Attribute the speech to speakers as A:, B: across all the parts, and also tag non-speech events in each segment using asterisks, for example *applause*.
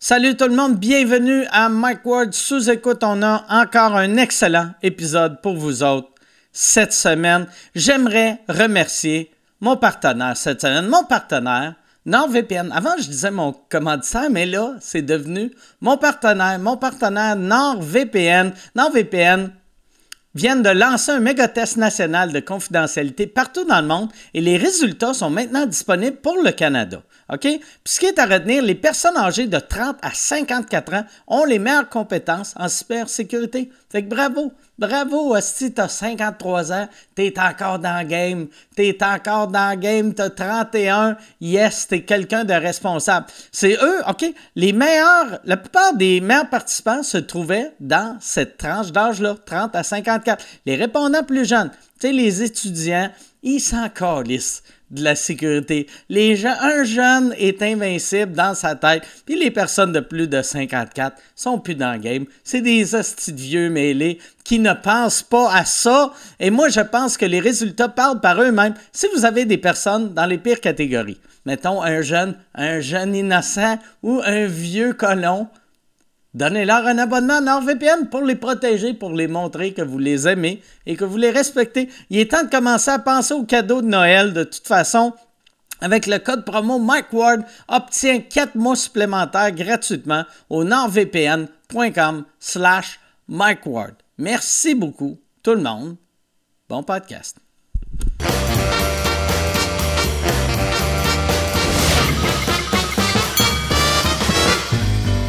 A: Salut tout le monde, bienvenue à Mike Ward sous écoute. On a encore un excellent épisode pour vous autres cette semaine. J'aimerais remercier mon partenaire cette semaine, mon partenaire NordVPN. Avant, je disais mon commanditaire, mais là, c'est devenu mon partenaire, mon partenaire NordVPN. NordVPN viennent de lancer un méga test national de confidentialité partout dans le monde et les résultats sont maintenant disponibles pour le Canada. OK? Puis ce qui est à retenir, les personnes âgées de 30 à 54 ans ont les meilleures compétences en cybersécurité. Fait que bravo! Bravo, si t'as 53 ans, t'es encore dans le game, t'es encore dans le game, t'as 31, yes, t'es quelqu'un de responsable. C'est eux, OK, les meilleurs, la plupart des meilleurs participants se trouvaient dans cette tranche d'âge-là, 30 à 54. Les répondants plus jeunes, tu sais, les étudiants, ils s'en calissent de la sécurité. Les gens, un jeune est invincible dans sa tête, puis les personnes de plus de 54 sont plus dans le game. C'est des hosties de vieux mêlés qui ne pensent pas à ça. Et moi, je pense que les résultats parlent par eux-mêmes. Si vous avez des personnes dans les pires catégories, mettons un jeune, un jeune innocent ou un vieux colon, Donnez-leur un abonnement à NordVPN pour les protéger, pour les montrer que vous les aimez et que vous les respectez. Il est temps de commencer à penser aux cadeaux de Noël. De toute façon, avec le code promo Mike Ward, obtient 4 mois supplémentaires gratuitement au nordvpn.com slash Mike Ward. Merci beaucoup, tout le monde. Bon podcast.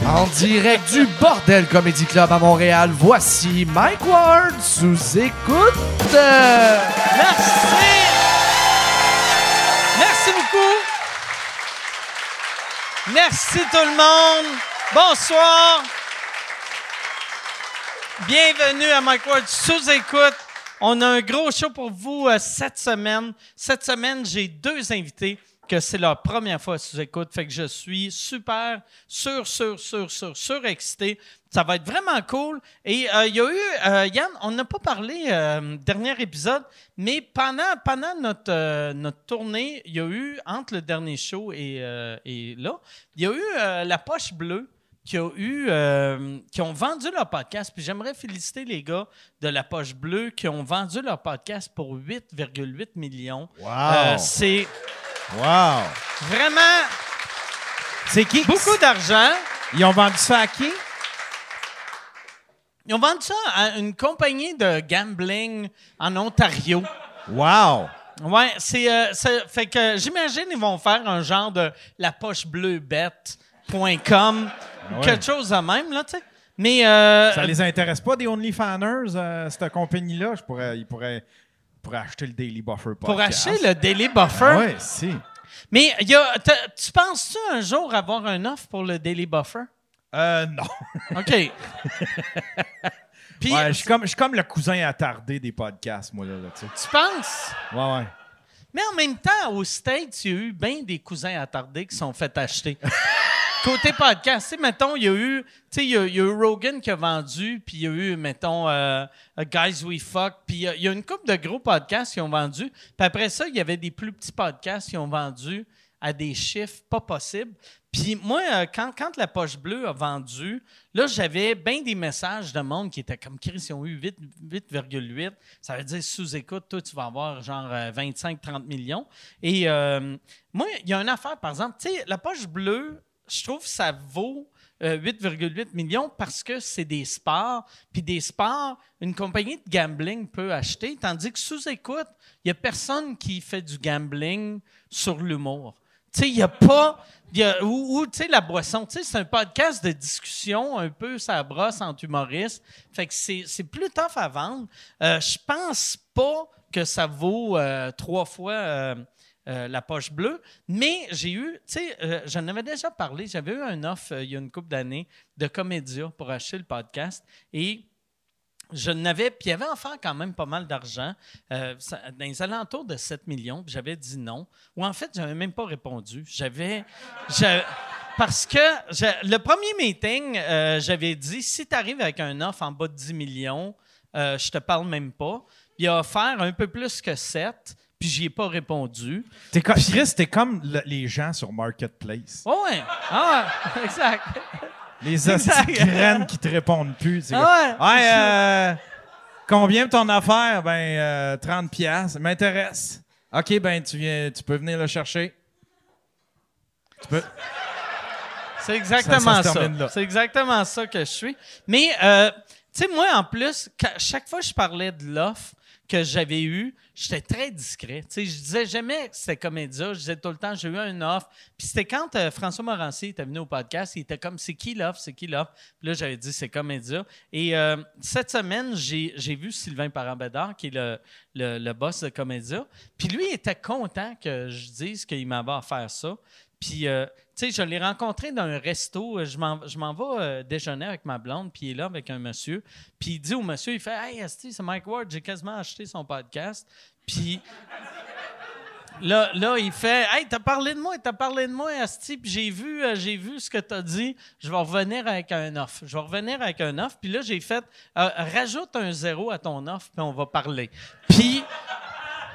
B: En direct du Bordel Comedy Club à Montréal, voici Mike Ward sous écoute. Euh,
A: Merci! Merci beaucoup! Merci tout le monde! Bonsoir! Bienvenue à Mike Ward sous écoute. On a un gros show pour vous euh, cette semaine. Cette semaine, j'ai deux invités que c'est leur première fois sous écoute. Fait que je suis super, sur, sur, sur, sur, sur excité. Ça va être vraiment cool. Et euh, il y a eu, euh, Yann, on n'a pas parlé euh, dernier épisode, mais pendant, pendant notre, euh, notre tournée, il y a eu, entre le dernier show et, euh, et là, il y a eu euh, la poche bleue qui ont eu euh, qui ont vendu leur podcast. Puis j'aimerais féliciter les gars de la poche bleue qui ont vendu leur podcast pour 8,8 millions.
C: Wow.
A: Euh, c'est
C: Wow!
A: vraiment
C: C'est qui?
A: beaucoup d'argent.
C: Ils ont vendu ça à qui?
A: Ils ont vendu ça à une compagnie de gambling en Ontario.
C: Wow!
A: Ouais, c'est euh, c'est- fait que j'imagine ils vont faire un genre de la poche bleue bête.com
C: Ah ouais.
A: quelque chose de même là, tu sais. Mais euh,
C: Ça les intéresse pas des OnlyFanners, euh, cette compagnie-là? Je pourrais, ils pourraient, ils pourraient acheter le Daily Buffer podcast.
A: pour acheter le Daily Buffer,
C: Ah ouais, si.
A: Mais il y a- t'as- tu penses-tu un jour avoir un offre pour le Daily Buffer?
C: Euh, non.
A: OK. Puis
C: *laughs* Ouais, je suis comme, je suis comme le cousin attardé des podcasts, moi, là, là, tu sais.
A: tu penses?
C: Ouais, ouais.
A: Mais en même temps, au States, il y a eu bien des cousins attardés qui sont fait acheter. Côté podcast, tu sais, mettons, il y a eu, tu sais, il y, a- il y a eu Rogan qui a vendu, puis il y a eu, mettons, euh, Guys We Fuck, puis il y a- il y, a une couple de gros podcasts qui ont vendu. Puis après ça, il y avait des plus petits podcasts qui ont vendu à des chiffres pas possibles. Puis moi, euh, quand, quand la poche bleue a vendu, là, j'avais bien des messages de monde qui étaient comme Chris, ils ont eu 8, 8,8. Ça veut dire sous écoute, toi, tu vas avoir genre 25-30 millions. Et euh, moi, il y a une affaire, par exemple, tu sais, la poche bleue, je trouve que ça vaut euh, 8,8 millions parce que c'est des sports. Puis des sports, une compagnie de gambling peut acheter, tandis que sous écoute, il n'y a personne qui fait du gambling sur l'humour. Tu sais, il n'y a pas. il y a- ou, ou, tu sais, la boisson. Tu sais, c'est un podcast de discussion, un peu ça brosse entre humoristes. Fait que c'est c'est plus tough à vendre. Euh, Je pense pas que ça vaut euh, trois fois euh, euh, la poche bleue, mais j'ai eu, tu sais, euh, j'en avais déjà parlé. J'avais eu un offre euh, il y a une couple d'années de Comédia pour acheter le podcast et je n'avais, puis il y avait enfin quand même pas mal d'argent, euh, ça- dans les alentours de 7 millions, puis j'avais dit non. Ou en fait, j'avais même pas répondu. J'avais. *laughs* j'a- parce que j'a- le premier meeting, euh, j'avais dit si tu arrives avec un offre en bas de 10 millions, euh, je te parle même pas. Il a offert un peu plus que 7, puis j'y ai pas répondu.
C: T'es comme, Chris, t'es comme le- les gens sur Marketplace.
D: *laughs*
A: Ouais, ouais. Ah, exact.
C: Les hosties de graines qui te répondent plus. tu sais,
A: Ah
C: comme, Hey, euh, combien ton affaire? Ben, euh, 30 piastres. M'intéresse. OK, ben, tu, viens, tu peux venir le chercher. Tu peux...
D: C'est exactement
C: se
D: ça.
C: termine là.
D: C'est exactement ça que je suis. Mais, euh, tu sais, moi, en plus, ca- chaque fois que je parlais de l'offre que j'avais eue, j'étais très discret. Tu sais, je disais jamais que c'était comédia. Je disais tout le temps, j'ai eu une offre. Puis c'était quand euh, François Morancy était venu au podcast, il était comme, c'est qui l'offre, c'est qui l'offre? Puis là, j'avais dit, c'est comédia. Et euh, cette semaine, j'ai j'ai vu Sylvain Parambédard, qui est le, le, le boss de comédia. Puis lui, il était content que je dise qu'il m'avait offert ça. Puis, euh, tu sais, je l'ai rencontré dans un resto. Je m'en je m'en vais euh, déjeuner avec ma blonde, puis il est là avec un monsieur. Puis il dit au monsieur, il fait « Hey, esti, c'est Mike Ward, j'ai quasiment acheté son podcast. » Puis là, là, il fait « Hey, t'as parlé de moi, t'as parlé de moi, esti, puis j'ai vu, euh, j'ai vu ce que t'as dit. Je vais revenir avec un offre. Je vais revenir avec un offre. » Puis là, j'ai fait Euh, Rajoute un zéro à ton offre, puis on va parler. » Puis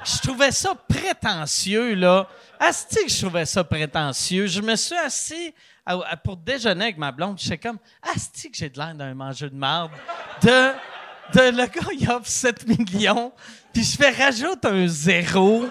D: je trouvais ça prétentieux, là. Asti, que je trouvais ça prétentieux. Je me suis assis à- à- pour déjeuner avec ma blonde. J'étais comme, Asti, que j'ai de l'air d'un mangeur de marde. De, de le gars, il offre 7 millions. Puis je fais rajoute un zéro.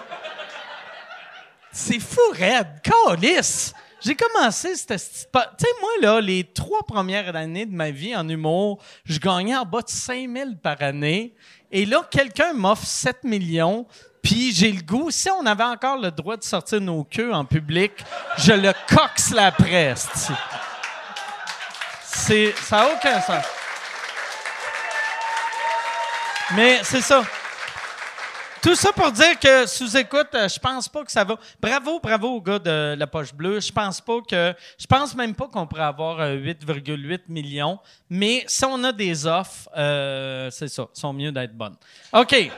D: C'est fou, raide. Calice! J'ai commencé cette... esti- pa- Tu sais, moi, là, les trois premières années de ma vie en humour, je gagnais en bas de 5 000 par année. Et là, quelqu'un m'offre 7 millions, puis j'ai le goût... Si on avait encore le droit de sortir nos queues en public, je le coxe la presse. esti. C'est... Ça n'a aucun sens. Mais c'est ça. Tout ça pour dire que sous écoute, euh, je pense pas que ça va. Bravo, bravo au gars de la poche bleue. Je pense pas que. Je pense même pas qu'on pourrait avoir euh, 8,8 millions. Mais si on a des offres, euh, c'est ça. Sont mieux d'être bonnes. OK.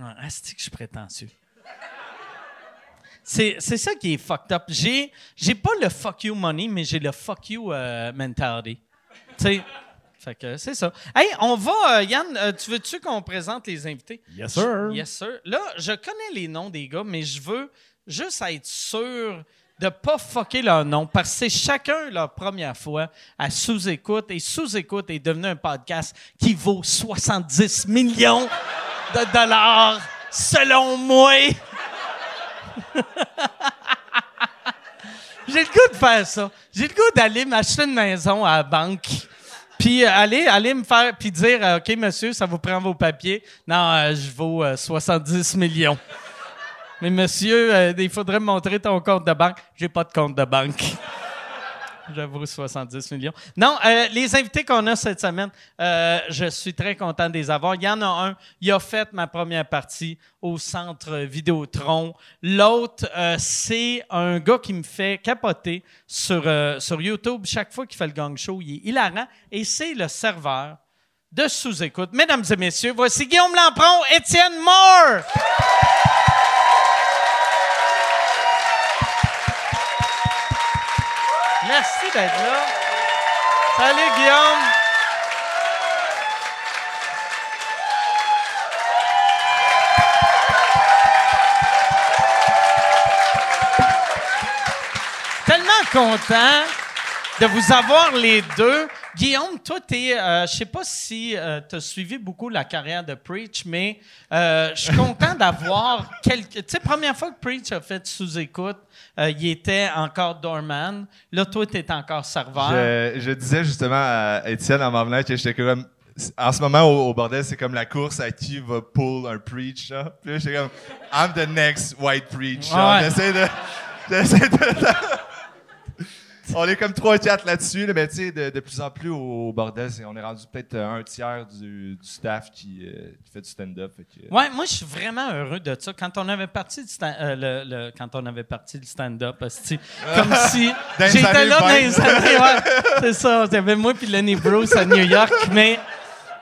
D: Ah, asti que je suis prétentieux. C'est c'est ça qui est fucked up. J'ai j'ai pas le fuck you money, mais j'ai le fuck you euh, mentality. Tu sais. Fait que c'est ça. Hey, on va, euh, Yann, euh, tu veux-tu qu'on présente les invités?
C: Yes, sir.
D: Yes, sir. Là, je connais les noms des gars, mais je veux juste être sûr de pas fucker leur nom parce que c'est chacun leur première fois à sous-écoute et sous-écoute est devenu un podcast qui vaut 70 millions de dollars selon moi. J'ai le goût de faire ça. J'ai le goût d'aller m'acheter une maison à la banque. Puis euh, aller, aller me faire, puis dire, euh, OK, monsieur, ça vous prend vos papiers. Non, euh, je vaux euh, 70 millions. Mais monsieur, euh, il faudrait me montrer ton compte de banque. J'ai pas de compte de banque. J'avoue 70 millions. Non, euh, les invités qu'on a cette semaine, euh, je suis très content de les avoir. Il y en a un, il a fait ma première partie au centre Vidéotron. L'autre, euh, c'est un gars qui me fait capoter sur, euh, sur YouTube. Chaque fois qu'il fait le gang show, il est hilarant. Et c'est le serveur de sous-écoute. Mesdames et messieurs, voici Guillaume Lampron, Étienne Moore. Merci d'être là. Salut Guillaume. Tellement content de vous avoir les deux. Guillaume, toi, t'es, euh, je sais pas si tu as suivi beaucoup la carrière de Preach, mais euh, je suis content d'avoir quelques. Tu sais, première fois que Preach a fait sous-écoute, euh, il était encore doorman. Là, toi, tu es encore serveur.
E: Je, je disais justement à Étienne en m'en venant que j'étais comme. En ce moment, au, au bordel, c'est comme la course à qui va pull un preach. là. Puis là, j'étais comme, I'm the next white preach. là.
D: Ouais.
E: J'essaie de. *laughs* j'essaie de- *laughs* on est comme 3-4 là-dessus, là, mais tu sais, de, de plus en plus au, au bordel, c'est- on est rendu peut-être un tiers du, du staff qui, euh, qui fait du stand-up. fait que-
D: Ouais, moi je suis vraiment heureux de ça. Quand on avait parti du stand, euh, le, le- quand on avait parti du stand-up, hostie, comme
E: *laughs*
D: si
E: Euh, les
D: j'étais
E: années
D: là dans
E: 20.
D: les années.
E: *laughs*
D: ouais. c'est ça. J'avais moi puis Lenny Bruce à New York, mais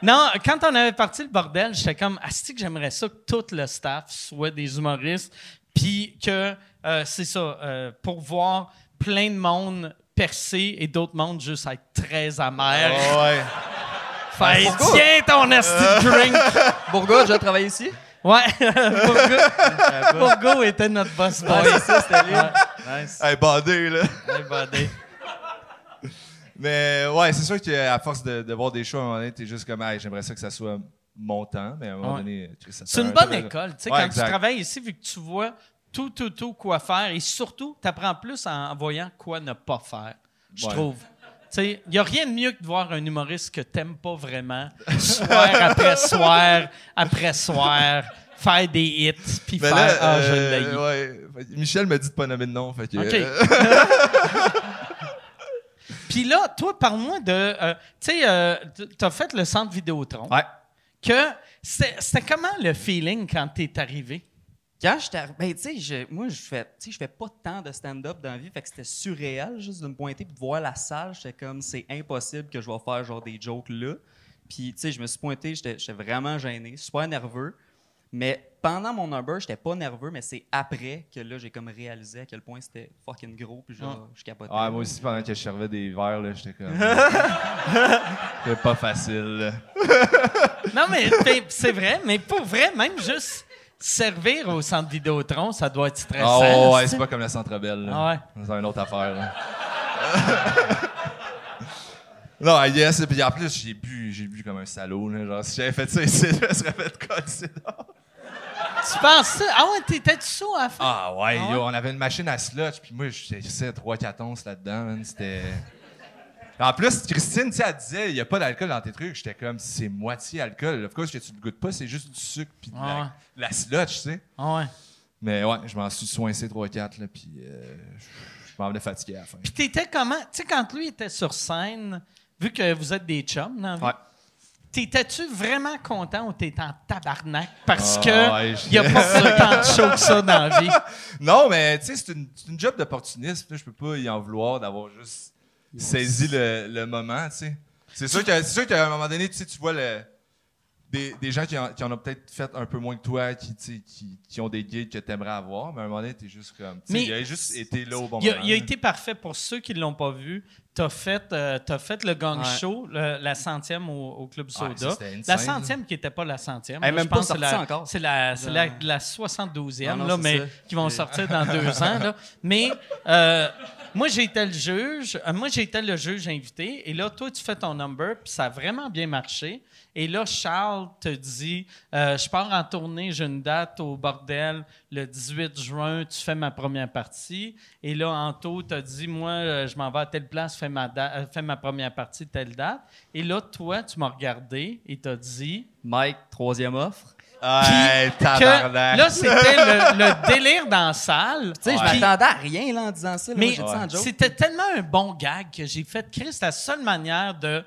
D: non, quand on avait parti le bordel, j'étais comme asti que j'aimerais ça que tout le staff soit des humoristes, puis que euh, c'est ça euh, pour voir plein de monde percer et d'autres mondes juste être très amers.
E: Ouais. Ah,
D: Fait,
A: pourquoi?
D: tiens ton asti
E: Euh.
D: de drink.
A: Bourgogne, j'ai travaillé ici.
D: Ouais, *laughs* Bourgo, Bourgo était notre boss boy.
A: ça, c'était lui.
D: Nice.
E: Hey, bandé, là.
D: Hey, buddy.
E: Mais ouais, c'est sûr qu'à force de, de voir des shows, à un moment donné, t'es juste comme, Hey, j'aimerais ça que ça soit mon temps, mais à un moment
D: Ouais.
E: donné, Chris, ça
D: C'est
E: fait
D: une
E: un-
D: bonne
E: ça fait-
D: école. Tu sais,
E: Ouais,
D: quand
E: exact.
D: tu travailles ici, vu que tu vois tout, tout, tout quoi faire et surtout, tu apprends plus en, en voyant quoi ne pas faire, je
E: Ouais.
D: trouve. Tu sais, il n'y a rien de mieux que de voir un humoriste que t'aimes pas vraiment, soir après soir, après soir, faire des hits, puis
E: Mais
D: faire
E: là,
D: Ah, je
E: euh,
D: l'ai.
E: ouais, fait que Michel me dit de pas nommer de nom. Fait que,
D: OK.
E: euh,
D: *laughs* Puis là, toi, parle-moi de. euh, tu sais, euh, t- t'as fait le centre Vidéotron.
E: ouais.
D: Que c'était c'était comment le feeling quand t'es arrivé?
F: Quand j'étais arrivé, ben, tu sais, je- moi, je fais, tu sais, je fais pas tant de stand-up dans la vie, fait que c'était surréel juste de me pointer puis de voir la salle. J'étais comme, c'est impossible que je vais faire genre des jokes là. Puis, tu sais, je me suis pointé, j'étais j'étais vraiment gêné, super nerveux. Mais pendant mon number, j'étais pas nerveux, mais c'est après que là, j'ai comme réalisé à quel point c'était fucking gros, puis genre, je capotais.
E: Ouais, moi aussi, pendant que je servais des verres, là,
D: *laughs*
E: j'étais comme. c'est pas facile. là.
D: Non, mais t'es- c'est vrai, mais pour vrai, même juste servir au centre Vidéotron, ça doit être
E: Ah
D: stressant.
E: ouais, ouais,
D: c'est-
E: c'est pas comme la centre belle.
D: Ah ouais.
E: C'est une autre affaire. là. *laughs* non, yes, et puis en plus, j'ai bu, j'ai bu comme un salaud. Là. Genre, si j'avais fait ça ici, je me serais fait *laughs* coller dehors.
D: Tu penses ça? Ah ouais, t'étais-tu saoul à la fin?
E: Ah ouais,
D: Ah ouais?
E: yo, on avait une machine à slotch, puis moi, j'essayais 3 14 là-dedans, man, c'était... En plus, Christine, tu sais, elle disait, il n'y a pas d'alcool dans tes trucs. J'étais comme, c'est moitié alcool. Of course, que tu ne goûtes pas, c'est juste du sucre puis de la,
D: Ah, Ouais.
E: de la slotch, tu sais.
D: Ah ouais.
E: Mais ouais, je m'en suis soincé 3-4, là, puis euh, je m'en venais fatigué à la fin.
D: Puis t'étais comment? Tu sais, quand lui était sur scène, vu que vous êtes des chums, non?
E: Ouais.
D: T'étais-tu vraiment content ou t'étais en tabarnak parce
E: Ah, ouais,
D: que
E: je-
D: il a pas fait tant de shows que ça dans la vie?
E: Non, mais tu sais, c'est une, c'est une job d'opportuniste. là. Je peux pas y en vouloir d'avoir juste saisi le, le moment, tu sais. C'est sûr que- c'est sûr qu'à un moment donné, tu sais, tu vois le- des, des gens qui en, qui en ont peut-être fait un peu moins que toi, qui, tu sais, qui, qui ont des gigs que tu aimerais avoir, mais à un moment donné, tu es juste comme. tu sais,
D: Mais-
E: il a juste été là au bon ben,
D: Il
E: euh,
D: a,
E: moment.
D: il a été parfait pour ceux qui ne l'ont pas vu. Tu as, fait le gang
F: Ouais.
D: show, le- la centième au, au Club Soda.
E: ça, c'était insane,
D: la centième qui n'était pas la centième.
F: Elle est
D: Moi, je
F: même
D: pense
F: pas
D: que c'est
F: sortie
D: la-
F: encore.
D: C'est la, c'est la, la
F: Ah
D: 72e,
F: non,
D: là,
F: c'est
D: mais
F: ça.
D: qui vont
F: J'ai-
D: sortir dans deux ans.
F: *laughs*
D: là. Mais euh, moi, j'étais le juge. Euh, Moi, j'étais le juge invité. Et là, toi, tu fais ton number, puis ça a vraiment bien marché. Et là, Charles te dit euh, Je pars en tournée, j'ai une date au bordel le 18 juin, tu fais ma première partie. Et là, Anto t'a dit Moi, euh, je m'en vais à telle place, fais ma, da- euh, fais ma première partie, telle date. Et là, toi, tu m'as regardé et t'as dit
F: Mike, troisième offre.
E: Ouais,
D: que
E: tabarnak.
D: là, c'était
E: *laughs*
D: le, le délire dans la salle.
F: Tu sais,
E: Ouais.
F: je m'attendais à rien, là, en disant ça. là. Moi,
D: Mais
F: j'ai dit ça en joke.
D: c'était tellement un bon gag que j'ai fait, Chris, la seule manière de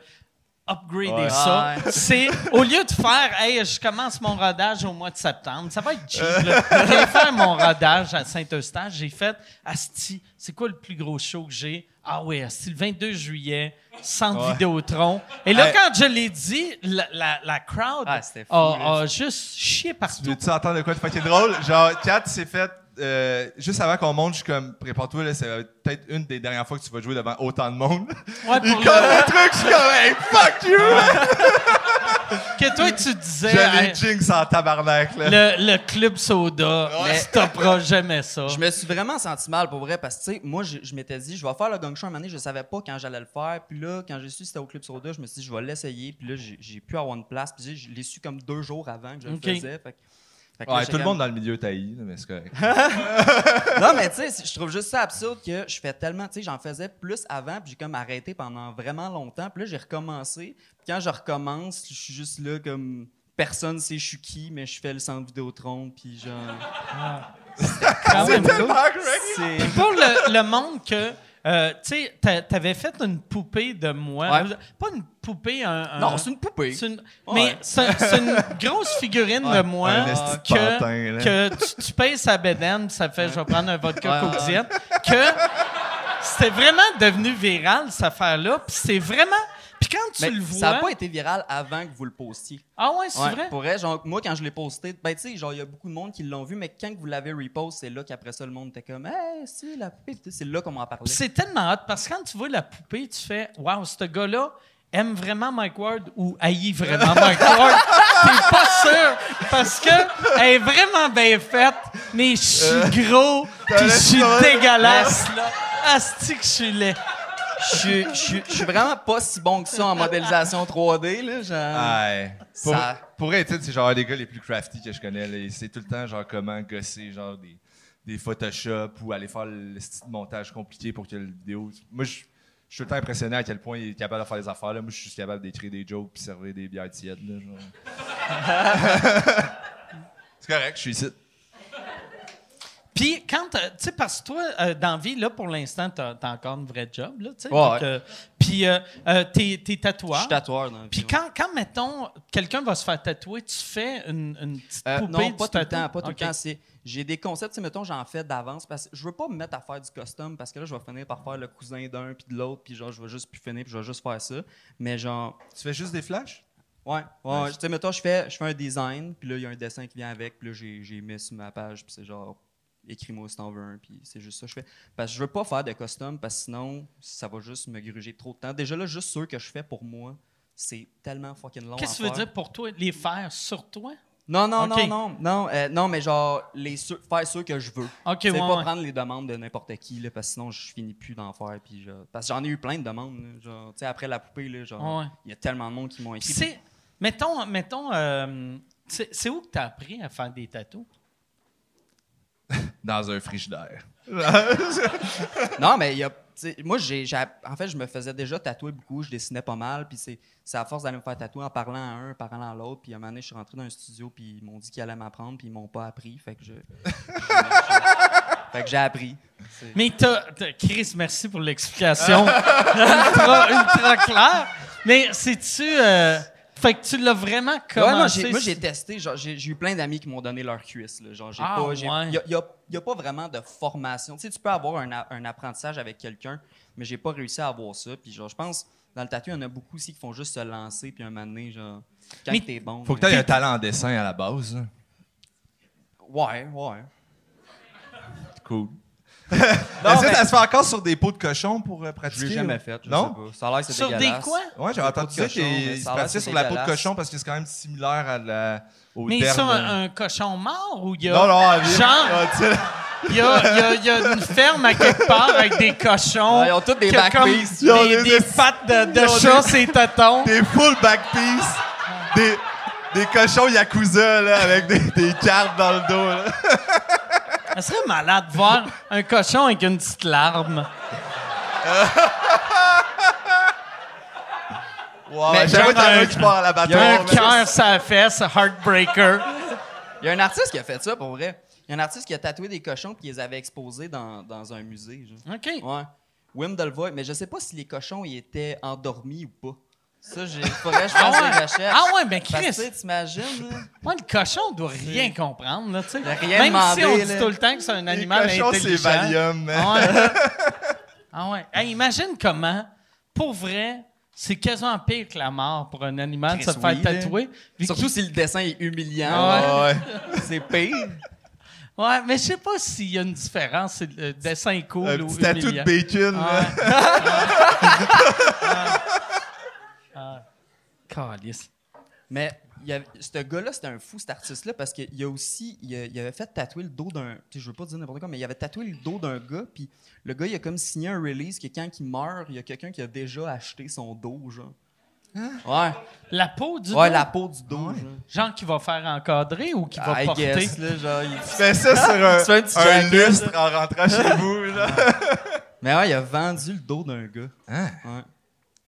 D: upgrader
E: Ouais.
D: ça,
F: Ouais.
D: c'est au lieu de faire Hey, je commence mon rodage au mois de septembre, ça va être cheap.
E: *laughs*
D: là. J'ai fait mon rodage à Saint-Eustache, j'ai fait Asti, c'est quoi le plus gros show que j'ai? Ah oui, Asti, le 22 juillet, centre
E: Ouais.
D: Vidéotron. Et là,
E: Hey.
D: quand je l'ai dit, la, la- la crowd
F: Ah, c'était fou,
D: a, a juste chié
E: Tu
D: partout.
E: veux-tu entendre de quoi de fucking drôle? Genre, Kat s'est fait. euh, juste avant qu'on monte, je suis comme, prépare-toi, là, c'est peut-être une des dernières fois que tu vas jouer devant autant de monde.
D: Ouais,
E: Il
D: pour
E: colle
D: le-
E: le truc, je suis comme, hey, fuck you!
D: que toi, tu disais.
E: J'avais
D: Hey,
E: le jinx en tabarnak, là.
D: le, le club soda
F: Mais-
D: stoppera jamais
E: Ah.
D: ça.
F: Je me suis vraiment senti mal pour vrai parce que, tu sais, moi, je, je m'étais dit, je vais faire le gong show un moment donné, je savais pas quand j'allais le faire. Puis là, quand j'ai su que c'était au Club Soda, je me suis dit, je vais l'essayer. Puis là, j'ai- j'ai pu avoir une place. Puis j'ai- je l'ai su comme deux jours avant que je
D: Ok.
F: le faisais. Fait, que- fait que là,
E: Ouais,
F: j'étais
E: tout le
F: comme-
E: monde dans le milieu taillit, mais c'est correct.
F: Non, mais tu sais, c'est- je trouve juste ça absurde que je fais tellement, tu sais, j'en faisais plus avant, puis j'ai comme arrêté pendant vraiment longtemps. Puis là, j'ai recommencé. Puis quand je recommence, je suis juste là comme personne sait je suis qui, mais je fais le centre Vidéotron. Puis genre.
D: Quand même.
E: Tellement correct!
F: C'est.
D: Puis pour le, le monde que. euh, tu sais, t'a- t'avais fait une poupée de moi.
F: Ouais.
D: Pas une poupée, un. un-
F: Non, c'est une poupée.
D: c'est une-
F: Ouais.
D: Mais c'est c'est une grosse figurine de moi
E: un esti de
D: que,
E: pantin, là.
D: que tu, tu payes sa bédaine, puis ça fait je vais prendre un vodka
F: Ouais, ouais.
D: Coke Diet, que c'était vraiment devenu viral, cette affaire-là. Puis c'est vraiment. Puis quand tu
F: Mais
D: le vois.
F: ça n'a pas été viral avant que vous le postiez.
D: Ah ouais, c'est
F: Ouais,
D: vrai?
F: Pour vrai, genre, moi, quand je l'ai posté, ben, tu sais, genre, il y a beaucoup de monde qui l'ont vu, mais quand que vous l'avez repost, c'est là qu'après ça, le monde était comme, hey, c'est la poupée, Puis, tu sais, c'est là qu'on m'en parlait.
D: Puis c'est tellement hot parce que quand tu vois la poupée, tu fais Waouh, ce gars-là aime vraiment Mike Ward ou haït vraiment
F: *laughs*
D: Mike Ward. T'es pas sûr parce que elle est vraiment bien faite, mais je
F: Euh,
D: suis gros puis je suis
E: laisse-moi.
D: dégueulasse là. Asti que je suis laid.
F: Je suis- je suis- je suis vraiment pas si bon que ça en modélisation 3D, là. Genre,
E: Ouais. Pour,
F: Ça-
E: pour être honnête, c'est genre les gars les plus crafty que je connais. là. Et C'est tout le temps genre comment gosser genre des, des Photoshop ou aller faire le style de montage compliqué pour que la vidéo. Moi, je je suis tout le temps impressionné à quel point il est capable de faire des affaires. Là. Moi, je suis juste capable d'écrire des jokes puis servir des bières tièdes. là, *laughs* genre. c'est correct, je suis ici.
D: Puis quand, euh, tu sais, parce que toi, euh, dans la vie, là, pour l'instant, t'as as encore une vraie job, là, tu sais.
F: Ouais,
D: Donc,
F: ouais.
D: euh, Puis euh, euh, t'es t'es
F: je
D: tatoueur.
F: suis tatoueur. dans la vie,
D: Puis
F: ouais.
D: quand, quand, mettons, quelqu'un va se faire tatouer, tu fais une, une petite
F: Euh,
D: poupée
F: non,
D: du
F: pas tout le
D: tatou?
F: temps, pas tout
D: Ok.
F: le temps. C'est- J'ai des concepts, tu sais, mettons, j'en fais d'avance parce que je veux pas me mettre à faire du custom parce que là, je vais finir par faire le cousin d'un puis de l'autre, puis genre, je vais juste plus finir, puis je vais juste faire ça. Mais genre,
E: Tu fais juste des flashs?
F: ouais, ouais, tu sais, mettons, je fais, je fais un design, puis là, il y a un dessin qui vient avec, puis là, j'ai j'ai mis sur ma page, puis c'est genre, écris-moi si t'en veux un, puis c'est juste ça que je fais. Parce que je veux pas faire de custom parce que sinon, ça va juste me gruger trop de temps. Déjà là, juste ceux que je fais pour moi, c'est tellement fucking long.
D: Qu'est-ce que tu
F: à
D: veux
F: faire.
D: dire pour toi, les faire sur toi?
F: Non, non,
D: Ok.
F: non, non, non, euh, non, mais genre, les ceux- faire ceux que je veux.
D: Ok,
F: Tu sais,
D: ouais,
F: pas
D: ouais.
F: prendre les demandes de n'importe qui, là, parce que sinon, je finis plus d'en faire. Puis je- Parce que j'en ai eu plein de demandes. là, genre, tu sais, après la poupée, là, genre,
D: Ouais.
F: il y a tellement de monde qui m'ont
D: Puis
F: écrit.
D: c'est, mettons, mettons euh, c'est c'est où que t'as appris à faire des tatous?
E: Dans un frigidaire.
F: Non, mais il y a. tu sais, Moi, j'ai, j'ai- en fait, je me faisais déjà tatouer beaucoup, je dessinais pas mal, puis c'est, c'est à force d'aller me faire tatouer en parlant à un, en parlant à l'autre, puis à un moment donné, je suis rentré dans un studio, puis ils m'ont dit qu'ils allaient m'apprendre, puis ils m'ont pas appris, fait que je... je- fait que j'ai appris.
D: Mais t'as, t'as- Chris, merci pour l'explication
F: *laughs*
D: ultra, ultra claire. Mais c'est-tu... euh, fait que tu l'as vraiment
F: Ouais, non,
D: commencé...
F: j'ai- moi, j'ai testé. genre, J'ai j'ai eu plein d'amis qui m'ont donné leurs cuisses. là, Genre, j'ai
D: Ah,
F: pas. Il
D: ouais.
F: n'y a, y a- y a pas vraiment de formation. Tu sais, tu peux avoir un, a- un apprentissage avec quelqu'un, mais j'ai pas réussi à avoir ça. Puis, genre, je pense, dans le tatou, il y en a beaucoup aussi qui font juste se lancer, puis un moment donné, genre, quand
D: Mais-
F: t'es bon.
E: Faut que
F: hein.
E: t'aies un talent en dessin à la base. là.
F: Ouais, ouais.
E: *laughs* Cool. Hésite
F: mais-
E: à se faire encore sur des pots de cochon pour euh,
F: Je l'ai
E: pratiquer.
F: jamais
E: ou-
F: fait. Je
E: Non?
F: sais pas. Ça a l'air que c'est
D: Sur des
F: dégueulasse.
D: quoi?
E: Ouais, j'ai
F: La
E: entendu
F: peau de
E: dire
F: cochon, mais
E: qu'il se
F: ça a l'air
E: pratiquait
F: que c'est
E: sur la peau de
F: dégueulasse.
E: cochon parce que c'est quand même similaire à la, au
D: Mais
E: derme.
D: ça, un, un cochon mort ou il y a...
E: Non, non, à vivre.
D: Genre-
E: Ah, tu sais,
D: Il y a, il y a- il y a une ferme à quelque part avec des cochons.
F: Ouais, ils ont tous des
D: qui a comme
F: backpieces.
E: Ils ont
D: Des,
E: des-
D: des
E: des-
D: pattes de,
F: *laughs*
D: de
E: ils ont
D: chat,
E: des-
D: ses tétons.
E: des full backpiece, des, des cochons Yakuza, là, avec des, des cartes dans le dos, là.
D: Ça serait malade de voir un cochon avec une petite larme.
E: Wow,
F: Mais
E: j'avoue,
F: genre,
E: t'as
D: un-
E: un qui part à la
D: Il y a un
F: ben,
E: bataille.
D: cœur sur la fesse, Heartbreaker.
F: Il y a un artiste qui a fait ça, pour vrai. Il y a un artiste qui a tatoué des cochons, puis il les avait exposés dans, dans un musée. Genre.
D: OK.
F: Ouais. Wim Delvoye, mais je sais pas si les cochons ils étaient endormis ou pas. Ça, j'ai faudrait que je fasse des recherches.
D: ah ouais, ben
F: Parce que,
D: Chris,
F: tu sais, t'imagines, là?
D: moi, le cochon doit rien comprendre, là, tu sais.
F: Il a rien
D: Même si on
F: demandé,
D: dit
F: là.
D: tout le temps que c'est un
E: Les
D: animal
E: cochons, c'est
D: intelligent.
E: Valium, man.
D: Ah
F: *laughs*
D: ouais. Ah ouais. Hey, imagine comment, pour vrai, c'est quasiment pire que la mort pour un animal de se
F: Chris,
D: faire
F: oui, là.
D: tatouer. Vu
F: Surtout si le dessin est humiliant.
D: Ah
E: Ouais.
F: C'est pire.
D: Ouais, mais je sais pas s'il y a une différence, c'est le dessin est cool
E: Un
D: ou
E: petit tatou de
D: humiliant.
E: bacon,
D: Ah
E: là.
D: ouais. Ah. Ah. Calisse.
F: Mais il y avait- ce gars-là, c'était un fou, cet artiste-là, parce qu'il y a aussi, il, a- il avait fait tatouer le dos d'un. tu sais, Je veux pas dire n'importe quoi, mais il avait tatoué le dos d'un gars, puis le gars, il a comme signé un release que quand il meurt, il y a quelqu'un qui a déjà acheté son dos, genre.
D: La peau Ah. du
F: Ouais, ouais
D: dos,
F: la peau du dos, genre.
D: genre qui va faire encadrer ou qui va
F: I
D: porter.
F: guess, là, genre, il-
E: Tu fais ça sur un,
F: Tu fais un petit
E: un
F: *laughs* jacket,
E: lustre en rentrant chez vous, là.
F: Mais ouais, il a vendu le dos d'un gars. Ouais.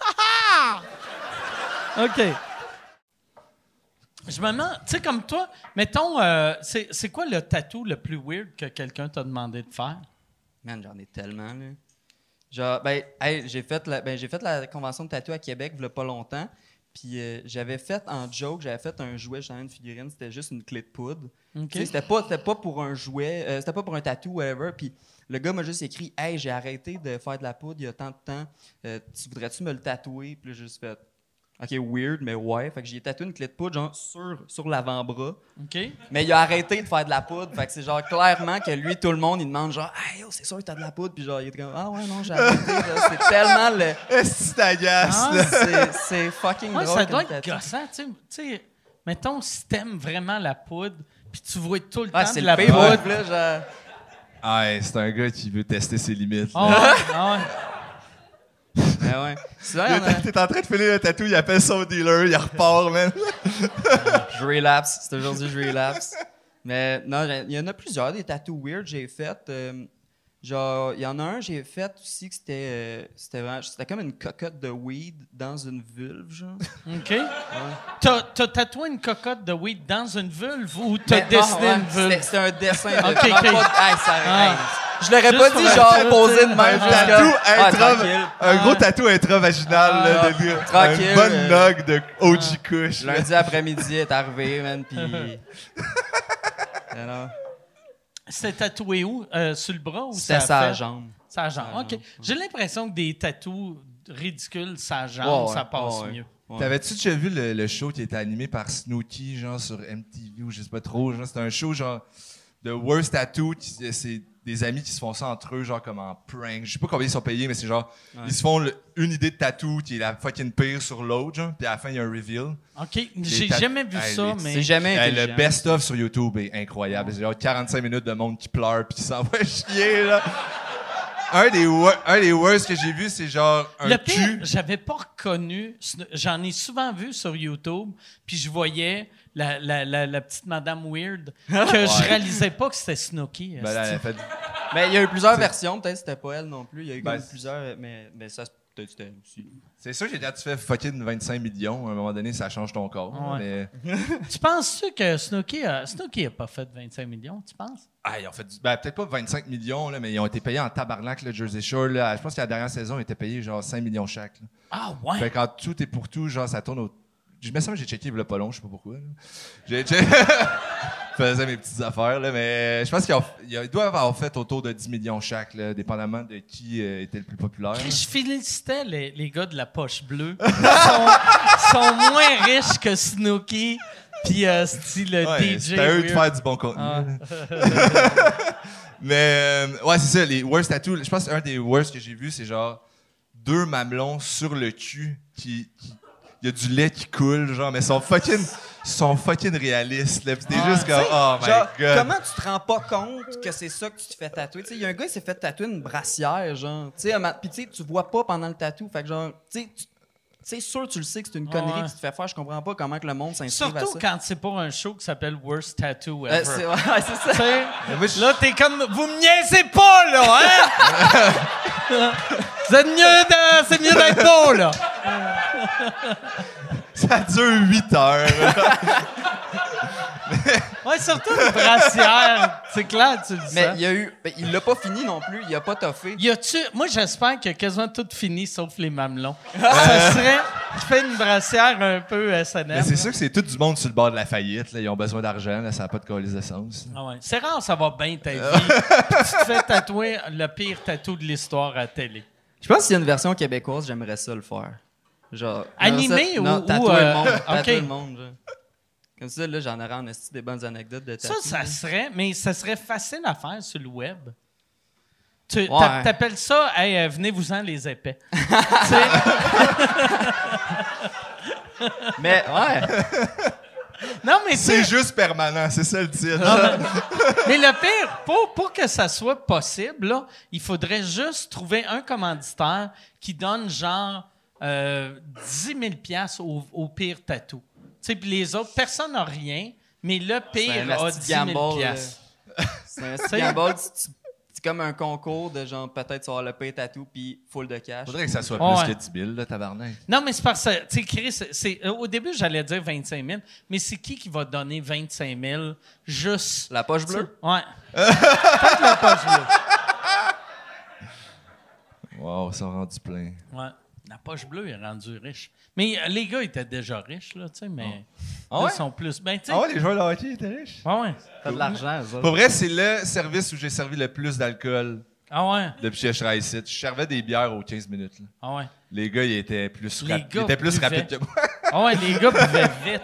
D: Ha, ha! OK. Je me demande, tu sais, comme toi, mettons, euh, c'est c'est quoi le tatou le plus weird que quelqu'un t'a demandé de faire?
F: Man, j'en ai tellement, là. Genre, ben, hey, j'ai fait, la- ben, j'ai fait la convention de tatou à Québec, il pas longtemps. Puis euh, j'avais fait en joke, j'avais fait un jouet, j'avais une figurine, c'était juste une clé de poudre.
D: OK.
F: Tu sais, C'était pas, c'était pas pour un jouet, euh, c'était pas pour un tatou, whatever. Puis Le gars m'a juste écrit Hey, j'ai arrêté de faire de la poudre il y a tant de temps. Euh, tu voudrais-tu me le tatouer? Puis là, j'ai juste fait OK, weird, mais ouais. Fait que j'ai tatoué une clé de poudre, genre sur, sur l'avant-bras.
D: OK.
F: Mais il a arrêté de faire de la poudre. Fait que c'est genre clairement que lui, tout le monde, il demande genre, hey, yo, c'est sûr que t'as de la poudre. Puis genre, il est comme, ah ouais, non, j'ai arrêté.
D: *laughs*
F: là. C'est tellement le.
E: Est-ce que t'agaces,
D: Ah,
E: là?
F: C'est- C'est fucking
D: Ouais,
F: drôle.
D: ça doit
F: comme
D: être
F: tatou.
D: gossant, tu sais. Tu sais, mettons, si t'aimes vraiment la poudre, puis tu vois tout le
F: Ah,
D: temps
F: c'est
D: de
F: le
D: la
F: pire
D: poudre.
F: poudre, là. Genre,
E: Ah, ouais, c'est un gars qui veut tester ses limites.
F: Oh,
D: Ah,
E: là.
D: ouais, ah ouais.
F: mais ouais. hein. Souvent, il y en a-
E: T'es- T'es en train de filer le tatou, il appelle son dealer, il repart, man.
F: je relapse. C'est aujourd'hui, je relapse. Mais non, j'ai- il y en a plusieurs des tattoos weird que j'ai fait. euh, genre, il y en a un, j'ai fait aussi que c'était euh, c'était vraiment- c'était comme une cocotte de weed dans une vulve, genre.
D: OK. T'as t'as tatoué une cocotte de weed dans une vulve ou t'as
F: Mais-
D: dessiné
F: ah, ouais,
D: une vulve?
F: c'était- C'était un dessin de.
D: Ok,
F: non,
D: ok.
F: pas de- hey, ça-
D: Ah.
F: hey, je l'aurais
D: Juste
F: pas
D: pour
F: dit
D: un
F: genre
D: tatou,
F: posé
D: tu
F: de
D: sais,
F: même.
D: un
F: jusqu'à-
E: tatou
F: Ah,
E: intra...
F: tranquille.
E: Un gros tatou intravaginal, là,
F: Ah,
E: de lui.
F: tranquille,
E: Une bonne
F: euh,
E: nog de OG Kush. là.
F: Lundi après-midi est arrivé,
D: *laughs*
F: man, puis. Alors,
D: C'était tatoué où? Euh, sur le bras ou
F: C'était
D: ça
F: sa
D: fait-
F: jambe.
D: Sa jambe.
F: Sa
D: OK.
F: jambe.
D: J'ai l'impression que des tatous ridicules, sa jambe,
F: Ouais, ouais,
D: ça passe
F: ouais, ouais.
D: mieux.
F: Ouais.
E: T'avais-tu déjà vu le, le show qui était animé par Snooki, genre sur MTV ou je sais pas trop, genre c'était un show genre de Worst Tattoo, qui- c'est des amis qui se font ça entre eux, genre comme en prank. Je sais pas combien ils sont payés, mais c'est genre, ils se font le- une idée de tattoo qui est la fucking pire sur l'autre, genre, puis à la fin il y a un reveal.
D: OK. J'ai
E: tat-
D: jamais vu
E: Hey,
D: ça,
E: les-
D: mais.
F: C'est jamais
E: Hey, le
F: intelligent.
E: best-of sur YouTube est incroyable. C'est genre 45 minutes de monde qui pleure puis qui *laughs* s'envoie chier, là. un, des wor- un des worst que j'ai vu, c'est genre un
D: Le
E: cul.
D: pire, j'avais pas reconnu. J'en ai souvent vu sur YouTube, puis je voyais la, la- la- la petite Madame
F: *laughs*
D: Weird que je
E: Ouais.
D: réalisais pas que c'était Snooki.
E: Ben là, elle a fait-
F: Mais il y a eu plusieurs versions, peut-être c'était pas elle non plus. Il y a eu
E: Ben,
F: comme
E: c'est-
F: plusieurs, mais, mais ça, c'est- peut-être c'était elle aussi.
E: C'est sûr que quand tu fais fucking 25 millions, à un moment donné, ça change ton corps.
D: Ouais.
E: Mais...
D: tu penses-tu que Snooki a, Snooki a pas fait 25 millions, tu penses?
E: Ah, ils ont fait du- ben, peut-être pas 25 millions, là, mais ils ont été payés en tabarnak, le Jersey Shore. là. Je pense que la dernière saison, ils étaient payés genre 5 millions chaque. là.
D: Ah ouais!
E: Fait qu'en tout et pour tout, genre, ça tourne au. Je me sens que j'ai checké le pas long, je sais pas pourquoi. là. J'ai che- *laughs* Je faisais mes petites affaires, là, mais je pense qu'ils ont- ils doivent avoir fait autour de 10 millions chaque, là, dépendamment de qui euh, était le plus populaire. là.
D: Je félicitais les, les gars de la poche bleue. *laughs* Ils sont, sont moins riches que Snooki, puis euh, style
E: Ouais,
D: DJ.
E: C'est à eux de
D: weird. Ah.
E: faire du bon contenu. là. Mais euh, ouais, c'est ça, les worst tattoos. Je pense qu'un des worst que j'ai vu, c'est genre deux mamelons sur le cul qui. qui- il y a du lait qui coule, genre, mais sont fucking, sont fucking réalistes. Là, Puis t'es
D: Ouais.
E: juste comme,
F: T'sais,
E: oh my
F: genre,
E: god.
F: Comment tu te rends pas compte que c'est ça que tu te fais tatouer? Tu sais, Il y a un gars qui s'est fait tatouer une brassière, genre. Tu sais, un ma- Puis tu sais, tu vois pas pendant le tatou. Fait que genre, tu sais, tu- tu sais, sûr, tu le sais que c'est une
D: Ah
F: connerie
D: ouais.
F: que tu te fais faire. Je comprends pas comment que le monde s'inscrive à ça.
D: Surtout quand c'est pour un show qui s'appelle Worst Tattoo
F: Euh,
D: Ever.
F: c'est ouais, *laughs* c'est
D: Tu
F: ça.
D: sais,
E: Mais moi, je-
D: Là, t'es comme. Vous me niaisez pas, là, hein?
E: *laughs*
D: Vous êtes mieux de- C'est mieux d'être beau, là.
E: Ça dure 8 heures.
D: *laughs* Ouais, surtout une brassière. C'est clair, tu le
F: Mais
D: sais.
F: il y a eu. ben, il l'a pas fini non plus. Il a pas toffé.
D: Y a-tu. Moi, j'espère que quasiment tout fini sauf les
E: *laughs*
D: mamelons.
E: Euh.
D: Ça serait. Tu fais une brassière un peu
E: mais
D: SNL.
E: c'est sûr que c'est tout du monde sur le bord de la faillite. Là. Ils ont besoin d'argent, là, ça n'a pas de colis d'essence.
D: Ah ouais. C'est rare, ça va bien ta vie. Puis tu te fais tatouer le pire tatou de l'histoire à la télé.
F: Je pense qu'il y a une version québécoise, j'aimerais ça le faire. Genre.
D: Animé
F: non, ça-
D: ou-
F: Non,
D: ou,
F: tatouer
D: euh,
F: le monde.
D: ok.
F: Tatouer le monde, genre. Comme ça, là, j'en aurais en esti des bonnes anecdotes de
D: Ça,
F: tatou.
D: ça serait, mais ça serait facile à faire sur le web. Tu
F: Ouais.
D: t'a- t'appelles ça, hey, euh, venez-vous-en les
E: *laughs*
D: épais. Tu sais,
F: Mais ouais.
D: non, mais
E: C'est
D: c'est.
E: juste permanent, c'est ça le titre.
D: Mais le pire, pour, pour que ça soit possible, là, il faudrait juste trouver un commanditaire qui donne genre euh, 10 000 au, au pire tatou. Tu sais, puis les autres, personne n'a rien, mais le pire
F: un
D: a 10
F: asti
D: 000
F: gamble, C'est un esti de gamble. Tu- tu- C'est comme un concours de genre, peut-être tu vas avoir le pay tatou puis full de cash.
E: Faudrait que ça soit
D: Ouais.
E: plus que 10 000, là, tabarnak.
D: Non, mais c'est parce que, tu sais, Chris, c'est- euh, au début, j'allais dire 25 000, mais c'est qui qui va donner 25 000 juste.
F: La poche bleue. *laughs*
D: Ouais. Faites la poche bleue.
E: Wow, ça rend du plein.
D: Ouais. La poche bleue est rendue riche. Mais euh, les gars étaient déjà riches, là, tu sais, mais.
E: Ah
D: là,
E: ouais?
D: Ils sont plus. Ben, tu sais. Ah
E: Ah ouais, les joueurs de hockey étaient riches?
D: ouais, ouais.
F: T'as de l'argent, ça.
E: Pour vrai, c'est le service où j'ai servi le plus d'alcool
D: Ah ouais,
E: Depuis que je travaille ici, je servais des bières aux 15 minutes. là.
D: ah ouais.
E: Les gars, ils étaient plus,
D: Les
E: rapides.
D: gars
E: ils étaient plus
D: buvaient.
E: rapides que moi. *laughs*
D: Ah ouais, les gars pouvaient vite.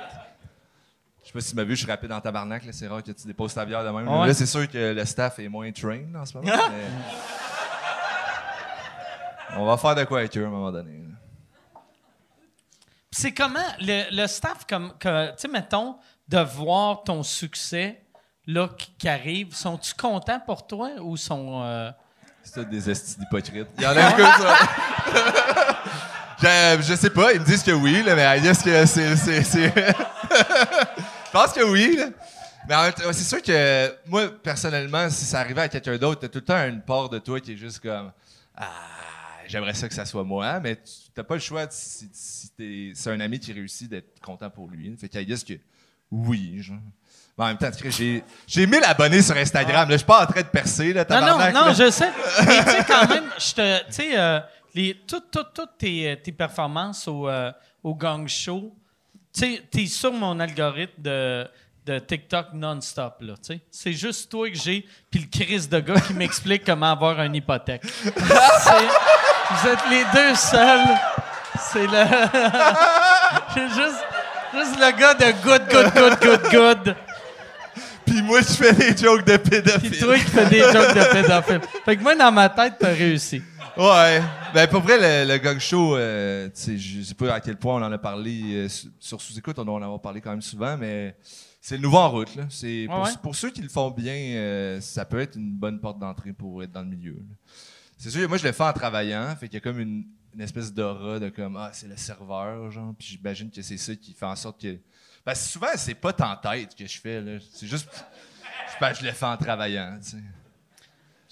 E: Je sais pas si tu m'as vu, je suis rapide en tabarnak. là. C'est rare que tu déposes ta bière de même.
D: Ouais.
E: Là, c'est sûr que le staff est moins train en
D: *laughs*
E: ce moment. mais- On va faire de quoi avec eux à un moment donné. là.
D: Puis C'est comment le, le staff, comme, que- tu sais, mettons, de voir ton succès là qui, qui arrive, sont-tu contents pour toi ou sont. euh,
E: C'est tout des estis d'hypocrites. Il y en a un comme ça. je, je sais pas, ils me disent que oui, là, mais est-ce que c'est. c'est- c'est- *laughs* je pense que oui. là. Mais en même temps, c'est sûr que moi, personnellement, si ça arrivait à quelqu'un d'autre, t'as tout le temps une part de toi qui est juste comme Ah, j'aimerais ça que ça soit moi, mais tu t'as pas le choix de- si, si t'es- c'est un ami qui réussit d'être content pour lui. Fait qu'il guess que oui, genre. Mais en même temps, j'ai, j'ai 1000 abonnés sur Instagram. là. Je suis pas en train de percer, là,
D: Ah. Non, non,
E: tabarnak, là.
D: non, je sais. Mais tu sais, quand même, je te. Tu sais, euh, les- toutes toutes- toutes tes, euh, tes performances au, euh, au gang show, tu sais, t'es sur mon algorithme de, de TikTok non-stop, là, tu sais. C'est juste toi que j'ai, puis le Chris de gars qui m'explique comment avoir une hypothèque. C'est- vous êtes les deux seuls. C'est le. *laughs* J'ai juste, juste le gars de good, good, good, good, good.
E: Puis moi, je fais des jokes de
D: Puis
E: pédophile.
D: toi qui fais des jokes de pédophile. Fait que moi, dans ma tête, t'as réussi.
E: Ouais. Ben, pour vrai, le, le gong show, euh, tu sais, je sais pas à quel point on en a parlé euh, su- sur Sous-Écoute, on doit en avoir parlé quand même souvent, mais c'est le nouveau en route. Là. C'est pour,
D: Ouais, ouais.
E: pour ceux qui le font bien, euh, ça peut être une bonne porte d'entrée pour être dans le milieu. là. C'est sûr, que moi, je le fais en travaillant, fait qu'il y a comme une, une espèce d'aura de comme, ah, c'est le serveur, genre, puis j'imagine que c'est ça qui fait en sorte que. Parce que souvent, c'est pas tant tête que je fais, là. C'est juste. Je, ben, je le fais en travaillant, tu sais.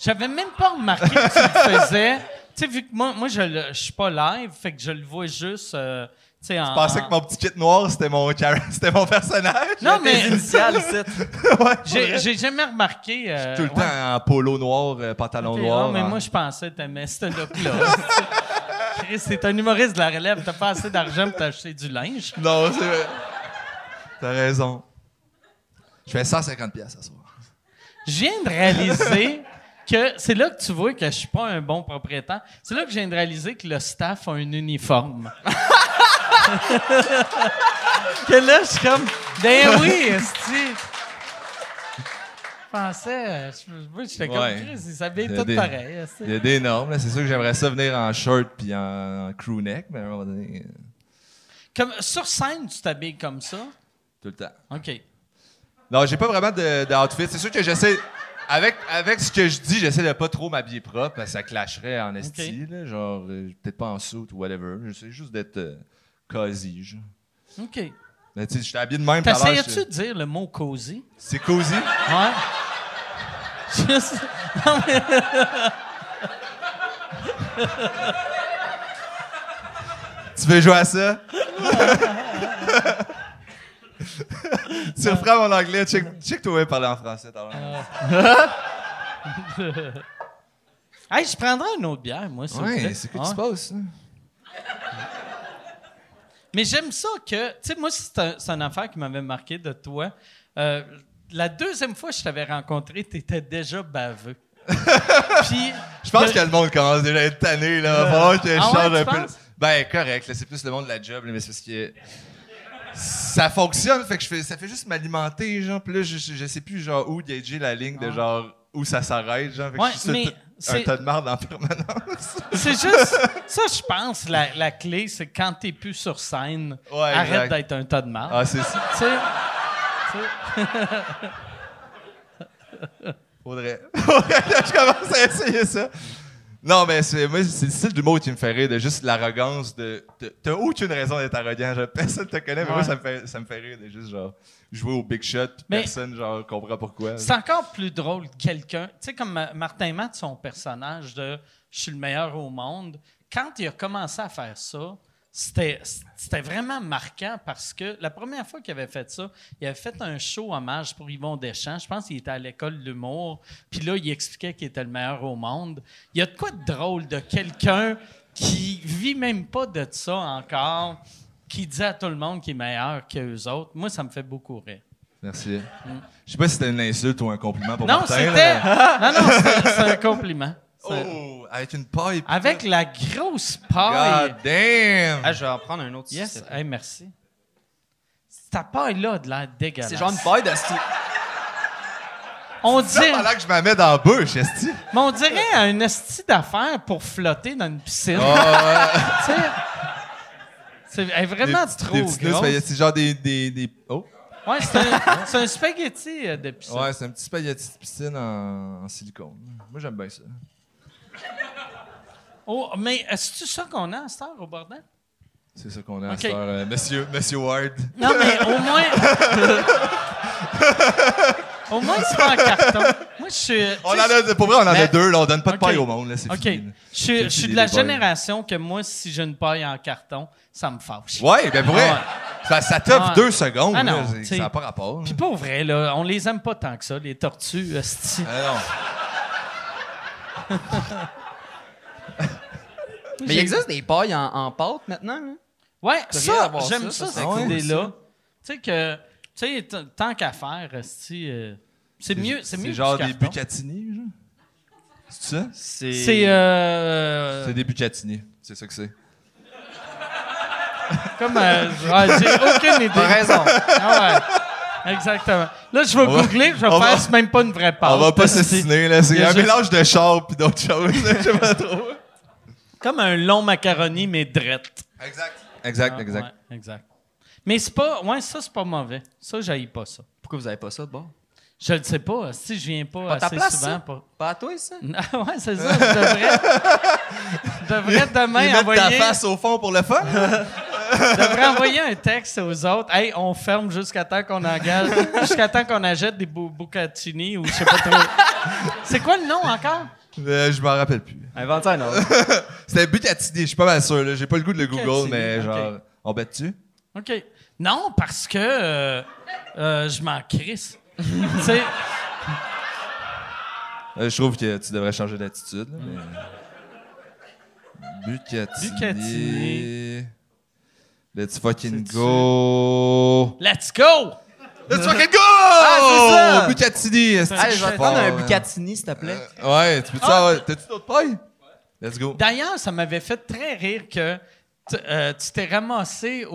D: J'avais même pas remarqué que tu le faisais. Tu sais, vu que moi, moi je le- je suis pas live, fait que je le vois juste. euh, tu sais, en.
E: Je pensais
D: en-
E: que mon petit kit noir, c'était mon, char- *laughs* c'était mon personnage.
D: Non, mais
G: Initial, c'est.
D: *laughs* j'ai j'ai jamais remarqué. euh,
E: Tout le
D: ouais.
E: temps en polo noir, euh, pantalon
D: Ok,
E: noir.
D: ouais, mais
E: en-
D: moi, je pensais que t'aimais ce look-là. *laughs* Chris, c'est un humoriste de la relève. T'as pas assez d'argent pour t'acheter du linge.
E: Non, c'est vrai. T'as raison. Je fais 150 pièces ce soir.
D: Je viens de réaliser que c'est là que tu vois que je suis pas un bon propriétaire. C'est là que je viens de réaliser que le staff a un uniforme. *laughs* que là, je suis comme, ben oui, esti. Je pensais, je- moi, j'étais comme,
E: Ouais.
D: Chris, ils s'habillent
E: C'est
D: tous
E: des-
D: pareil. esti.
E: Il y a des normes, là. C'est sûr que j'aimerais ça venir en shirt puis en, en crew neck, mais à un moment donné, euh,
D: Comme, sur scène, tu t'habilles comme ça?
E: tout le temps.
D: OK.
E: Non, j'ai pas vraiment de- d'outfit. C'est sûr que j'essaie. Avec, avec ce que je dis, j'essaie de pas trop m'habiller propre, parce que ça clasherait en esti, là, genre, euh, peut-être pas en soute ou whatever. J'essaie juste d'être euh, cosy, genre.
D: OK.
E: Mais tu sais, je suis habillé de même. tout à l'heure,
D: T'essayais-tu
E: je-
D: de dire le mot « cosy »
E: C'est cosy.
D: Ouais. *laughs* Juste. Non, mais-
E: Tu veux jouer à
D: *laughs*
E: ça? tu reprends mon anglais. Check, check toi parler en français. t'as l'air.
D: Hey, je prendrais une autre bière, moi, s'il vous plaît.
E: Ouais, c'est quoi qui
D: Ouais.
E: se passe? ça?
D: Mais j'aime ça que, tu sais, moi, c'est un- c'est une affaire qui m'avait marqué de toi. Euh, la deuxième fois que je t'avais rencontré, tu étais déjà
E: *laughs*
D: baveux. Puis,
E: Je pense que le monde commence déjà à être tanné. Là. Va falloir que je
D: ah ouais,
E: change
D: tu
E: un peu.
D: penses?
E: Ben, correct. là, C'est plus le monde de la job, là, mais c'est parce que ça fonctionne. Fait que je fais, ça fait juste m'alimenter. Genre, puis là, je, je- je sais plus genre où gager la ligne de genre où ça s'arrête. Genre, fait que
D: Ah. Ouais,
E: je suis sur
D: mais
E: le- un
D: c'est-
E: tas de marde en permanence.
D: *laughs* c'est juste, ça, je pense, la, la clé, c'est quand t'es plus sur scène,
E: Ouais,
D: arrête
E: exact.
D: d'être un tas de marde.
E: ah, c'est ça.
D: Tu sais,
E: *laughs* Faudrait. Faudrait que je commence à essayer ça. Non, mais c'est, moi, c'est le style d'humour qui me fait rire, de juste l'arrogance de. de- T'as aucune raison d'être arrogant, genre, personne te connaît, mais moi, ça me, fait, ça me fait rire de juste, genre, jouer au big shot, puis
D: Mais-
E: personne, genre, comprend pourquoi.
D: c'est encore plus drôle que quelqu'un, tu sais, comme euh, Martin Matt, son personnage de « je suis le meilleur au monde », quand il a commencé à faire ça, c'était c'était vraiment marquant parce que la première fois qu'il avait fait ça, il avait fait un show hommage pour Yvon Deschamps. Je pense qu'il était à l'école de l'humour. Puis là, il expliquait qu'il était le meilleur au monde. Il y a de quoi de drôle de quelqu'un qui vit même pas de ça encore, qui dit à tout le monde qu'il est meilleur qu'eux autres. Moi, ça me fait beaucoup rire.
E: Merci. Je sais pas si c'était une insulte ou un compliment pour
D: Non,
E: Martin.
D: c'était.
E: là,
D: Non, non, c'était- c'est un compliment.
E: *laughs* Oh, avec une pipe.
D: Avec la grosse
E: God
D: paille.
E: damn!
G: Ah, je vais en prendre un autre. si
D: Yes,
G: c'est-
D: hey, merci. Ta paille-là a de l'air dégueulasse.
G: C'est genre une paille de style.
D: On
E: C'est
D: dirait,
E: pas là que je me mets dans la bouche, esti.
D: mais on dirait un esti d'affaires pour flotter dans une piscine. *laughs* Tu sais, c'est elle est vraiment
E: Ah, Des-
D: trop
E: des petits nus,
D: grosse.
E: mais C'est genre des... des, des... Oh!
D: Ouais, c'est un, c'est un spaghetti euh, de piscine.
E: Ouais, c'est un petit spaghetti de piscine en, en silicone. Moi, j'aime bien ça.
D: Oh, mais est-ce ça qu'on a à cette heure au bordel?
E: C'est ça qu'on a à
D: Ok.
E: cette heure, euh, monsieur, monsieur Ward.
D: Non, mais au
E: *laughs*
D: moins. au moins, c'est pas en carton. Moi, je suis.
E: On en a, pour vrai, on en a
D: Mais-
E: deux. Là, on donne pas de
D: Ok.
E: paille au monde. là, C'est
D: OK.
E: fini. là.
D: Je suis- je suis
E: fini,
D: de la
E: les boys.
D: génération que moi, si j'ai une paille en carton, ça me fâche.
E: Ouais, ben pour vrai,
D: Ah Ouais.
E: ça, ça top
D: Ouais.
E: deux secondes.
D: Ah
E: là,
D: non,
E: c'est-
D: t'sais.
E: ça n'a pas rapport. là.
D: Puis pour vrai, là, on les aime pas tant que ça, les tortues, hostie.
E: Ah non.
G: Mais il existe des pailles en, en pâte maintenant, là?
D: Ouais,
G: T'as rien à
D: ça,
G: voir
D: j'aime ça,
G: ça, ça,
D: cette
E: c'est cool,
D: idée-là. Tu sais que, tu sais, t- tant qu'à faire, hostie, euh, *laughs* c'est mieux, c'est mieux.
E: C'est genre
D: que du
E: des
D: carton.
E: bucatini, genre. C'est ça?
D: C'est euh,
E: C'est des bucatini. C'est ça que c'est.
D: comme euh, ah, j'ai aucune idée.
G: T'as raison.
D: Ah ouais. Exactement. Là, je vais
E: On va-
D: googler, je vais
E: on va-
D: faire c'est même pas une vraie passe.
E: On va pas
D: C'est-
E: s'assiner, là.
D: Ah Il
E: C'est
D: y
E: un
D: a juste-
E: mélange de char pis d'autres choses. là, Je sais pas trop.
D: Comme un long macaroni, mais drette.
E: Exact. Exact,
D: Ah,
E: exact.
D: ouais, exact. Mais c'est pas. Ouais, ça, c'est pas mauvais. Ça, j'haïs pas ça.
G: Pourquoi vous avez pas ça de bord?
D: Je le sais pas. Si je viens pas,
G: Pas ta
D: assez
G: place,
D: souvent.
G: ça?
D: Pour... *laughs*
G: Pas à toi, ça?
D: Ah ouais, c'est ça. Je devrais, je
E: *laughs*
D: devrais
E: Ils
D: demain
E: mettent ta
D: envoyer,
E: face au fond pour le fun.
D: *laughs* je devrais envoyer un texte aux autres. Hey, on ferme jusqu'à temps qu'on engage, jusqu'à temps qu'on achète des bou- bucatini ou je sais pas
E: *laughs*
D: trop. c'est quoi le nom encore?
E: Euh, je m'en rappelle plus.
G: Invente un *laughs* autre.
E: C'était bucatini, je suis pas mal sûr. là. J'ai pas le goût de le Google,
D: Bucatini,
E: mais
D: ok.
E: genre, on bête tu
D: OK. Non, parce que euh, euh, je m'en crisse. tu sais,
E: Euh, je trouve que tu devrais changer d'attitude. là, Mais... euh, Bucatini.
D: Bucatini.
E: Let's fucking go.
D: let's go!
E: Let's fucking go!
G: Ah, c'est ça!
E: Bucatini. est-ce que
G: Allez,
E: je
G: je
E: suis
G: vais prendre
E: fort,
G: un
E: man.
G: bucatini, s'il te plaît.
E: Euh, Ouais, tu peux-tu
G: Ah!
E: avoir... T'as-tu d'autres pailles? Let's go.
D: D'ailleurs, ça m'avait fait très rire que tu euh, tu t'es ramassé au,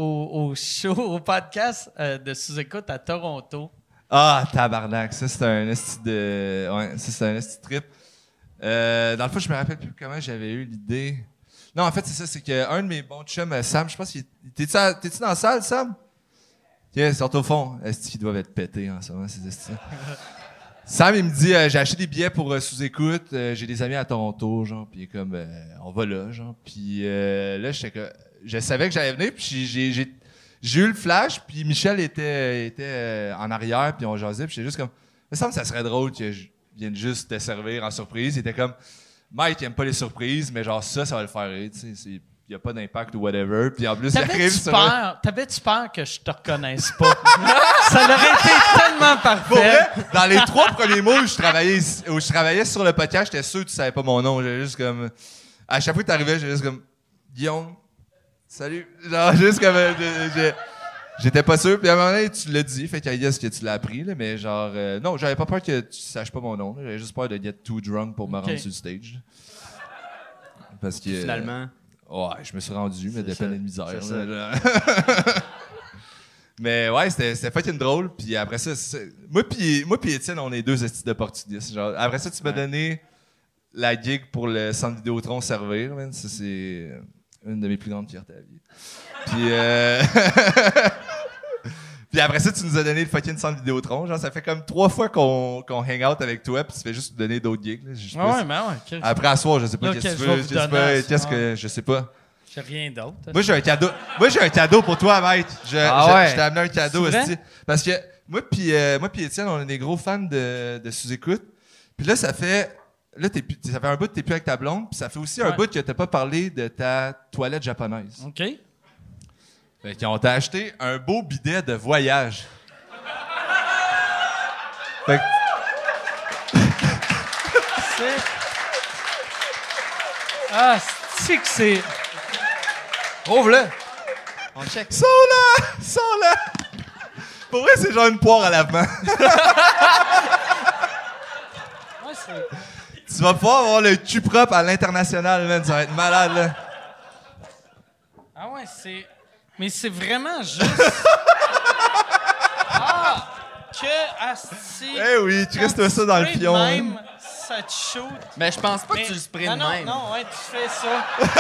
D: au show, au podcast euh, de sous-écoute à Toronto.
E: Ah, tabarnak. Ça, c'est un esti de... Ouais, ça, c'est un esti de trip. Euh, dans le fond, je me rappelle plus comment j'avais eu l'idée. Non, en fait, c'est ça. C'est qu'un de mes bons chums, euh, Sam, je pense qu'il... T'es-tu à- t'es-tu dans la salle, Sam? Ok, sort au fond. Est-ce qu'ils doivent être pétés en ce moment, ces estis Sam, il me dit, euh, j'ai acheté des billets pour euh, sous-écoute, euh, j'ai des amis à Toronto, genre, puis il est comme, euh, on va là, genre. Puis euh, là, j'étais que, je savais que j'allais venir, puis j'ai- j'ai- j'ai j'ai eu le flash, puis Michel était, était euh, en arrière, puis on jasait, puis j'étais juste comme, il me semble que ça serait drôle que je vienne juste te servir en surprise. Il était comme, Mike, il aime pas les surprises, mais genre ça, ça va le faire rire, tu sais, c'est- il n'y a pas d'impact ou whatever. Puis en plus, il arrive
D: T'avais-tu
E: sur-
D: peur, t'avais-tu peur que je te reconnaisse pas? ça aurait été tellement
E: Pour vrai,
D: parfait.
E: dans les trois premiers mois où je travaillais, où je travaillais sur le podcast, j'étais sûr que tu savais pas mon nom. J'étais juste comme. À chaque fois que t'arrivais, j'étais juste comme. Guillaume, salut. Genre, *laughs* juste comme. euh, je- je- J'étais pas sûr. Puis à un moment donné, tu l'as dit. Fait qu'à ce que tu l'as appris, là, mais genre. euh, non, j'avais pas peur que tu saches pas mon nom. là. J'avais juste peur de get too drunk pour me rendre sur le stage. Parce que. euh,
G: Finalement.
E: Ouais, je me suis rendu, mais de
G: C'est
E: peine
G: ça,
E: et de misère.
G: c'est ça.
E: là, *laughs* genre. mais ouais, c'était c'était fucking drôle. Puis après ça, c'est- moi puis moi puis Étienne, on est deux estis d'opportunistes. Genre, après ça, tu m'as donné la gig pour le centre Vidéotron servir. man. Ça, c'est une de mes plus grandes fiertés à la vie. Puis euh, *laughs* Puis après ça, tu nous as donné le fucking centre Vidéotron. Genre, ça fait comme trois fois qu'on qu'on hang out avec toi, puis tu fais juste nous donner d'autres gigs. là. Je sais
D: Ah
E: pas
D: ouais,
E: si-
D: mais ouais, Chris,
E: Après à soir, je sais pas
D: Là,
E: qu'est-ce que
D: qu'est-ce que
E: tu
D: je
E: veux,
D: vais
E: je
D: vous
E: sais pas,
D: donner à
E: qu'est-ce
D: soir?
E: que je sais pas.
D: j'ai rien d'autre.
E: Moi, j'ai un cadeau. Moi, j'ai un cadeau pour toi, mec. Je,
G: Ah
E: je-
G: ouais?
E: je t'ai amené un cadeau
D: C'est vrai?
E: aussi. Parce que moi puis euh, moi puis Étienne, on est des gros fans de, de sous-écoute. Puis là, ça fait là t'es plus- ça fait un bout que t'es plus avec ta blonde. Puis ça fait aussi un
D: Ouais.
E: bout que t'as pas parlé de ta toilette japonaise.
D: OK?
E: Fait qu'on t'a Ben, acheté un beau bidet de voyage. Fait que-
D: C'est... Ah, c'est que c'est...
E: Trouve-le.
G: On check.
E: Sors là, sors là. Pour vrai, c'est genre une poire à l'avant.
D: Ouais, c'est...
E: tu Tu vas pouvoir avoir le cul propre à l'international, man. Ça va être malade, là.
D: Ah ouais, c'est. Mais c'est vraiment juste. ah! Que Asti.
E: Eh oui,
D: Ah,
E: tu restes ça dans le pion, hein.
D: Même, ça te shoot.
G: Mais je pense pas
D: Mais-
G: que tu le sprays de
D: non, non,
G: même.
D: Non, ouais, tu fais ça.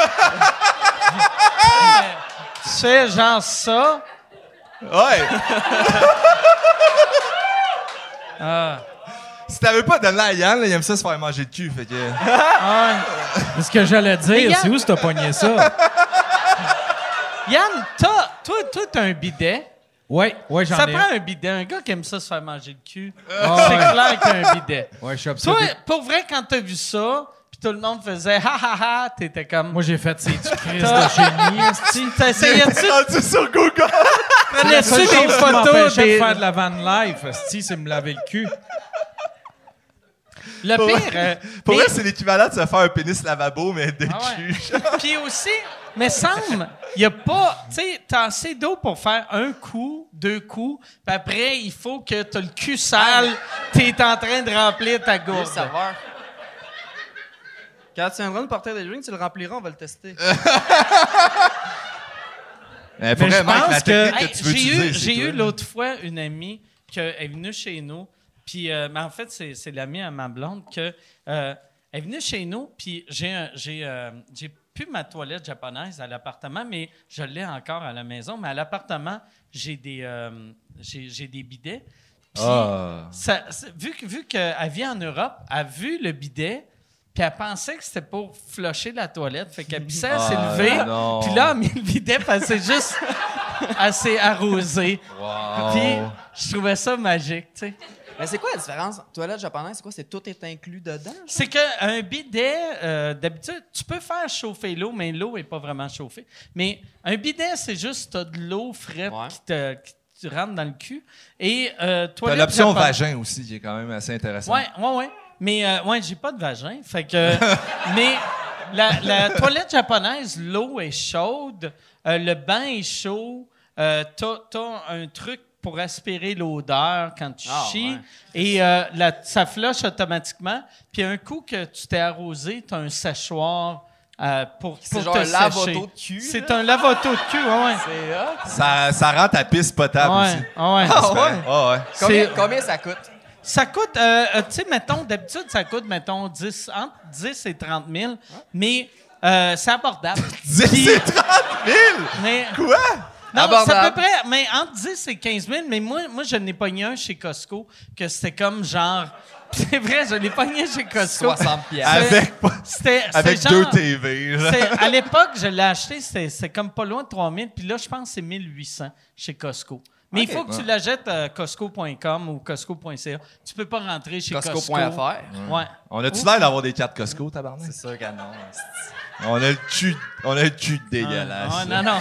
D: Mais tu fais genre ça.
E: Ouais! *laughs*
D: Ah.
E: Si t'avais pas donné à Yann, là, il aime ça se faire manger le cul, fait que...
C: C'est ce que j'allais dire. C'est où si t'as pogné ça?
D: Yann, t'as- toi, toi, t'as un bidet.
C: Ouais, ouais, j'en
D: Ça
C: ai.
D: prend un bidet. Un gars qui aime ça se faire manger le cul,
C: Ah,
D: c'est
C: ouais.
D: clair qu'il y a un bidet.
C: Ouais, je suis
D: Toi,
C: obsédé.
D: pour vrai, quand t'as vu ça, puis tout le monde faisait ha ha ha, t'étais comme.
C: Moi, j'ai fait, c'est du Christ
D: T'as-
C: de
D: *laughs*
C: génie.
D: tu
E: *laughs*
D: t'essayais-tu,
E: rendu sur Google!
D: prenais-tu
C: seule
D: des
C: chose qui
D: photos
C: m'empêchait
D: des...
C: de faire de la van life, esti, c'est me laver le cul.
D: Le
E: Pour
D: pire,
E: vrai,
D: euh,
E: pour
D: et-
E: vrai, c'est l'équivalent de se faire un pénis lavabo, mais de
D: Ah ouais.
E: cul.
D: *laughs*
E: *laughs*
D: Puis aussi, mais semble, il y a pas, tu sais, t'as assez d'eau pour faire un coup, deux coups, puis après il faut que t'as le cul sale,
C: Ah.
D: t'es en train de remplir ta
G: Pour le
D: gourde.
G: savoir. Quand tu viendras nous porter des drinks, tu le rempliras, on va le tester.
E: Mais pour
C: Mais
E: vrai,
C: je
E: Mike,
C: pense
E: la
C: que-
E: technique que,
D: Hey,
E: tu veux
D: j'ai eu,
E: utiliser, c'est
D: j'ai
E: toi,
D: eu
E: là.
D: l'autre fois une amie qui euh, est venue chez nous, puis euh, mais en fait c'est, c'est l'amie à ma blonde que euh, elle est venue chez nous, puis j'ai un- j'ai euh, j'ai plus ma toilette japonaise à l'appartement, mais je l'ai encore à la maison. Mais à l'appartement, j'ai des euh, j'ai, j'ai des bidets. Puis
E: Ah.
D: ça- ça- vu que- vu qu'elle vit en Europe, elle a vu le bidet, puis elle pensait que c'était pour flusher la toilette. Fait qu'elle pissait, elle s'est
E: Ah,
D: levée,
E: non.
D: puis là, elle a mis le bidet, puis elle s'est juste assez arrosée.
E: Wow.
D: Puis je trouvais ça magique, tu sais.
G: Mais c'est quoi la différence? Toilette japonaise, c'est quoi? C'est tout est inclus dedans?
D: C'est qu'un bidet, euh, d'habitude, tu peux faire chauffer l'eau, mais l'eau n'est pas vraiment chauffée. Mais un bidet, c'est juste t'as de l'eau frette
G: Ouais.
D: qui te qui te rentre dans le cul. Et euh,
E: T'as
D: toilette
E: l'option
D: japonaise-
E: vagin aussi, qui est quand même assez intéressante.
D: Ouais, ouais, ouais. Mais euh, ouais, j'ai pas de vagin, fait que.
G: *laughs*
D: mais la, la toilette japonaise, l'eau est chaude, euh, le bain est chaud, euh, t'as, t'as un truc pour aspirer l'odeur quand tu
G: Ah,
D: chies
G: ouais.
D: et euh, la- ça flush automatiquement. Puis un coup que tu t'es arrosé, t'as un séchoir euh, pour,
G: C'est
D: pour
G: genre
D: te
G: un lave-auto
D: sécher.
G: de cul,
D: C'est
G: là.
D: un lave-auto de cul, ouais, ouais.
G: C'est là.
E: Ça, ça rend ta piste potable
D: Ouais,
E: aussi.
D: ouais.
G: Ah,
E: C'est vrai.
G: ouais?
E: Ah ouais.
G: Combien,
D: C'est-
G: combien ça coûte?
D: Ça coûte, euh, euh, tu sais, mettons, d'habitude, ça coûte, mettons, 10, entre 10 et 30 000, mais euh, c'est
E: *laughs*
D: abordable.
E: 10
D: Puis-
E: et 30 000!
D: mais,
E: Quoi?
D: non, c'est à
G: abordable.
D: peu près, mais entre 10 et 15 000, mais moi, moi je n'ai pogné un chez Costco que c'était comme genre. *laughs* C'est vrai, je l'ai pogné chez Costco.
G: 60 piastres.
E: Avec,
D: C'était c'était
E: avec
D: genre-
E: deux TV.
D: *laughs*
E: là.
D: c'est- À l'époque, je l'ai acheté, c'était c'était comme pas loin de 3000, puis là, je pense que c'est 1800 chez Costco. Mais il faut que tu l'achètes euh, à Costco.com ou Costco.ca. Tu peux pas rentrer chez Ah, Costco.
G: Costco.fr.
D: Ouais.
E: On a-tu l'air d'avoir des cartes Costco, tabarnak?
G: C'est sûr que non.
E: On a le cul, on a le cul dégueulasse.
D: Ah,
E: là.
D: non, non.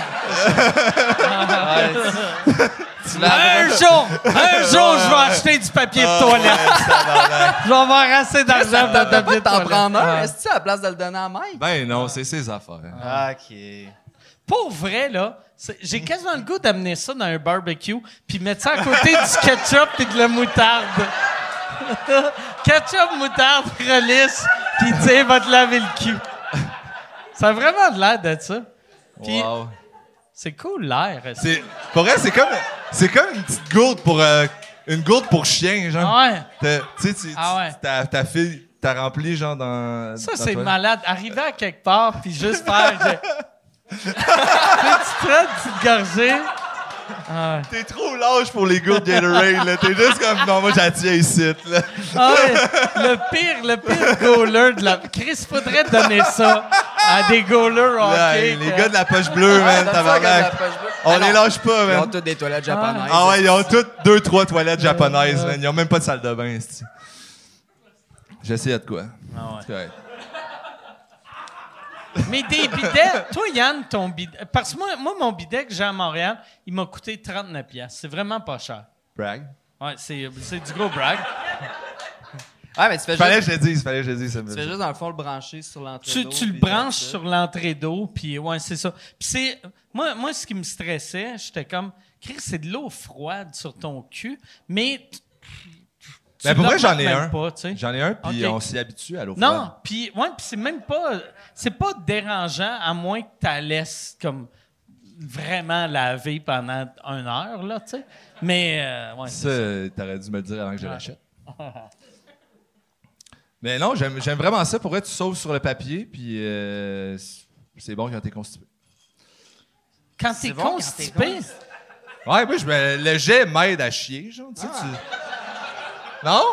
G: Tu
D: Un
G: laveras-
D: jour, un jour, je vais acheter du papier
G: Ah
D: de toilette. Je vais avoir assez d'argent
G: Ça
D: pour
G: te tente pas
D: papier
G: de
D: de
G: t'en
D: toilette.
G: prendre un, est-ce que à la place de le donner à Mike? Ah,
E: Ben non, c'est ses affaires.
G: OK.
D: Pour vrai, là, c'est- j'ai quasiment le goût d'amener ça dans un barbecue puis mettre ça à côté du ketchup et de la moutarde. ketchup, moutarde, relisse, puis tu sais, va te laver le cul. Ça a vraiment de l'air d'être ça. Puis
E: Wow.
D: c'est cool l'air. ça.
E: C'est, pour vrai, c'est comme, c'est comme une petite gourde pour, euh, une gourde pour chien, genre.
D: Ah ouais.
E: T'as- Tu sais, tu, tu-
D: Ah ouais.
E: ta, ta fille, t'as rempli, genre, dans.
D: Ça,
E: dans
D: c'est
E: toi.
D: malade. Arriver à quelque part, puis juste faire...
E: *laughs*
D: je- Tu sais, tu te rends, tu te gorgées. Ah, ouais.
E: T'es trop lâche pour les gourdes Gatorade, là. T'es juste comme, non, moi, j'attire ici, là.
D: Ah ouais, le pire, le pire goaler de la... Chris, faudrait donner ça à des goalers au
E: Là,
D: hockey.
E: les
D: que-
E: gars de la poche bleue, man, tabarnak.
D: Ah
E: On les lâche pas,
G: Ah, Ils ont
E: man.
G: toutes des toilettes japonaises.
E: Ah ouais, ils ont toutes deux, trois toilettes japonaises, man. Ils ont même pas de salle de bain, esti. J'essayais de quoi.
D: Ah ouais.
E: C'est correct.
D: Mais des bidets... Toi, Yann, ton bidet... Parce que moi, moi mon bidet que j'ai à Montréal, il m'a coûté 39 pièces. C'est vraiment pas cher.
E: Brag.
D: Ouais, c'est c'est du gros brag.
G: Ouais, Ah, mais tu fais
E: Fallait
G: juste...
E: que je le dise, fallait que je le dise, ça me
G: Tu fais juste, dans le fond, le brancher sur l'entrée
D: Tu, tu le branches sur l'entrée d'eau, puis ouais, c'est ça. Puis c'est... Moi, moi, ce qui me stressait, j'étais comme... Chris, c'est de l'eau froide sur ton cul, mais... tu- Tu
E: Ben, pour
D: le
E: vrai, j'en ai
D: remarques même
E: un.
D: Pas, tu sais.
E: J'en ai un, puis
D: Ok.
E: on s'y habitue à l'eau
D: Non, puis ouais, puis c'est même pas c'est pas dérangeant à moins que tu la laisses comme vraiment laver pendant une heure là, tu sais. Mais euh, ouais,
E: Ça, euh, t'aurais dû me le dire avant que
D: Ah. *laughs*
E: je l'achète. Mais non, j'aime j'aime vraiment ça. Pour vrai, tu sauves sur le papier, puis euh, c- c'est bon quand t'es constipé.
D: quand
G: C'est
D: t'es
G: bon quand t'es
D: constipé,
E: Ouais, moi, je me- le jet m'aide à chier, genre, tu sais,
D: Ah.
E: tu- Non?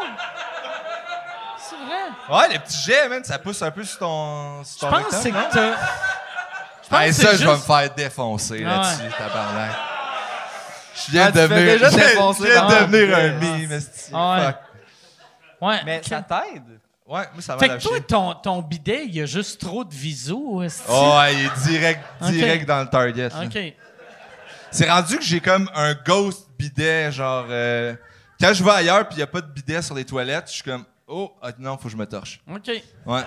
D: c'est vrai.
E: Ouais, le petit jet, man, ça pousse un peu sur ton.
D: Je pense que c'est que t'as- je pense
E: Ah,
D: que
E: ça,
D: c'est
E: je vais me
D: juste-
E: faire défoncer là-dessus, tabarnak. Je viens
G: Ah,
E: de
G: tu te fais
E: devenir,
G: déjà
E: *laughs* je viens-
G: défoncer
E: je viens de
G: par-
E: devenir un
G: Ah,
E: mime, esti.
D: ouais.
E: Fuck.
D: Ouais.
G: Mais
D: ok.
G: ça t'aide.
E: Ouais, moi, ça m'a
D: Fait que
E: lâché.
D: toi ton, ton bidet, il y a juste trop de visos. esti.
E: Oh, ouais, il est direct, direct
D: Ok.
E: dans le target. là.
D: OK.
E: C'est rendu que j'ai comme un ghost bidet, genre... euh, quand je vais ailleurs puis il n'y a pas de bidet sur les toilettes, je suis comme... Oh, ah, non, faut que je me torche.
D: OK.
E: Ouais.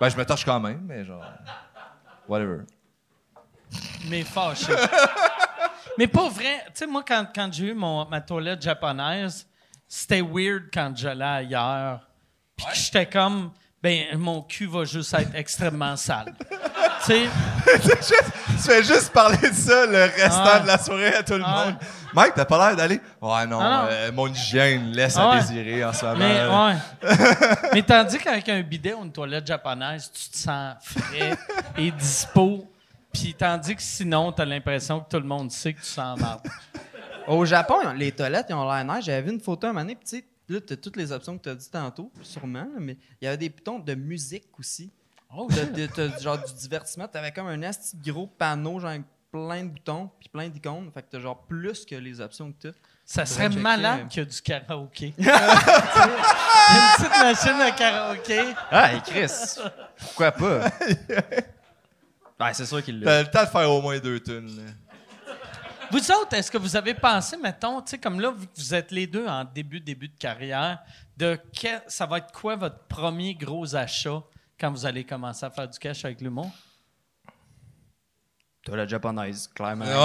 E: Ben, je me torche quand même, mais genre... Whatever.
D: mais fâché. *laughs* mais pas vrai. Tu sais, moi, quand, quand j'ai eu mon, ma toilette japonaise, c'était weird quand j'allais ailleurs. Puis que j'étais comme, ben, mon cul va juste être extrêmement sale. *laughs* tu sais,
E: tu fais juste parler de ça le restant
D: Ah.
E: de la soirée à tout le
D: Ah.
E: monde. Mike, t'as pas l'air d'aller... Ouais, non,
D: Ah, non.
E: euh, mon hygiène laisse
D: Ah, ben.
E: à
D: ouais.
E: désirer en ce moment.
D: mais ouais. *laughs* mais tandis qu'avec un bidet ou une toilette japonaise, tu te sens frais et dispo. Puis tandis que sinon, t'as l'impression que tout le monde sait que tu sens mal.
G: Au Japon, ils ont- les toilettes, ils ont l'air nice. J'avais vu une photo à un moment donné, puis tu sais, là, t'as toutes les options que t'as dit tantôt, sûrement, là, mais il y avait des boutons de musique aussi.
D: Oh,
G: T'as- t'as- t'as genre du divertissement. T'avais comme un asti de gros panneau, genre avec plein de boutons, puis plein d'icônes. Fait que t'as genre plus que les options que t'as.
D: Ça serait
G: checker.
D: malade qu'il y a
G: *laughs*
D: du karaoké. *laughs* Tu sais, une petite machine à karaoké.
G: Ah, et Chris, pourquoi
D: *laughs*
G: pas? ouais, c'est sûr qu'il l'a.
E: T'as le temps de faire au moins deux tunes, là.
D: Vous autres, est-ce que vous avez pensé, mettons, tu sais, comme là, vu que vous êtes les deux en début, début de carrière, de que- ça va être quoi votre premier gros achat quand vous allez commencer à faire du cash avec l'humour?
G: T'as la japonaise, clairement.
E: Ouais, ouais,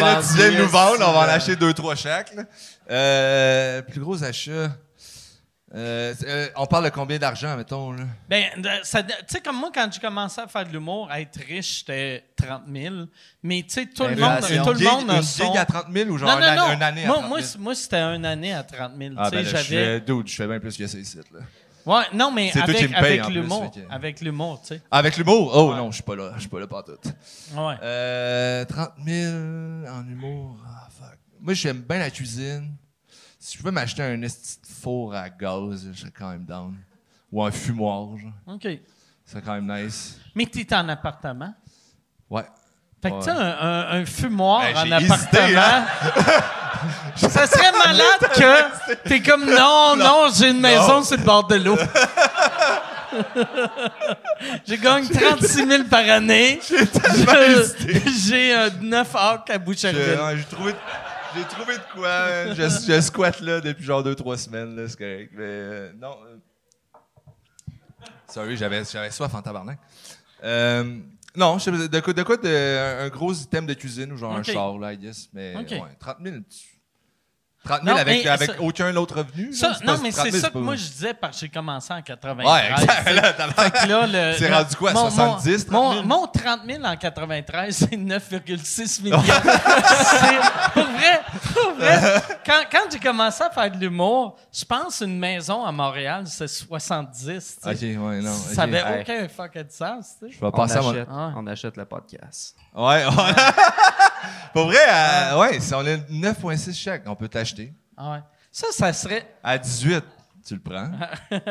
E: là, tu viens de nous vendre, on va en
D: euh,
G: acheter
E: acheter deux, trois chaque. là. Euh, plus gros achat. Euh, c'est- euh, on parle de combien d'argent, mettons, là?
D: Ben, de- ça- tu sais, comme moi, quand j'ai commencé à faire de l'humour, à être riche, j'étais 30 000. Mais, tu sais, tout le monde,
G: Inflation.
D: tout le
E: gig-
D: monde a
E: une
D: son...
E: gig à 30 000 ou genre
D: Non,
E: un
D: non,
E: an-
D: non.
E: un année à
D: moi,
E: 30 000?
D: moi, c- moi, c'était un année à 30 000.
E: ah,
D: tu sais,
E: ben là, je
D: j'avais...
E: fais, dude, je fais bien plus que ça ici, là.
D: Ouais, non, mais
E: C'est toi
D: avec,
E: qui me paye,
D: avec
E: en plus,
D: l'humour.
E: fait que-
D: Avec l'humour, tu sais.
E: Avec l'humour? Oh
D: Ouais.
E: non, je suis pas là, je suis pas là pantoute.
D: Ouais.
E: Euh, 30 000 en humour, ah, fuck. Moi, j'aime bien la cuisine. Si je pouvais m'acheter un esti de four à gaz, je serais quand même down. Ou un fumoir, genre.
D: OK.
E: Ce serait quand même nice.
D: Mais tu es en appartement.
E: Ouais.
D: Fait que, tu sais,
E: Ouais.
D: un, un- un fumoir
E: Ben,
D: en
E: j'ai hésité, hein.
D: appartement. *laughs* ça serait malade
E: *laughs*
D: que t'es comme non, non, j'ai une maison sur le bord de l'eau. Je gagne 36 000 par année. Je- *laughs* J'ai euh, 9 arcs à
E: Je-
D: Boucherville.
E: ouais, J'ai trouvé, de- j'ai trouvé de quoi. hein. Je, je squatte là depuis genre 2-3 semaines, là, c'est correct. Mais euh, non. euh. Sorry, j'avais j'avais soif en tabarnak. Euh, non, je sais- de quoi, de quoi de- un, un gros item de cuisine ou genre
D: Ok.
E: un char, là, I guess. Mais
D: Ok.
E: ouais, 30 000. tu- 30 000
D: Non,
E: avec,
D: mais
E: avec
D: ça-
E: aucun autre revenu. là,
D: Ça,
E: c'est
D: non,
E: pas-
D: mais
E: 30
D: c'est
E: 000,
D: ça que
E: pas-
D: moi je disais parce que j'ai commencé en 93.
E: Ouais, exact. *laughs*
D: *laughs*
E: là,
D: Fait
E: tabarnak.
D: que là, le-
E: *laughs* C'est
D: le-
E: rendu quoi, 70,
D: mon,
E: 30 000?
D: mon 30 000 en 93, c'est 9,6 millions. *laughs* C'est- pour vrai, pour vrai, quand, quand j'ai commencé à faire de l'humour, je pense une maison à Montréal, c'est 70. tu sais.
E: Ok, ouais, Ah, non. ok.
D: ça avait
G: hey.
D: aucun fucking sens. tu sais.
E: Je vais
G: On
E: passer à mon-
G: achète,
D: Ah.
G: on achète le podcast.
E: Ouais, *laughs* voilà. Pour vrai, euh, ouais, si on a 9,6 chaque, on peut t'acheter.
D: Ah ouais. Ça, ça serait
E: À 18, tu
D: *laughs*
E: le prends. 18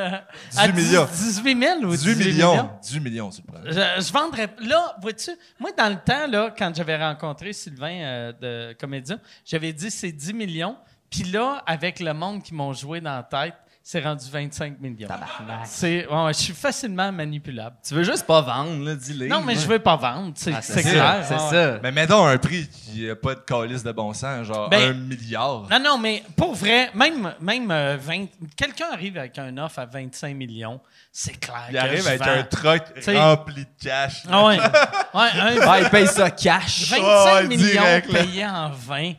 D: à 10
E: millions.
D: 18 000 ou
E: 18 millions. 18 millions, tu le prends.
D: Je, je vendrais. Là, vois-tu, moi, dans le temps, là, quand j'avais rencontré Sylvain euh, de Comédien, j'avais dit c'est 10 millions. Puis là, avec le monde qui m'ont joué dans la tête, c'est rendu 25 millions.
G: Tabarnak.
D: C'est, ouais, ouais, je suis facilement manipulable.
G: Tu veux juste pas vendre, là, dis-le.
D: Non, mais je veux pas vendre. C'est,
G: Ah,
D: c'est
G: ça,
D: clair.
G: C'est
D: ouais, ouais.
G: ça. Ben,
E: Mais mettons un prix qui n'a pas de calice de bon sens, genre
D: Ben-
E: 1 milliard.
D: Non, non, mais pour vrai, même, même euh, 20 quelqu'un arrive avec un offre à 25 millions, c'est clair.
E: Il
D: que
E: arrive
D: je
E: avec
D: vends.
E: un truck
D: T'sais-
E: rempli de cash.
D: Ah ouais. ouais, un
G: Ah, il paye ça cash.
D: 25
E: Ouais, ouais,
D: millions
E: direct, là.
D: payés en 20.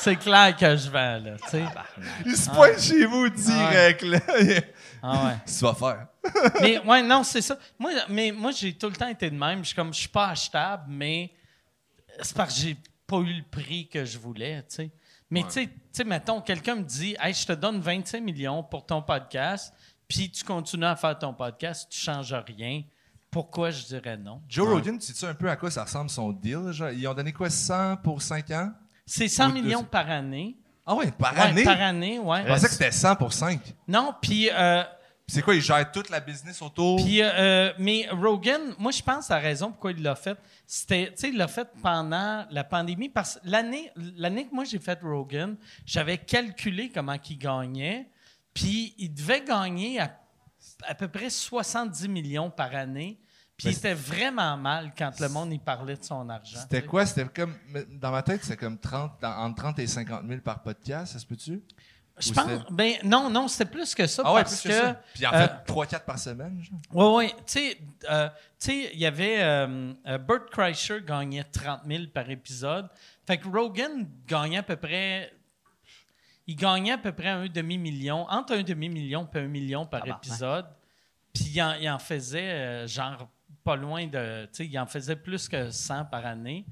D: c'est clair que je vais, là, tu sais.
E: Il se pointe chez vous direct, là.
D: Ah ouais.
E: Qu'est-ce que *laughs* tu vas faire?
D: mais ouais, non, c'est ça. Moi, mais moi, j'ai tout le temps été de même. Je suis comme, je suis pas achetable, mais c'est parce que j'ai pas eu le prix que je voulais, tu sais. Mais tu sais- tu sais, mettons, quelqu'un me dit, hey, je te donne 25 millions pour ton podcast, puis tu continues à faire ton podcast, tu changes rien. Pourquoi je dirais non?
E: Joe Rogan, tu sais un peu à quoi ça ressemble son deal? Genre, ils ont donné quoi, 100 pour 5 ans?
D: C'est 100
E: Ou deux-
D: millions par année.
E: Ah ouais, par
D: Ouais,
E: année?
D: par année, ouais.
E: Je pensais que c'était 100 pour 5.
D: Non, puis. euh,
E: C'est quoi, ils gèrent toute la business autour?
D: Puis, euh, euh, mais Rogan, moi, je pense que la raison pourquoi il l'a fait, c'était, tu sais, il l'a fait pendant la pandémie. Parce que l'année, l'année que moi, j'ai fait Rogan, j'avais calculé comment il gagnait. Puis, il devait gagner à, à peu près 70 millions par année. Puis, il était vraiment mal quand le monde y parlait de son argent.
E: C'était quoi? C'était comme. Dans ma tête, c'était comme 30, dans- entre 30 et 50 000 par podcast, ça se peut-tu?
D: Je
E: Ou
D: pense.
E: c'était-
D: Ben, non, non, c'était plus que ça.
E: Ah ouais,
D: parce
E: plus que, ça. Puis en
D: euh,
E: fait, 3-4 par semaine, genre.
D: Oui, oui. Tu sais, euh, tu sais, il y avait. euh, euh, Burt Kreischer gagnait 30 000 par épisode. Fait que Rogan gagnait à peu près. Il gagnait à peu près un demi-million, entre un demi-million et un million par
G: Ah bah,
D: épisode. Puis il en, il en faisait, euh, genre, pas loin de. Tu sais, il en faisait plus que 100 par année.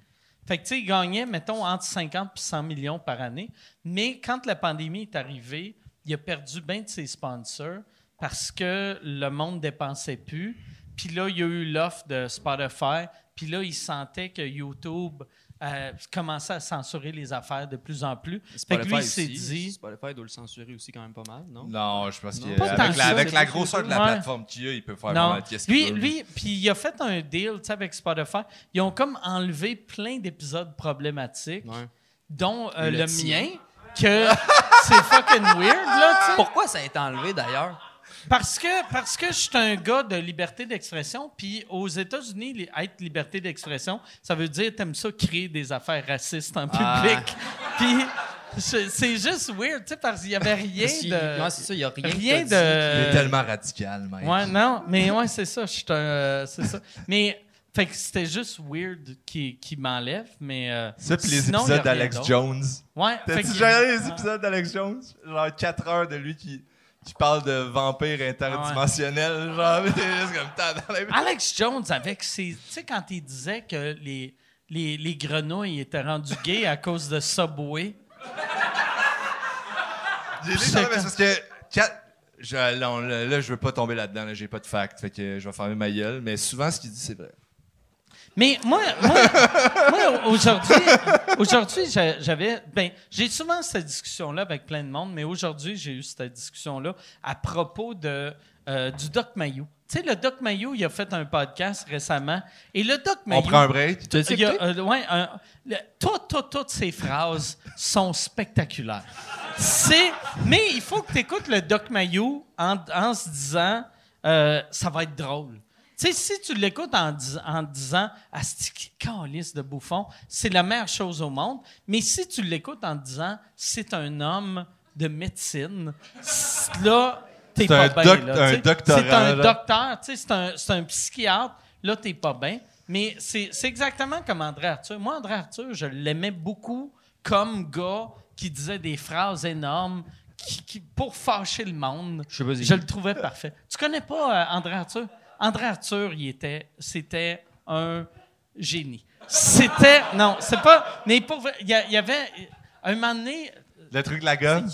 D: Fait que, tu sais, il gagnait, mettons, entre 50 et 100 millions par année. Mais quand la pandémie est arrivée, il a perdu bien de ses sponsors parce que le monde ne dépensait plus. Puis là, il y a eu l'offre de Spotify. Puis là, il sentait que YouTube euh, commençait à censurer les affaires de plus en plus. Fait que lui, il s'est dit...
G: Spotify doit le censurer aussi quand même pas mal, non?
E: Non, je pense
G: Non.
E: qu'avec
G: Pas
D: tant
E: la,
D: que ça,
E: avec
G: c'est
E: la
G: pas
E: grosseur de la
D: Ouais.
E: plateforme qu'il a, il peut faire
D: Non.
E: vraiment qu'est-ce qu'il
D: Lui,
E: veut.
D: lui, puis il a fait un deal tu sais, avec Spotify. Ils ont comme enlevé plein d'épisodes problématiques,
G: Ouais.
D: dont euh,
G: Le
D: le,
G: tien.
D: mien, que *laughs* c'est fucking weird, là, tu sais.
G: Pourquoi ça a été enlevé d'ailleurs?
D: Parce que, parce que je suis un gars de liberté d'expression, puis aux États-Unis, li- être liberté d'expression, ça veut dire t'aimes ça créer des affaires racistes en
G: Ah.
D: public. *laughs* Puis je- c'est juste weird, tu sais, parce qu'il n'y avait rien
G: Parce qu'il-
D: de...
G: Ouais, c'est ça, il n'y a rien.
D: rien
G: que t'as dit.
E: Il
D: de...
E: est tellement radical, mec.
D: euh, Ouais, non, mais ouais, c'est ça. Je suis un, euh, c'est ça. Mais fait que c'était juste weird qui, qui m'enlève, mais. euh,
E: Ça, puis les
D: sinon, y a
E: épisodes
D: rien
E: d'Alex
D: d'autre.
E: Jones.
D: Ouais. fait
E: T'as-tu
D: que- Ah.
E: géré les épisodes d'Alex Jones? Genre 4 heures de lui qui, qui parle de
D: Ah
E: vampires interdimensionnels. Genre, *laughs* c'est juste comme t'as dans la vie.
D: Alex Jones avec ses, tu sais quand il disait que les les, les grenouilles étaient rendues gays à cause de Subway.
E: J'ai dit,
D: c'est
E: non, mais c'est parce que. quatre- je, non, là, là, je veux pas tomber là-dedans. Là, J'ai pas de fact. Fait que je vais fermer ma gueule. Mais souvent, ce qu'il dit, c'est vrai.
D: Mais moi, moi, *laughs* moi, aujourd'hui, aujourd'hui, j'a- j'avais, ben, j'ai souvent cette discussion-là avec plein de monde, mais aujourd'hui, j'ai eu cette discussion-là à propos de euh, du Doc Mayou. Tu sais, le Doc Mayou, il a fait un podcast récemment, et le Doc Mayou.
E: On prend un break.
G: Tu l'as-tu
D: Il y a,
G: écouté?
D: euh, ouais, un- le- tout- tout- toutes ces phrases sont spectaculaires. C'est, mais il faut que tu écoutes le Doc Mayou en, en se disant euh, ça va être drôle. Tu sais, si tu l'écoutes en, dis- en disant Asti, calice de bouffon, c'est la meilleure chose au monde. Mais si tu l'écoutes en disant c'est un homme de médecine, c- là, t'es
E: C'est un
D: pas bien.
E: doc-
D: là,
E: un
D: tu sais.
E: doctorant,
D: C'est un
G: Euh,
E: là.
D: docteur, tu sais, c'est un, c'est un psychiatre. Là, t'es pas bien. Mais c'est c'est exactement comme André Arthur. Moi, André Arthur, je l'aimais beaucoup comme gars qui disait des phrases énormes qui- qui- pour fâcher le monde.
G: Je sais pas si-
D: Je le trouvais parfait. Tu connais pas euh, André Arthur? André Arthur, il était, c'était un génie. C'était, non, c'est pas, mais pour vrai, il y, a- il y avait, à un moment donné,
E: Le truc de la gomme.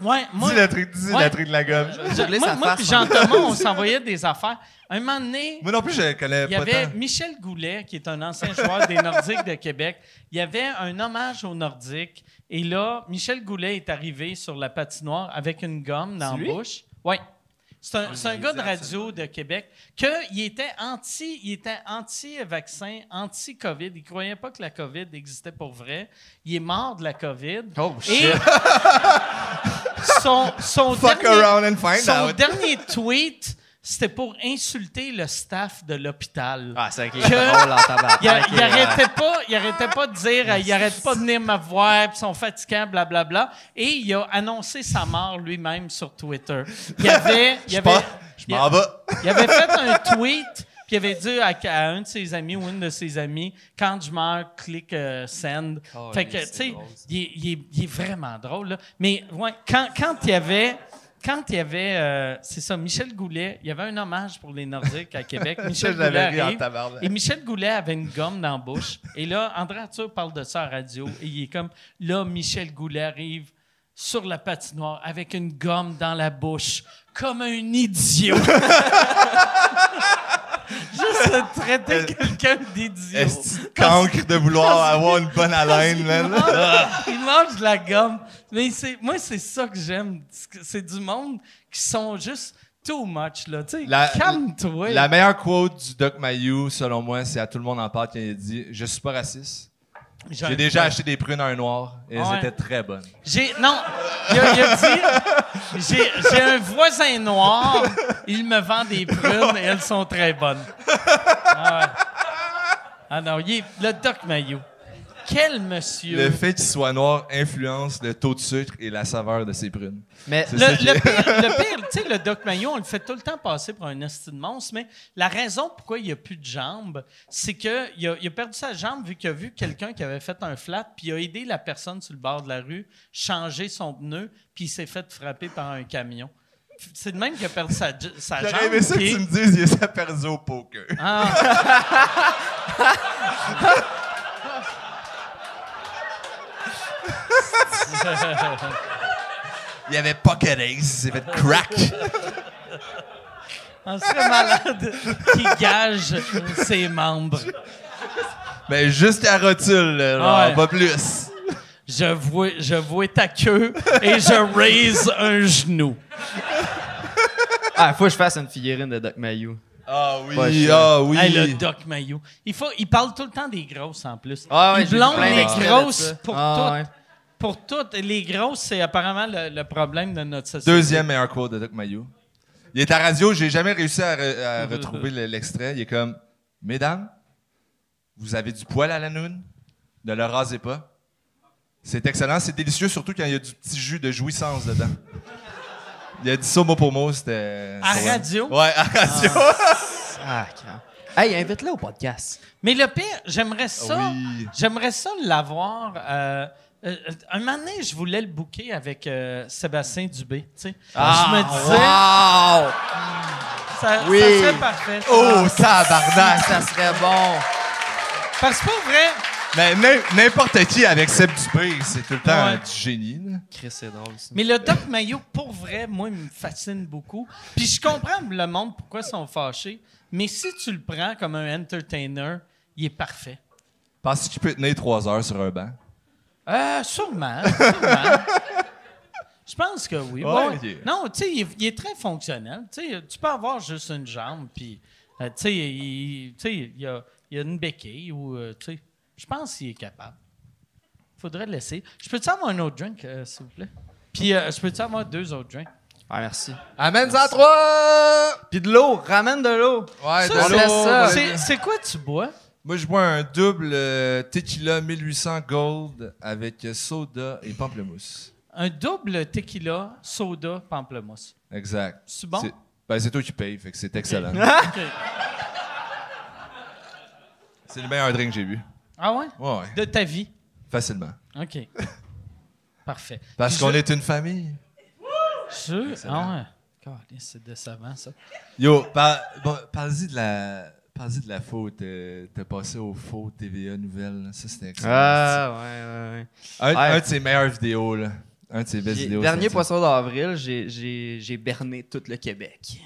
D: ouais, moi,
E: Dis le truc, dis
D: Ouais. Euh,
E: le truc de la gomme.
D: je-
G: Googlez
D: moi,
G: sa
D: moi
G: face,
D: puis
G: pendant-
D: Jean-Thomas, on s'envoyait des affaires. À un moment donné,
E: Moi non plus, je connais
D: il y
E: pas
D: avait
E: tant.
D: Michel Goulet, qui est un ancien joueur des Nordiques de Québec. Il y avait un hommage aux Nordiques. Et là, Michel Goulet est arrivé sur la patinoire avec une gomme dans la bouche. Oui. C'est un, c'est un gars de radio de Québec qu'il était anti, il était anti-vaccin, anti-COVID. Il croyait pas que la COVID existait pour vrai. Il est mort de la COVID.
G: Oh,
D: Et
G: shit.
D: *laughs* son, son
E: Fuck
D: dernier-
E: around and find
D: son
E: out.
D: dernier tweet, c'était pour insulter le staff de l'hôpital.
G: Ah, c'est ok.
D: Que-
G: drôle en tabarnak,
D: Il, a- il
G: ok, ouais.
D: arrêtait pas, il arrêtait pas de dire, euh, il arrête pas de venir me voir, puis ils sont fatigants, blablabla. Et il a annoncé sa mort
E: *laughs*
D: lui-même sur Twitter. Il avait, il
E: Je
D: avait,
E: pars, je
D: il,
E: m'en vais.
D: il avait fait un tweet, puis qui avait dit à, à un de ses amis ou une de ses amies, quand je meurs, clique euh, send.
F: Oh,
D: fait que,
F: oui,
D: tu
F: c'est
D: sais,
F: drôle, ça.
D: il, est- il est- il est vraiment drôle. là. Mais ouais, quand, quand il y avait, quand il y avait, euh, c'est ça, Michel Goulet, il y avait un hommage pour les Nordiques à
E: *laughs*
D: Québec. Michel
E: j'avais
D: Goulet
E: ri en
D: arrive,
E: tabarnak.
D: et Michel Goulet avait une gomme dans la bouche. Et là, André Arthur parle de ça à radio. Et il est comme, là, Michel Goulet arrive sur la patinoire avec une gomme dans la bouche, comme un
E: *laughs*
D: idiot. Juste de traiter quelqu'un d'idiot.
E: Euh, Est-ce cancre de vouloir avoir une bonne haleine,
D: Il
E: man? *laughs*
D: mange, il mange de la gomme. Mais c'est, moi, c'est ça que j'aime. C'est du monde qui sont juste too much. Là. Tu sais,
E: La-
D: calme-toi.
E: La meilleure quote du Doc Mayou, selon moi, c'est à tout le monde en parle quand il dit Je suis pas raciste. J'ai déjà acheté des prunes à un noir et
D: Ouais.
E: elles étaient très bonnes.
D: J'ai non, il a, il a dit j'ai, j'ai un voisin noir, il me vend des prunes et elles sont très bonnes. Ah, ouais. Ah non, il est- le Doc Mayou. Quel monsieur.
E: Le fait qu'il soit noir influence le taux de sucre et la saveur de ses prunes.
F: Mais
E: C'est
D: Le,
E: ça qui- *laughs*
D: le pire, le pire, tu sais, le Doc Mayou, on le fait tout le temps passer pour un esti de monstre, mais la raison pourquoi il a plus de jambes, c'est qu'il a, il a perdu sa jambe vu qu'il a vu quelqu'un qui avait fait un flat, puis il a aidé la personne sur le bord de la rue, changer son pneu, puis il s'est fait frapper par un camion. C'est de même qu'il a perdu sa, sa jambe.
E: J'aurais aimé ça que
D: qui est-
E: tu me dises Il s'est perdu au poker.
D: Ah.
E: *laughs*
D: *laughs*
E: Il y avait pocket ace, il s'est fait crack. *laughs*
D: On serait malade qui gage ses membres.
E: Mais juste la rotule, là, genre,
D: Ouais.
E: pas plus.
D: Je vois, je vois ta queue et je raise un genou.
F: Ah, faut que je fasse une figurine de Doc Mayou.
E: Ah
F: Pas
E: oui,
F: cher.
E: ah oui.
D: Hey, le Doc Mayou. Il, faut, il parle tout le temps des grosses en plus.
F: Ah ouais,
D: il
F: j'ai vu
D: blonde
F: plein
D: les
F: d'extraits de
D: grosses
F: ça.
D: pour
F: Ah
D: toutes.
F: ouais.
D: Pour toutes. Les grosses, c'est apparemment le, le problème de notre société.
E: Deuxième meilleur quote de Doc Mayou. Il est à radio, j'ai jamais réussi à, re- à retrouver le- l'extrait. Il est comme Mesdames, vous avez du poil à la noune, ne le rasez pas. C'est excellent, c'est délicieux, surtout quand il y a du petit jus de jouissance dedans. Il a dit ça mot pour mot, c'était.
D: À
E: c'était-
D: radio?
E: Ouais, à radio.
F: Ah, crap. Hey, invite-le au podcast.
D: Mais le pire, j'aimerais ça.
E: Oui.
D: J'aimerais ça l'avoir. euh, euh, un moment donné, je voulais le booker avec euh, Sébastien Dubé. tu sais. je me disais,
F: Wow!
D: ça,
F: oui.
D: ça serait parfait. ça.
E: *laughs* Oh, tabarnak!
F: Ah, ça serait bon.
D: Parce que pour vrai,
E: Mais n'im- n'importe qui avec Seb Dupé, c'est tout le temps
D: Ouais.
E: du génie. là.
F: Chris, c'est drôle, ça.
D: Mais le Doc Mayo, pour vrai, moi, il me fascine beaucoup. Puis je comprends le monde pourquoi ils sont fâchés, mais si tu le prends comme un entertainer, il est parfait.
E: Penses-tu qu'il peut tenir trois heures sur un banc?
D: Euh, sûrement, sûrement. Je pense que oui.
E: Ouais,
D: ouais.
E: ok.
D: Non, tu sais, il, est- il est très fonctionnel. Tu sais, tu peux avoir juste une jambe, puis, euh, tu sais, il, tu sais, il y a, il y a une béquille ou, euh, tu sais, je pense qu'il est capable. Faudrait le laisser. Je peux-tu avoir un autre drink, euh, s'il vous plaît? Puis, euh, je peux-tu avoir deux autres drinks?
F: Ah, merci.
E: Amène-en trois!
F: Puis de l'eau, ramène de l'eau.
D: Ça,
E: Ouais, de
D: c'est-
E: l'eau,
F: ça.
E: ouais.
D: C'est- C'est quoi tu bois?
E: Moi, je bois un double euh, tequila 1800 gold avec soda et pamplemousse.
D: Un double tequila, soda, pamplemousse.
E: Exact.
D: C'est bon?
E: C'est- Ben, c'est toi qui payes, fait que c'est excellent.
D: OK.
E: c'est le meilleur drink que j'ai bu.
D: Ah ouais?
E: Ouais, ouais.
D: De ta vie.
E: Facilement.
D: OK. *laughs* Parfait.
E: Parce
D: Puis
E: qu'on
D: je-
E: est une famille.
D: Je... Ah ouais. Calais, C'est décevant, ça.
E: Yo, par- bon, parle-y de la... Parle-y de la faute. euh, T'as passé au faux TVA Nouvelle. là. Ça, c'était excellent.
F: Ah, ouais, ouais, ouais.
E: un,
F: ouais.
E: un de ses meilleures vidéos, là. Un de ses belles
F: J'ai-
E: vidéos.
F: dernier
E: c'est ça.
F: poisson d'avril, j'ai- j'ai j'ai berné tout le Québec.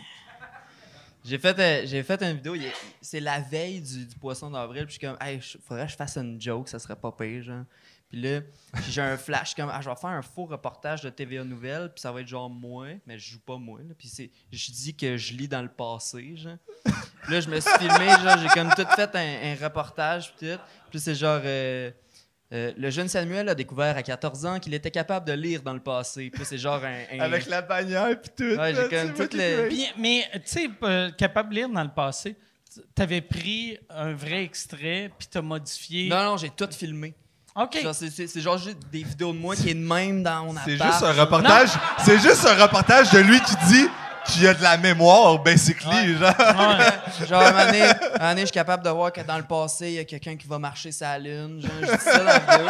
F: J'ai fait, euh, j'ai fait une vidéo, il est- c'est la veille du, du poisson d'avril, puis je suis comme, hey, je- faudrait que je fasse une joke, ça serait pas pire, genre. Puis là, j'ai un flash, comme, ah, je vais faire un faux reportage de TVA Nouvelle, puis ça va être genre moi, mais je joue pas moi, là. Puis c'est- je dis que je lis dans le passé, genre. Puis là, je me suis filmé, genre, j'ai comme tout fait un, un reportage, puis tout. Puis c'est genre. euh, euh, le jeune Samuel a découvert à 14 ans qu'il était capable de lire dans le passé. Puis c'est genre un. un-
E: Avec la bannière pis tout.
F: Ouais, j'ai
E: là,
F: comme
E: tu vois,
F: toutes les-
E: t'es-
D: Puis, mais, tu sais, euh, capable de lire dans le passé, tu avais pris un vrai extrait, puis tu as modifié.
F: Non, non, j'ai tout filmé.
D: OK. Ah
F: Genre, c'est- C'est c'est genre juste des vidéos de moi qui est de même dans mon
E: C'est
F: appart.
E: juste un reportage. C'est juste un reportage de lui qui dit qui a de la mémoire, basically. Genre.
D: Ah
F: Genre, à un moment donné, à un moment donné, je suis capable de voir que dans le passé, il y a quelqu'un qui va marcher sa lune. Genre, je dis ça dans la vidéo.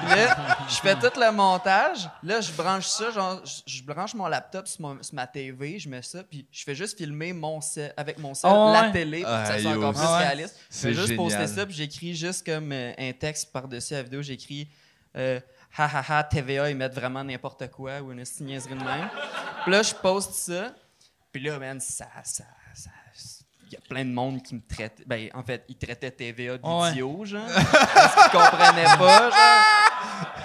F: Puis là, je fais tout le montage. Là, je branche ça. Genre, je- je branche mon laptop sur, mon- sur ma TV. Je mets ça. Puis je fais juste filmer mon cell- avec mon cell,
D: Oh,
F: la
D: ouais.
F: télé, pour que ça
E: Aïe,
F: soit encore
E: oh.
F: plus
E: Ah ouais.
F: réaliste. Je
E: C'est
F: fais juste poster
E: génial.
F: ça. Puis j'écris juste comme euh, un texte par-dessus la vidéo. J'écris. euh, ha ha ha, TVA, ils mettent vraiment n'importe quoi ou une petite niaiserie de même. Puis là, je poste ça. Puis là, man, ça. ça, ça il y a plein de monde qui me traite. Ben, en fait, ils traitaient TVA d'idiot, genre. Parce qu'ils comprenaient pas, genre.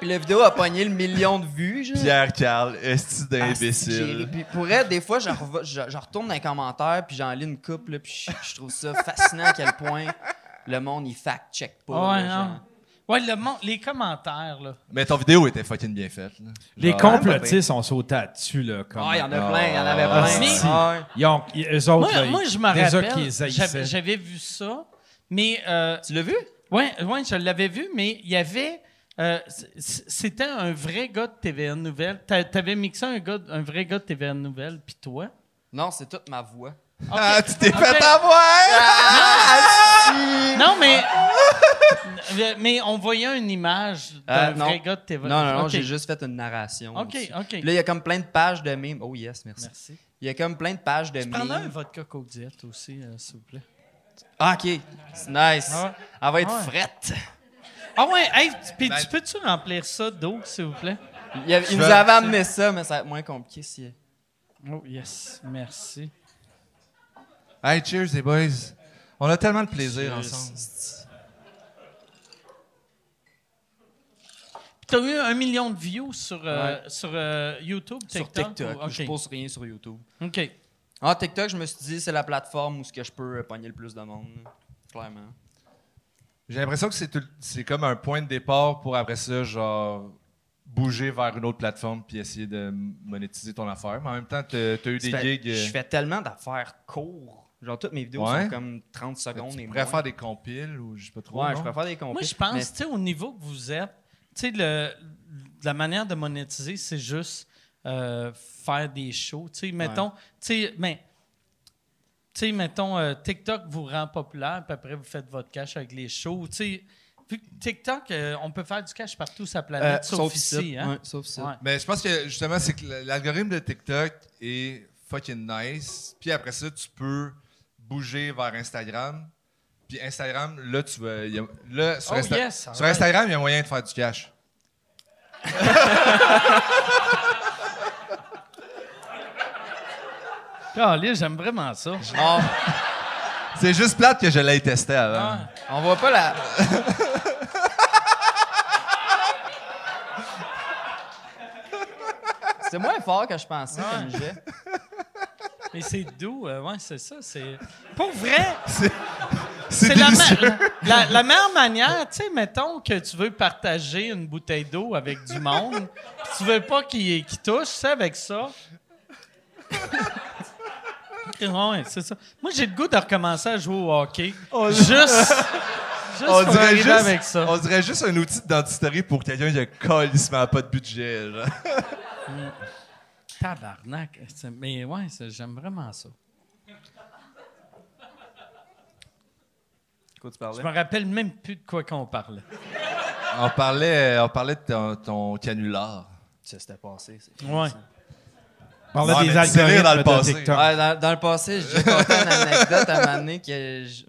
F: Puis la vidéo a pogné le million de vues, genre.
E: Pierre Carl, esti
F: Ah, c'est que j'ai ri.
E: d'imbécile.
F: Puis pour elle, des fois, je, reva- je- je retourne dans les commentaires, puis j'en lis une couple, là, puis je, je trouve ça fascinant à quel point le monde, il fact-check pas.
D: Ouais,
F: là, genre.
D: non. Ouais, le mon- les commentaires, là.
E: Mais ton vidéo était fucking bien faite. là.
C: Les
E: Genre,
C: complotistes, on sauté dessus, là. Comme...
F: Ah, il y en a plein, il y en avait
C: Ah,
F: plein.
D: si.
F: Ah, ouais.
C: Ils ont, ils- eux autres,
D: Moi,
C: là,
D: moi,
C: ils-
D: je m'en
C: des heures
D: rappelle.
C: qu'ils haïssaient.
D: J'avais j'avais vu ça, mais. euh,
F: Tu l'as vu?
D: ouais, ouais, je l'avais vu, mais il y avait. euh, c- c- C'était un vrai gars de TVN Nouvelle. T'a- T'avais mixé un, gars, un vrai gars de TVN Nouvelle, puis toi.
F: Non, c'est toute ma voix.
D: Ok.
E: Ah, tu t'es
D: Ok.
E: fait avoir!
F: Ah.
D: Non,
F: *laughs*
D: mais. Euh, mais on voyait une image d'un
F: Euh, non.
D: vrai gars de
F: Non,
D: TVN.
F: non, non,
D: Ok.
F: j'ai juste fait une narration.
D: Ok,
F: dessus.
D: ok.
F: Puis Là, il y a comme plein de pages de mimes. Oh yes, merci.
D: Merci.
F: Il y a comme plein de pages de
D: Je prendrais un
F: mimes.
D: vodka Coke Diet aussi, euh, s'il vous plaît.
F: Ah, ok. C'est nice.
D: Ah ouais.
F: Elle va être
D: Ah ouais.
F: frette.
D: Ah ouais, hey, tu-
F: Ben-
D: puis tu peux-tu remplir ça d'eau, s'il vous plaît?
F: Il, y avait- il nous
E: veux-
F: avait amené ça, mais ça va être moins compliqué si.
D: Oh yes, merci.
E: Hey, cheers, les boys. On a tellement de plaisir ensemble.
D: T'as eu un million de views sur, euh, sur euh, YouTube,
F: Sur
D: TikTok?
F: TikTok.
D: ou- ok.
F: Je pose rien sur YouTube.
D: OK.
F: En Ah, TikTok, je me suis dit, c'est la plateforme où ce que je peux euh, pogner le plus de monde. là. Clairement.
E: J'ai l'impression que c'est tout- c'est comme un point de départ pour après ça, genre bouger vers une autre plateforme puis essayer de monétiser ton affaire. Mais en même temps, tu as eu des
F: Ça fait-
E: gigs. euh,
F: Je fais tellement d'affaires courtes. Genre, toutes mes vidéos
E: Ouais.
F: sont comme 30 secondes
E: tu
F: et
E: pourrais
F: moins.
E: faire des compiles ou je sais pas trop.
F: Ouais,
E: non?
F: je préfère des compétitions.
D: Moi, je pense, tu sais, au niveau que vous êtes, tu sais, le- la manière de monétiser, c'est juste euh, faire des shows. Tu sais, mettons, tu sais, mais, tu sais, mettons, euh, TikTok vous rend populaire, puis après, vous faites votre cash avec les shows. Tu sais, vu que TikTok, euh, on peut faire du cash partout sur la planète, sauf, ici. hein?
F: euh, Ouais, sauf ça.
D: Ouais.
E: Mais je pense que justement, c'est que l'algorithme de TikTok est fucking nice. Puis après ça, tu peux bouger vers Instagram. Puis Instagram, là, tu vas. il y a- Là, sur,
D: Oh,
E: Insta-
D: yes,
E: sur
D: alright.
E: Instagram, il y a moyen de faire du cash.
D: Calais, j'aime vraiment ça.
F: Oh,
E: C'est juste plate que je l'ai testé
D: Ah,
E: avant.
F: on voit
E: *laughs*
F: pas la. C'est moins fort que je pensais comme jet.
D: Mais c'est doux, euh, ouais, c'est ça. C'est pour vrai.
E: C'est
D: C'est la,
E: délicieux.
D: ma- la, la meilleure manière, tu sais, mettons que tu veux partager une bouteille d'eau avec du monde, pis tu veux pas qu'il qu'il touche, c'est avec ça. *laughs* ouais, c'est ça. Moi, j'ai le goût de recommencer à jouer au hockey. juste juste
E: On
D: pour
E: dirait,
D: arriver
E: juste,
D: avec ça.
E: on dirait juste un outil d'identité pour quelqu'un qui a colissement pas de budget. genre.
D: Tabarnak. C'est- Mais ouais, c'est- j'aime vraiment ça.
F: Quoi tu parlais?
D: Je me rappelle même plus de quoi qu'on parlait.
E: On parlait, on parlait de ton, ton canular.
F: Ça s'était passé. c'est-
D: Ouais.
C: On parlait
E: Ouais,
C: des
E: mais c'est
C: algorithmes
E: rire dans le
C: de
E: passé.
C: TikTok.
F: Ouais, dans, dans le passé, j'ai conté une anecdote à un moment donné que. je-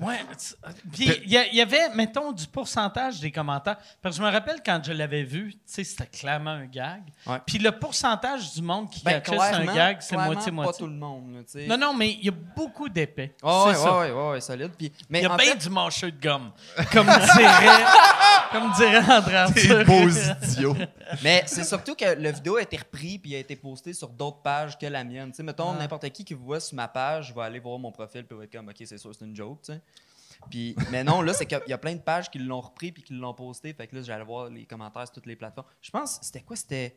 D: Ouais. tu- euh, Puis il y, a- il y avait, mettons, du pourcentage des commentaires. Parce que je me rappelle quand je l'avais vu, tu sais, c'était clairement un gag.
F: Ouais.
D: Puis le pourcentage du monde qui
F: Ben,
D: catchait sur un
F: clairement-
D: gag, c'est
F: clairement Pas
D: moitié-moitié.
F: tout le monde, là, tu sais.
D: Non, non, mais il y a beaucoup d'épais.
F: Ah ouais,
D: c'est
F: ouais,
D: ça.
F: ouais, ouais, ouais, solide. Puis, mais
D: Il y a
F: en
D: bien
F: fait,
D: du mâcheux de gomme, comme dirait, *laughs* comme dirait André
E: Des
D: Arthur. *laughs*
E: beaux idiots.
F: mais c'est surtout que la vidéo a été reprise puis a été postée sur d'autres pages que la mienne. Tu sais, mettons, n'importe qui qui voit sur ma page va aller voir mon profil puis va être comme, OK, c'est sûr, c'est une joke, tu sais. Puis, mais non, là, c'est qu'il y a plein de pages qui l'ont repris puis qui l'ont posté. Fait que là, j'allais voir les commentaires sur toutes les plateformes. Je pense, c'était quoi? C'était.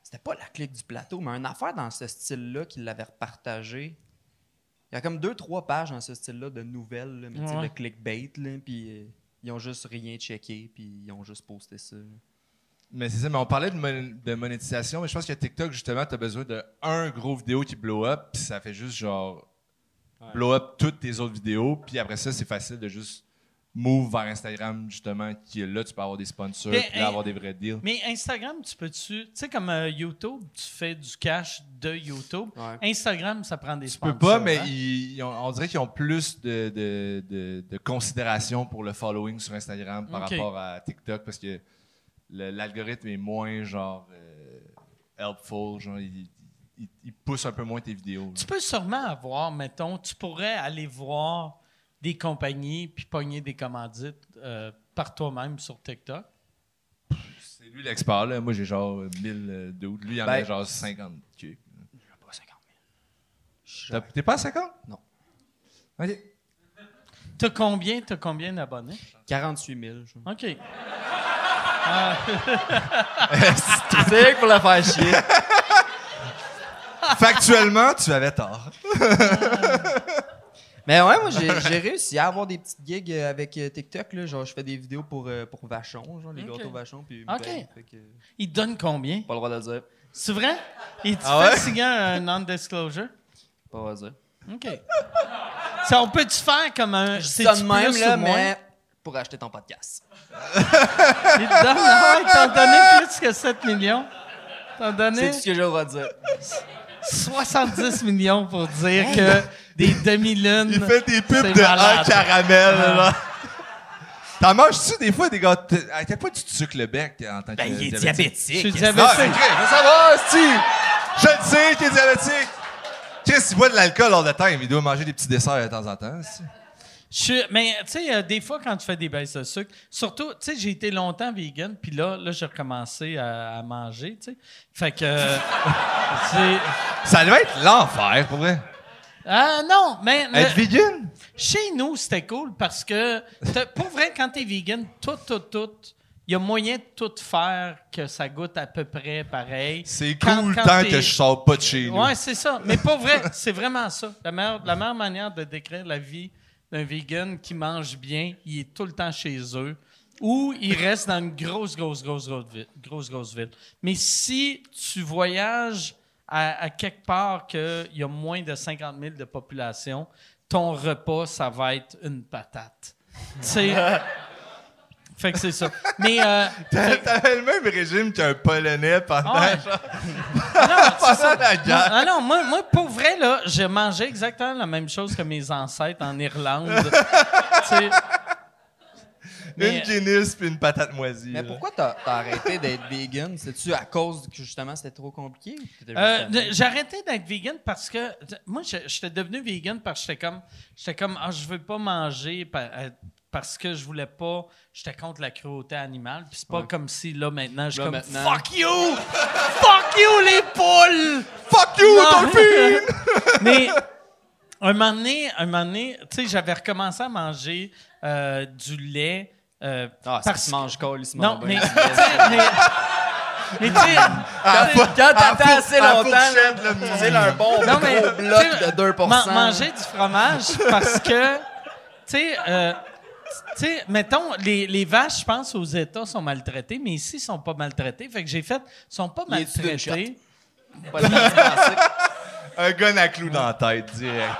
F: C'était pas la clique du plateau, mais une affaire dans ce style-là qui l'avait repartagé. Il y a comme deux, trois pages dans ce style-là de nouvelles, là, mais tu sais,
D: Ouais.
F: le clickbait, là, puis euh, ils ont juste rien checké, puis ils ont juste posté ça. là.
E: Mais c'est ça, mais on parlait de, mon- de monétisation, mais je pense que TikTok, justement, tu as besoin de un gros vidéo qui blow up, puis ça fait juste genre blow up toutes tes autres vidéos, puis après ça, c'est facile de juste move vers Instagram, justement, qui là, tu peux avoir des sponsors,
D: Ben,
E: puis là,
D: hein,
E: avoir des vrais deals.
D: Mais Instagram, tu peux-tu. Tu sais, comme euh, YouTube, tu fais du cash de YouTube. Instagram, ça prend des
E: Tu peux pas,
D: hein?
E: mais ils- ils ont- on dirait qu'ils ont plus de, de- de- de considération pour le following sur Instagram par
D: Ok.
E: rapport à TikTok parce que le- l'algorithme est moins genre euh, helpful, genre il, il- il pousse un peu moins tes vidéos.
D: Tu peux sûrement avoir, mettons, tu pourrais aller voir des compagnies puis pogner des commandites euh, par toi-même sur TikTok.
E: C'est lui l'expert là, moi j'ai genre euh, 1000 euh, dudes, lui il en a
F: Ben-
E: genre 50. Ok.
F: Pas 50
E: T'as-
F: 000.
E: T'es pas à 50
F: Non.
E: Ok.
D: T'as combien, t'as combien d'abonnés?
F: 48 000. je-
D: OK.
F: C'est pour la faire chier.
E: *laughs* Factuellement, tu avais tort.
F: *laughs* Mais ouais, moi, j'ai j'ai réussi à avoir des petites gigs euh, avec euh, TikTok. Là. Genre, je fais des vidéos pour, euh, pour Vachon, genre les
D: Ok.
F: gâteaux Vachon. Puis,
D: Ok.
F: ben, fait que-
D: Il te donne combien?
F: pas le droit de le dire.
D: C'est vrai? Il te
E: Ah
D: fait
E: ouais?
D: signer un non-disclosure?
F: Pas le droit de le dire.
D: OK. Ça, on peut-tu faire comme un.
F: Je dis
D: c'est-tu
F: ça de même,
D: plus
F: là,
D: ou moins?
F: mais pour acheter ton podcast.
D: Il te donne, ah, il t'en donnait plus que 7 millions. T'en donnait
F: C'est tout ce que j'ai le droit de *laughs* dire.
D: 70 millions pour dire que des demi-lunes.
E: Il fait des pubs
D: C'est
E: de un
D: malade.
E: caramel. là. T'en manges-tu des fois des gâteaux? ah, À quel point tu te sucres le bec en tant que
F: Ben, il est
E: diabétique?
D: Je suis
F: diabétique.
E: Non, c'est
D: diabétique.
E: vrai, mais ça va, si. Je le sais qu'il est diabétique. Chris, il boit de l'alcool hors de temps, il doit manger des petits desserts de temps en temps. si.
D: Je suis- mais tu sais, euh, des fois, quand tu fais des baisses de sucre, surtout, tu sais, j'ai été longtemps vegan, puis là, là j'ai recommencé à, à manger, tu sais. Fait que. *laughs* euh, c'est-
E: Ça doit être l'enfer, pour vrai.
D: Ah non, mais. le-
E: Être vegan?
D: Chez nous, c'était cool parce que, t'as- pour vrai, quand t'es vegan, tout, tout, tout, il y a moyen de tout faire que ça goûte à peu près pareil.
E: C'est
D: Quand-
E: cool
D: quand
E: tant
D: t'es-
E: que je sors pas de chez nous.
D: Ouais, c'est ça. Mais pour vrai, c'est vraiment ça. La meilleure, la meilleure manière de décrire la vie d'un vegan qui mange bien, il est tout le temps chez eux ou il reste dans une grosse, grosse, grosse, grosse ville. Grosse, grosse ville. Mais si tu voyages à, à quelque part qu'il y a moins de 50 000 de population, ton repas, ça va être une patate. Tu sais. fait que c'est ça. Mais. euh,
E: *laughs* T'as- T'avais le même régime qu'un Polonais pendant,
D: Ouais. *laughs*
E: pendant la guerre.
D: Ah non, moi, moi, pour vrai, là, je mangeais exactement la même chose que mes ancêtres en Irlande. Tu sais, euh, mais-
E: Une Guinness puis une patate moisie.
F: Mais
E: là.
F: pourquoi t'as t'as arrêté d'être vegan? C'est-tu à cause que justement c'était trop compliqué? ou t'étais juste
D: euh,
F: tanné?
D: j'ai arrêté d'être vegan parce que t- moi, je- j'étais devenu vegan parce que j'étais comme, j'étais comme, ah, je veux pas manger pa- euh, parce que je voulais pas, j'étais contre la cruauté animale. Puis c'est pas comme si là maintenant, je suis
F: Là,
D: comme,
F: maintenant-
D: fuck you, fuck you les poules.
E: Fuck you,
D: Non.
E: ton
D: *laughs*
E: film!
D: Mais un moment donné, un moment donné, tu sais, j'avais recommencé à manger euh, du lait. euh,
F: Ah, ça
D: parce
F: se mange colissement
D: Non,
F: bien.
D: *laughs* mais. mais, mais tu sais.
E: À
F: Quand t'attends assez
D: Ah, *laughs*
F: longtemps, là,
E: fourchette, là,
F: tu sais, là, un bon
D: Non,
F: gros
D: mais,
F: bloc
D: tu sais,
F: de 2
D: man- manger du fromage parce que. Tu sais. euh, tu sais, mettons, les, les vaches, je pense, aux États sont maltraitées, mais ici, ils sont pas maltraités. Fait que j'ai fait, ils sont pas
F: Il est-tu d'une
D: maltraités.
F: Pas le temps de penser.
E: Un gun à clou dans la tête, direct.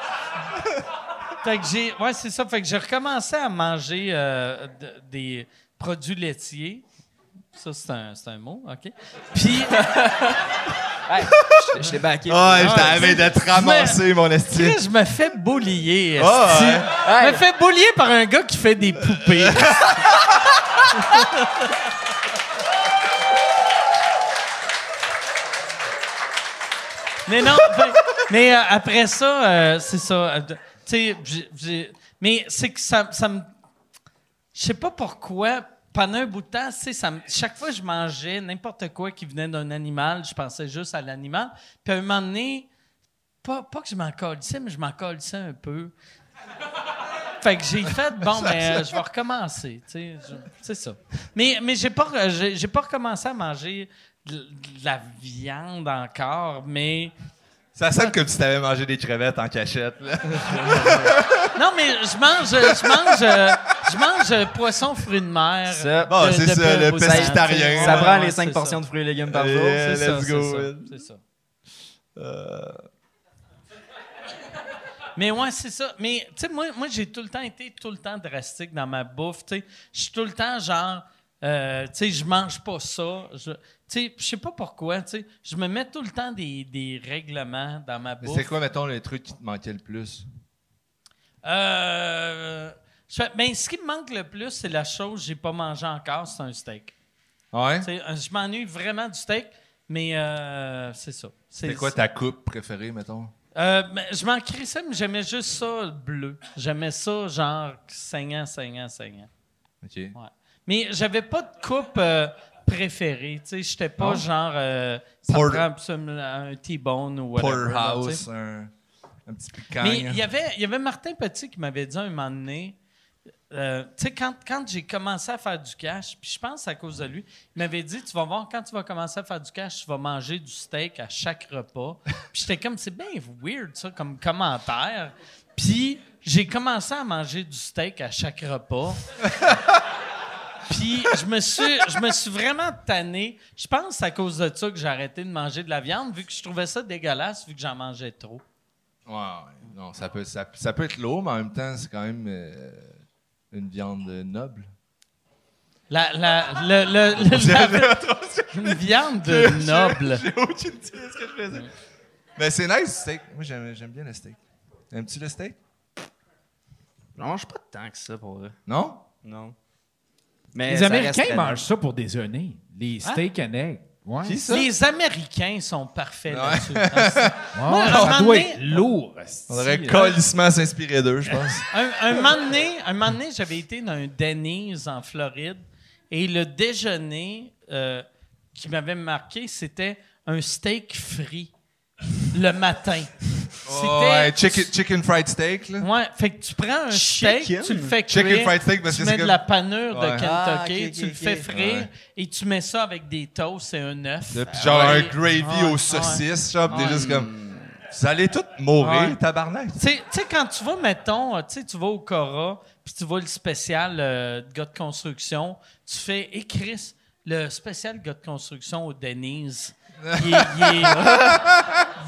D: Fait que j'ai, ouais, c'est ça. Fait que j'ai recommencé à manger euh, de- des produits laitiers. Ça, c'est un, c'est un mot, OK?
F: *laughs*
D: Puis,
F: Hey, je- Je t'ai backé.
E: Ah, je
D: Ah,
E: t'avais de te ramasser, mon esti.
D: Chris, je me fais boulier.
E: Ah,
D: esti.
E: ouais.
D: Je me fais boulier par un gars qui fait des poupées. *laughs* mais non, ben, mais euh, après ça, euh, c'est ça. euh, tu sais, j'ai- j'ai- mais c'est que ça, ça me. Je sais pas pourquoi. Pendant un bout de temps, tu sais, ça me- chaque fois que je mangeais n'importe quoi qui venait d'un animal, je pensais juste à l'animal. Puis à un moment donné, pas, pas que je m'en colissais, mais je m'en colissais un peu. Fait que j'ai fait,
E: *laughs*
D: bon, mais euh, je vais recommencer. tu sais, je- C'est ça. Mais, mais j'ai pas, re- j'ai j'ai pas recommencé à manger de, de la viande encore, mais.
E: Ça sonne comme si t'avais mangé des crevettes en cachette, là.
D: Non, mais je mange, je mange, euh, Je mange euh, poisson, fruits de mer.
G: Ça,
E: bon,
D: de-
E: c'est
D: de
E: ça, le
D: bœuf aux Alpes,
F: ben,
E: pescatariens.
D: tu sais.
G: Ça
E: Ouais,
G: prend
D: ouais,
G: les
D: c'est
G: 5
D: ça.
G: portions de fruits et légumes par jour.
E: Yeah,
G: C'est ça,
E: let's
G: c'est
E: go,
G: ça,
E: Will.
G: c'est ça.
E: Euh.
D: Mais ouais, c'est ça. Mais tu sais, moi, moi j'ai tout le temps été tout le temps drastique dans ma bouffe. Tu sais, je suis tout le temps genre, euh, tu sais, je mange pas ça. Je, tu sais, je sais pas pourquoi. Tu sais, je me mets tout le temps des, des règlements dans ma
E: Mais
D: bouffe.
E: c'est quoi, mettons, le truc qui te manquait le plus?
D: Euh, je fais- ben, ce qui me manque le plus, c'est la chose que j'ai pas mangé encore, c'est un steak.
E: Ouais?
D: Tu sais, euh, je m'ennuie vraiment du steak, mais euh, c'est ça.
E: C'est quoi ta coupe préférée, mettons?
D: Euh, mais je m'en crissais, mais j'aimais juste ça, le bleu. J'aimais ça, genre, saignant, saignant, saignant.
E: OK.
D: Ouais. Mais j'avais pas de coupe euh, préférée. Tu sais, j'étais pas
E: Non?
D: genre. euh, ça
E: Porter-
D: prend absolument un T-bone ou whatever. là, tu sais.
E: Porterhouse, un, un petit hein. piquant.
D: Mais il y avait, il y avait Martin Petit qui m'avait dit un moment donné, euh, tu sais, quand, quand j'ai commencé à faire du cash, puis je pense à cause de lui, il m'avait dit, tu vas voir, quand tu vas commencer à faire du cash, tu vas manger du steak à chaque repas. Puis j'étais comme, c'est bien weird ça comme commentaire. Puis j'ai commencé à manger du steak à chaque repas. *laughs* Puis je me suis, je me suis vraiment tanné. Je pense que c'est à cause de ça que j'ai arrêté de manger de la viande, vu que je trouvais ça dégueulasse, vu que j'en mangeais trop.
E: Ouais, ouais. non, ça peut, ça, ça peut être lourd, mais en même temps, c'est quand même euh, une viande noble.
D: La, la, le, le, le- la- une
E: *laughs*
D: viande de noble.
E: J'ai aucune idée de ce que je faisais. Mais c'est nice, le steak. Moi, j'aime j'aime bien le steak. Aimes-tu le steak?
F: Je mange pas tant que ça pour eux.
E: Non?
F: Non. Mais
C: Les
F: ça reste
C: Américains
F: très bon.
C: mangent ça pour déjeuner. Les steaks à nègres. Ouais.
E: Qui ça?
D: Les Américains sont parfaits
E: Ouais.
D: là-dessus. Ah, c'est-
C: Ouais,
D: Moi, un
C: ça
D: moment
C: doit
D: donné-
C: être lourd.
E: On aurait
D: hein.
C: esti.
E: colissement s'inspirer d'eux,
D: *laughs*
E: je pense.
D: Un, un moment donné, un moment donné, j'avais été dans un Denny's en Floride et le déjeuner euh, qui m'avait marqué, c'était un steak frit le matin.
E: Oh, ouais, chicken, chicken fried steak, là.
D: Ouais, fait que tu prends un steak,
F: Chicken?
D: tu le fais cuire,
E: Chicken fried steak, parce
D: tu
E: que c'est
D: mets de
E: comme-
D: la panure de
E: Ouais.
D: Kentucky,
F: Ah, ok, ok,
D: tu le
F: ok.
D: fais frire
E: Ouais.
D: et tu mets ça avec des toasts et un œuf. Ah
E: Là, Puis genre
D: Ouais.
E: un gravy
F: Ah
D: Ouais, ouais.
E: aux saucisses, genre, pis t'es
D: Ouais.
E: juste comme... Vous allez tous mourir,
D: Ouais.
E: tabarnak.
D: Tu sais- tu sais, quand tu vas, mettons, euh, tu sais, tu vas au Cora, puis tu vois le spécial euh, de gars de construction, tu fais « écrire le spécial gars de construction au Denise,
E: *laughs*
D: il est, il est-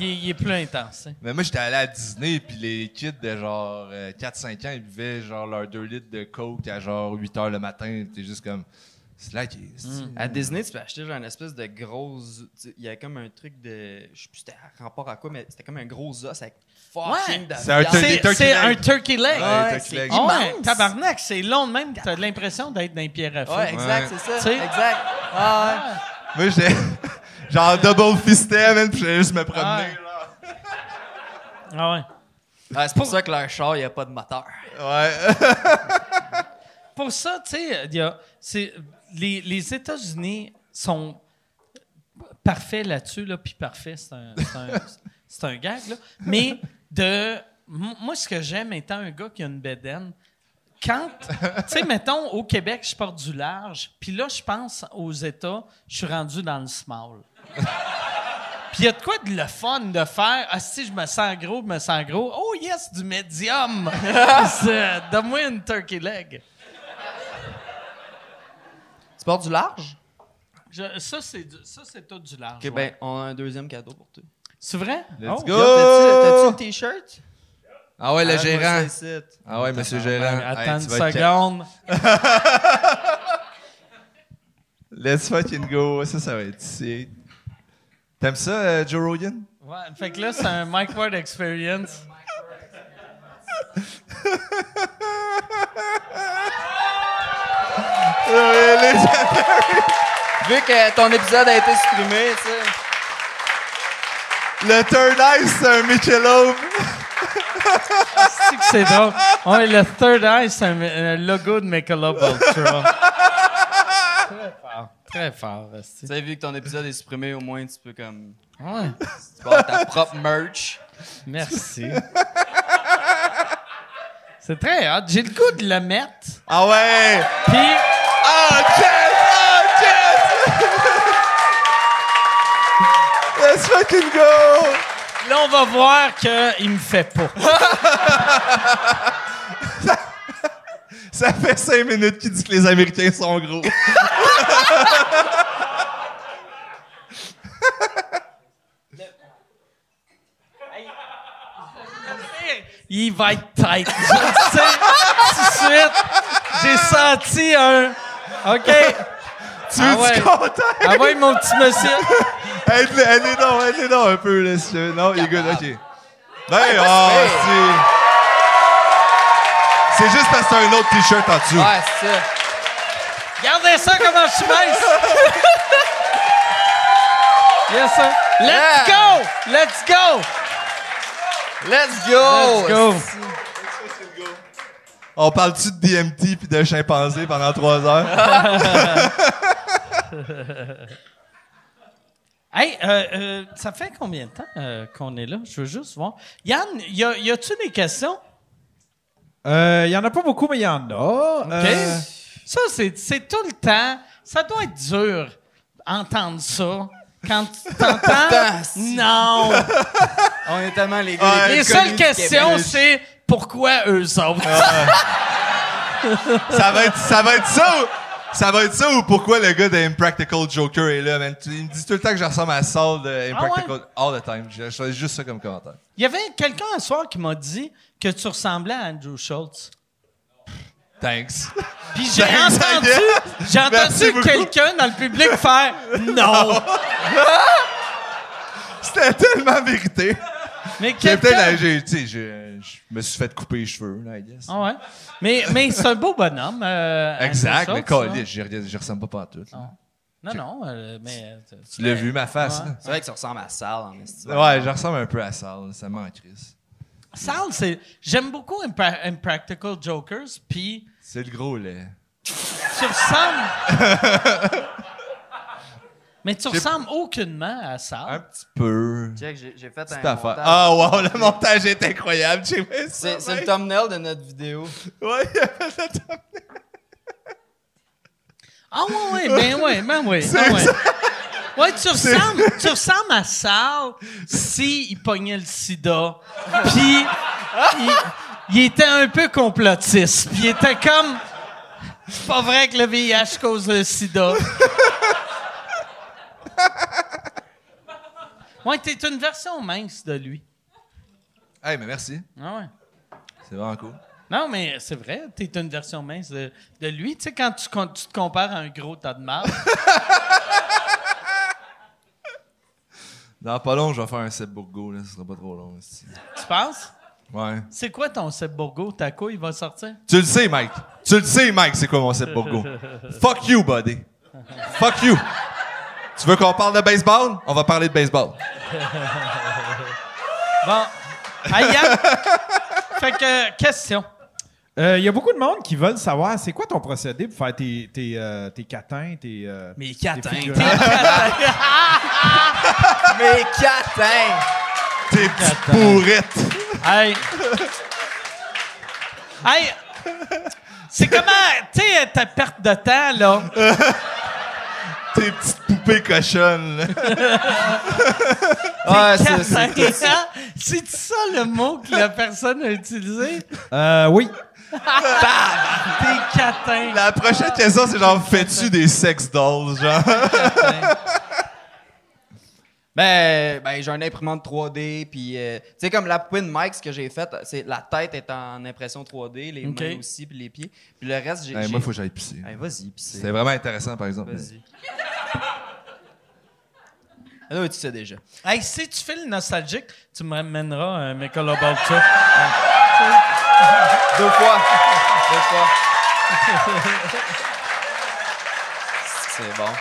D: il est- il est plus intense. hein.
E: Mais moi, j'étais allé à Disney, puis les kids de genre euh, 4-5 ans, ils buvaient genre leurs 2 litres de coke à genre 8 heures le matin. T'es juste comme... C'est là qui est...
F: À Disney, tu peux acheter genre une espèce de grosse. tu- Il y a comme un truc de. Je sais plus c'était en rapport à quoi, mais c'était comme un gros os avec fucking
D: Ouais.
F: de
E: C'est un
F: viande.
E: turkey-
D: C'est
E: turkey
D: c'est
E: leg.
D: un turkey leg.
E: Ouais,
F: Ouais,
E: t'as
F: c'est-
D: Ah
E: claqué.
D: ouais,
F: immense.
D: tabarnak, c'est long de même. T'as l'impression d'être dans les pierres à feu.
F: Ouais, exact, c'est ça.
D: Tu sais?
F: Exact. Ah, ouais.
E: Moi, j'étais *laughs* genre double fisté, man, puis j'allais juste me promener.
D: Ah ouais.
F: Ah, c'est pour ça que leur char, il n'y a pas de moteur.
E: Ouais. *laughs*
D: Pour ça, tu sais, euh, il y a- c'est- les, les États-Unis sont parfaits là-dessus, là, puis parfait, c'est un, c'est un- *laughs* c'est un gag, là. Mais de. m- Moi, ce que j'aime étant un gars qui a une bédaine, quand, tu sais, mettons, au Québec, je porte du large, puis là, je pense aux États, je suis rendu dans le small. Puis il y a de quoi de le fun de faire. Ah, si je me sens gros, je me sens gros. Oh yes, du médium! *laughs* C'est- Donne-moi une turkey leg.
F: Tu portes du large?
D: Je- ça, c'est du- ça, c'est tout du large.
F: Ok,
D: ouais.
F: ben, on a un deuxième cadeau pour toi.
D: C'est vrai?
E: Let's
D: Oh.
E: go!
F: T'as-tu le t-shirt?
E: Ah ouais, le gérant. Ah ouais, monsieur gérant.
D: Attends
E: Hey, tu
D: une
E: vas être
D: seconde.
E: Let's fucking go. Ça, ça va être sick. T'aimes ça, euh, Joe Rogan?
D: Ouais, fait que là, c'est un Mike Ward Experience.
F: Vu que ton épisode a été supprimé, tu sais.
E: Le third eye, c'est un Michelob.
D: C'est que c'est drôle. Ouais, le Third Eye, c'est un, un logo de Michelob
E: *laughs*
D: Ultra. Très fort. Très fort,
F: Tu
D: esti.
F: sais, vu que ton épisode est supprimé, au moins, tu peux comme.
D: Ouais,
F: Tu peux avoir ta propre merch.
D: merci. C'est très hot. J'ai le goût de le mettre.
E: Ah ouais!
D: Puis,
E: Ah, Jess! Ah, Jess! Let's fucking go!
D: là, on va voir qu'il me fait pas.
E: Ça fait cinq minutes qu'il dit que les Américains sont gros.
D: Il va être tight. Je le sais, tout de suite, j'ai senti un. OK.
E: tu veux
D: Ah ouais.
E: du contact?
D: Envoie mon petit monsieur.
E: Aide-le, aide-les donc, aide-les donc un peu, là, si tu veux. Non, il est good, OK. Ben, ah, c'est... C'est juste parce que t'as un autre T-shirt en dessous.
F: *laughs* Ouais, c'est ça.
D: Regardez ça comment je suis mince. Yes, sir. Let's
F: Yeah.
D: go! Let's go!
F: Let's go!
D: Let's go!
E: On parle-tu de DMT puis de chimpanzé pendant trois heures?
D: Hey, euh, euh, ça fait combien de temps euh, qu'on est là? Je veux juste voir. Yann, y, a- y a-tu des questions?
C: Euh, Il y en a pas beaucoup, mais il y en a.
D: OK?
C: Euh,
D: Ça, c'est c'est tout le temps. Ça doit être dur, entendre ça. Quand tu t'entends. non!
F: On est tellement les
E: Ouais.
F: gars.
D: Les
F: plus
D: seules
F: connus du
D: questions,
F: Québec.
D: c'est pourquoi eux autres?
E: ça, va être, ça va être ça ou... Ça va être ça ou pourquoi le gars d'Impractical Joker est là, man? Tu- Il me dit tout le temps que je ressemble à Saul de
D: Ah
E: Impractical all the time. Je je fais juste ça comme commentaire.
D: Il y avait quelqu'un un soir qui m'a dit que tu ressemblais à Andrew Schultz.
E: Thanks. *laughs*
D: Puis j'ai
E: Ben, ça
D: entendu,
E: y est.
D: j'ai
E: Merci
D: entendu
E: beaucoup.
D: quelqu'un dans le public
E: *laughs*
D: faire non.
E: C'était tellement vérité.
D: Mais
E: J'ai peut-être,
D: quelqu'un.
E: j'ai- tu sais, je, je me suis fait couper les cheveux, là, I guess.
D: Ah ouais. Mais, mais c'est un beau bonhomme. euh, Andrew
E: Exact,
D: Schultz,
E: mais
D: là.
E: calé, je ne ressemble pas partout. tout.
D: Non, non, euh, mais. euh,
E: Tu l'as vu, ma face.
D: Ah. Ouais.
F: C'est vrai que ça ressemble à Sal en estime.
E: là. Ouais, je ressemble un peu à ça, là, ça manque, Chris.
D: Sal, c'est. J'aime beaucoup Impra- Impractical Jokers, puis
E: C'est le gros, là.
D: tu ressembles.
E: *laughs*
D: mais tu ressembles aucunement à
E: Un
D: Sal.
E: petit peu.
F: Check, j'ai j'ai fait un.
E: Petite affaire.
F: montage.
E: Ah, wow, le montage est incroyable, j'ai fait ça.
F: C'est c'est le
E: mec.
F: thumbnail de notre vidéo.
E: Ouais, *laughs* il a fait le top.
D: Ah ouais, ouais, ben ouais, ben ouais. ah ouais. Ouais, tu ressembles, tu ressembles à Sal si il pognait le sida. Puis il, il était un peu complotiste. Puis il était comme c'est pas vrai que le VIH cause le sida. Ouais, t'es une version mince de lui.
E: Hey, mais merci.
D: Ah ouais.
E: C'est vraiment cool.
D: Non, mais c'est vrai, t'es une version mince de, de lui. Tu sais, quand tu, con- tu te compares à un gros tas de marde.
E: Dans pas long, je vais faire un Seb Bourgo, là, ce sera pas trop long. c'est-
D: tu penses?
E: Ouais.
D: C'est quoi ton Seb Bourgo? Ta couille va sortir?
E: Tu le sais, Mike. Tu le sais, Mike, c'est quoi mon Seb Bourgo.
F: *laughs*
E: Fuck you, buddy. Fuck you. Tu veux qu'on parle de baseball? On va parler de baseball.
D: Bon. Hey, Yann. fait que, euh, question.
C: euh, il y a beaucoup de monde qui veulent savoir c'est quoi ton procédé pour faire tes, tes, euh, tes catins, tes. euh,
F: Mes
C: tes
F: catins.
C: figurines.
F: Mes catins.
E: Tes petites pourrites.
D: *laughs* Hey. Hey. C'est comment, tu sais, ta perte de temps, là.
F: Ah,
E: Tes petites poupées cochonnes,
F: *laughs*
E: là.
F: Ouais, c'est ça.
D: Catins. C'est ça le mot que la personne a utilisé?
C: Euh, oui.
D: T'es catin.
E: La prochaine question, c'est genre, fais-tu des sex dolls, genre?
F: Ben, ben j'ai un imprimante 3D, puis euh, tu sais comme la poupée de Mike, ce que j'ai fait, c'est la tête est en impression 3D, les
D: Ok.
F: mains aussi, puis les pieds, puis le reste j'ai.
E: Hey,
F: j'ai-
E: Ben, moi, faut que j'aille pisser.
F: Hey, vas-y, puis c'est.
E: C'était vraiment intéressant, par exemple.
F: Vas-y. Ah non, tu sais déjà.
D: Hey, si tu fais le nostalgique, tu m'amèneras un Michelob Ultra.
F: Deux fois. Deux fois. c'est bon.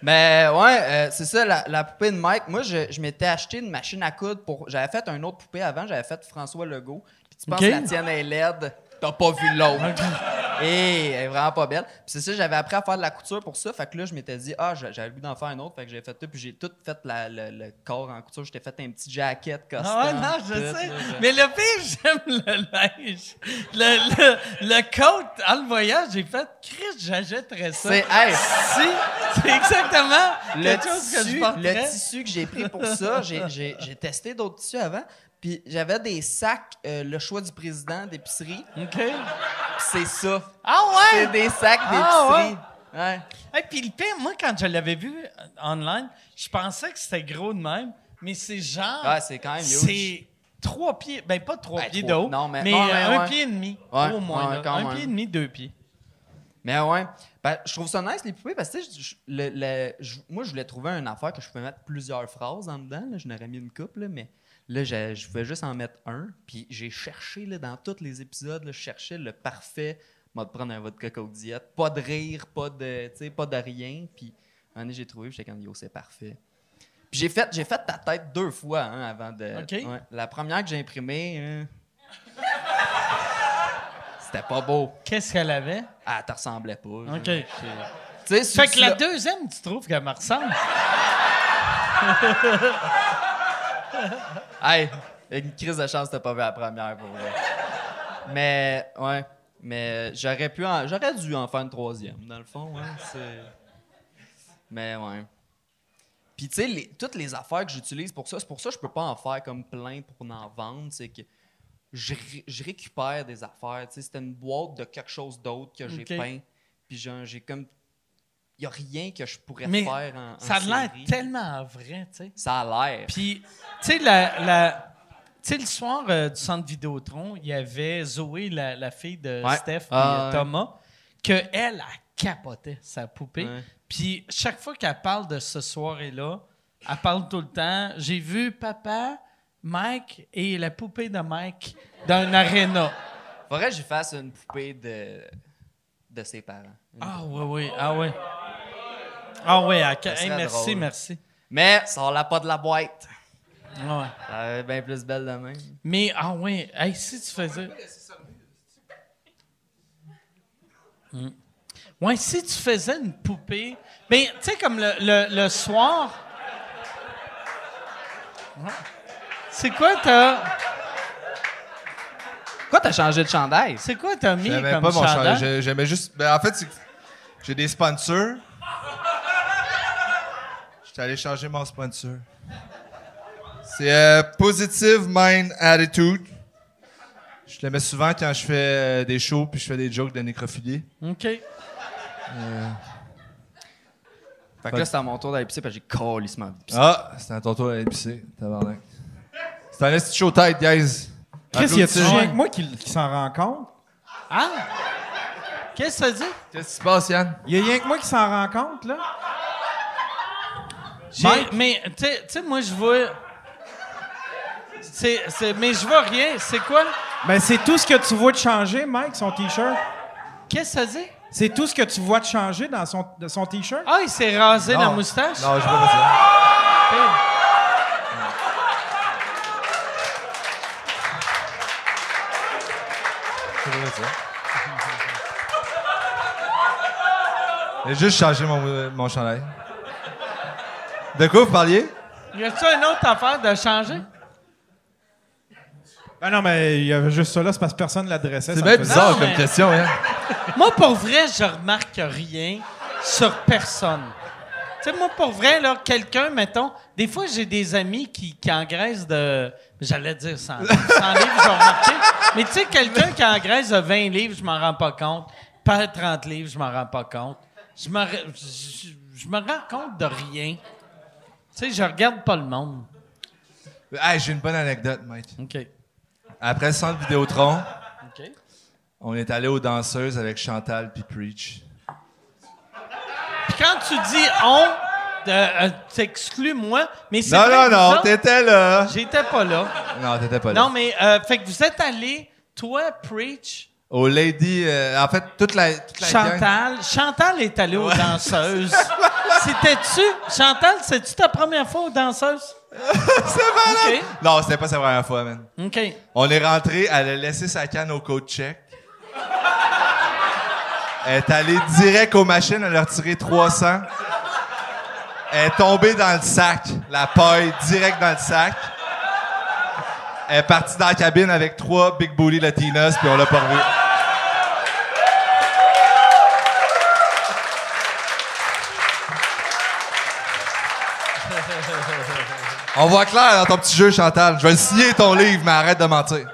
F: Mais ouais, euh, c'est ça, la, la poupée de Mike. Moi, je, je m'étais acheté une machine à coudre pour. J'avais fait un autre poupée avant, j'avais fait François Legault. Puis tu penses
D: Ok.
F: que la tienne est laide, t'as pas vu l'autre. Et elle est vraiment pas belle. Puis c'est ça, j'avais appris à faire de la couture pour ça. Fait que là, je m'étais dit, ah, j'a- j'avais le goût d'en faire un autre. Fait que j'ai fait tout. Puis j'ai tout fait la- le, le corps en couture. J'étais fait un petit jacket custom.
D: Ah ouais, non, je
F: tout,
D: sais.
F: là, je-
D: Mais le pire, *laughs* j'aime le linge. Le, le, le coat, en le voyant, j'ai fait « Chris, j'achèterais ça. »
F: C'est- hey.
D: Ah, Si, c'est exactement
F: le
D: quelque chose que
F: tissu,
D: je
F: le
D: porterais.
F: tissu que j'ai pris pour ça, j'ai- j'ai j'ai testé d'autres tissus avant. Puis j'avais des sacs, euh, le choix du président d'épicerie.
D: OK.
F: Puis c'est ça.
D: Ah ouais!
F: C'est des sacs
D: Ah
F: d'épicerie. ouais.
D: Et puis le pire, moi, quand je l'avais vu euh, online, je pensais que c'était gros de même, mais c'est genre.
F: Ouais, c'est quand même huge.
D: C'est trois pieds. Ben, pas trois
F: Ben,
D: pieds
F: trois-
D: de haut.
F: non, mais-
D: mais
F: non, mais
D: euh, un
F: ouais.
D: pied et demi.
F: Ouais,
D: au moins.
F: ouais,
D: là.
F: quand
D: un
F: même.
D: pied et demi, deux pieds.
F: Mais ouais. Ben, je trouve ça nice, les poupées, parce que tu sais, je- je- le- le- je- moi, je voulais trouver une affaire que je pouvais mettre plusieurs phrases en dedans. Là. Je n'aurais mis une coupe, là, mais là, j'ai- je pouvais juste en mettre un. Puis j'ai cherché, là, dans tous les épisodes, là, je cherchais le parfait mode prendre un vodka coke diète. Pas de rire, pas de, tu sais, pas de rien. Puis un moment donné, j'ai trouvé, puis j'étais comme, yo, c'est parfait. Puis j'ai fait, j'ai fait ta tête deux fois hein, avant de.
D: OK.
F: Ouais. la première que j'ai imprimée, hein, *laughs* c'était pas beau.
D: Qu'est-ce qu'elle avait?
F: Ah, t'en ressemblais pas. genre.
D: OK.
F: Tu sais,
D: Fait que la
F: celui-là-
D: deuxième, tu trouves qu'elle me ressemble?
F: Hey, une crise de chance, t'as pas vu la première pour vrai. Mais, ouais. Mais j'aurais pu en- J'aurais dû en faire une troisième, dans le fond, ouais. c'est- Mais, ouais. Puis, tu sais, les- toutes les affaires que j'utilise pour ça, c'est pour ça que je peux pas en faire comme plein pour en vendre. C'est que je, ré- je récupère des affaires. Tu sais, c'était une boîte de quelque chose d'autre que j'ai
D: Ok.
F: peint. Puis, genre, j'ai comme. Il a rien que je pourrais
D: Mais
F: faire en. en
D: Ça a l'air
F: série.
D: tellement vrai, tu sais.
F: Ça a l'air.
D: Puis, tu sais, la, la- tu sais, le soir euh, du centre Vidéotron, il y avait Zoé, la, la fille de
F: Ouais.
D: Steph, puis
F: Ah,
D: euh,
F: ouais.
D: Thomas, que elle, elle capotait sa poupée.
F: Ouais.
D: Puis, chaque fois qu'elle parle de ce soirée-là, elle parle tout le temps. J'ai vu papa, Mike et la poupée de Mike dans une aréna.
F: Faudrait que je fasse une poupée de, de ses parents. Une-
D: Ah oui, oui, ah oui. Ah oui, à-
F: Ça
D: hey,
F: serait
D: merci,
F: Ben, drôle.
D: merci.
F: Mais sors-la pas de la boîte.
D: Ouais.
F: Ça va être bien plus belle demain.
D: Mais, ah oui, hey, si tu faisais... Hmm. Ouais, si tu faisais une poupée... Ben, tu sais, comme le, le- le soir... Ouais. C'est quoi, t'as...
F: Pourquoi t'as changé de chandail?
D: C'est quoi, t'as mis comme
E: J'aimais pas mon
D: chandail?
E: chandail. J'ai- J'aimais juste. ben, en fait, c'est que j'ai des sponsors. J'étais allé changer mon sponsor. C'est euh, Positive Mind Attitude. Je le mets souvent quand je fais euh, des shows puis je fais des jokes de nécrophilie.
D: OK.
F: Fait que là, c'est à mon tour d'aller pisser parce que j'ai calissement envie de pisser.
E: Ah, c'est un tonton à l'épicer, tabarnak. C'est un esti de show tête, guys.
C: Chris, y a-tu
E: Applaudissez.
C: rien que moi qui, qui s'en rend compte?
D: Ah! Qu'est-ce que ça dit?
E: Qu'est-ce qui se passe, Yann?
C: Y a rien que moi qui s'en rend compte, là?
D: J'ai- Ben, Mais, tu sais- tu sais, moi, je vois... C'est, c'est- mais je vois rien. C'est quoi?
C: Ben, c'est tout ce que tu vois de changer, Mike, son T-shirt.
D: Qu'est-ce que ça dit?
C: C'est tout ce que tu vois de changer dans son, de son T-shirt?
D: Ah, il s'est rasé la
E: Non.
D: moustache?
E: Non, je vais pas dire. Je vais pas dire. J'ai juste changé mon, mon chandail. De quoi vous parliez?
D: Y a-tu une autre affaire de changer?
C: Ben non, mais il y avait juste ça là, c'est parce que personne l'adressait.
E: C'est
C: ça
E: bien
C: me faisait-
E: bizarre
D: Non,
E: comme
D: mais-
E: question, hein?
D: Moi, pour vrai, je remarque rien sur personne. Tu sais, moi, pour vrai, là, quelqu'un, mettons, des fois, j'ai des amis qui, qui engraissent de. J'allais dire 100, 100 livres, j'ai remarqué. Mais tu sais, quelqu'un qui engraisse de 20 livres, je m'en rends pas compte. Pas de 30 livres, je m'en rends pas compte. Je me, re- je, je- je me rends compte de rien. Tu sais, je regarde pas le monde.
E: Hey, j'ai une bonne anecdote, Mike.
D: OK.
E: Après le centre Vidéotron,
D: OK.
E: on est allé aux danseuses avec Chantal puis Preach.
D: Puis quand tu dis on, euh, euh, t'exclus moi, mais c'est
E: Non,
D: vrai
E: non,
D: que vous
E: non,
D: autres,
E: t'étais là!
D: J'étais pas là.
E: Non, t'étais pas là.
D: Non, mais euh, fait que vous êtes allé, toi, Preach,
E: Au Lady, euh, en fait, toute la, toute la gang-
D: Chantal. Chantal est allée aux
E: *laughs*
D: danseuses. C'était-tu? Chantal, c'est-tu ta première fois aux danseuses?
E: C'est malade!
D: OK.
E: Non, c'était pas sa première fois, man.
D: OK.
E: On est rentré, elle a laissé sa canne au coach check. Elle est allée direct aux machines, elle a retiré 300. Elle est tombée dans le sac, la paille, direct dans le sac. Elle est partie dans la cabine avec trois Big Booty Latinas, puis on l'a pas revue. On voit clair dans ton petit jeu, Chantal. Je vais le signer ton livre, mais arrête de mentir.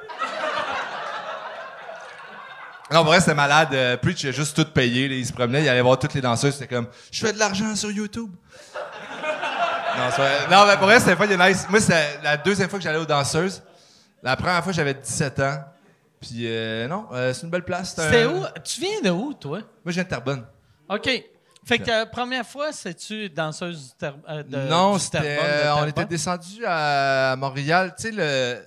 E: Non, pour vrai, c'était malade. Euh, Preach, il a juste tout payé. là. Il se promenait, il allait voir toutes les danseuses. C'était comme, je fais de l'argent sur YouTube. non, c'est vrai. Non, mais pour vrai, c'était pas nice. Moi, c'est la deuxième fois que j'allais aux danseuses. La première fois, j'avais 17 ans. Puis, euh, non, euh, c'est une belle place. un-
D: C'était où? Tu viens de où, toi?
E: Moi, j'ai Terrebonne.
D: OK. Fait que la première fois, c'est-tu danseuse du ter- euh, de-
E: non,
D: du
E: c'était,
D: Terrebonne, de
E: euh, on
D: Terrebonne?
E: était descendu à Montréal. Tu sais, le,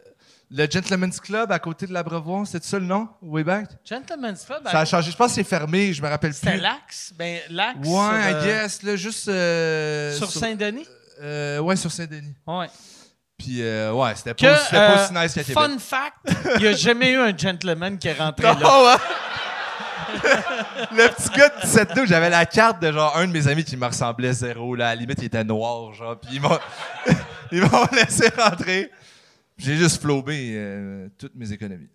E: le Gentleman's Club à côté de l'Abreuvoir, c'est ça le nom? Wayback?
D: Gentleman's Club,
E: Ça a changé. Je pense que c'est fermé, je me rappelle
D: Ben, c'était
E: plus.
D: l'axe. Ben, l'axe.
E: Ouais,
D: sur,
E: I
D: euh,
E: guess, là, juste. euh,
D: Sur Saint-Denis?
E: euh, ouais, sur Saint-Denis.
D: Ouais.
E: Puis, euh, ouais, c'était pas,
D: Que,
E: aussi- c'était pas
D: euh,
E: aussi nice qu'à Québec.
D: Fun fact, il n'y a jamais eu un gentleman qui est rentré là.
E: *laughs* Non, hein? le petit gars de 17 août, j'avais la carte de genre un de mes amis qui me ressemblait zéro. Là. À la limite, il était noir, genre. Puis ils m'ont, *laughs* ils m'ont laissé rentrer. J'ai juste flobé euh, toutes mes économies.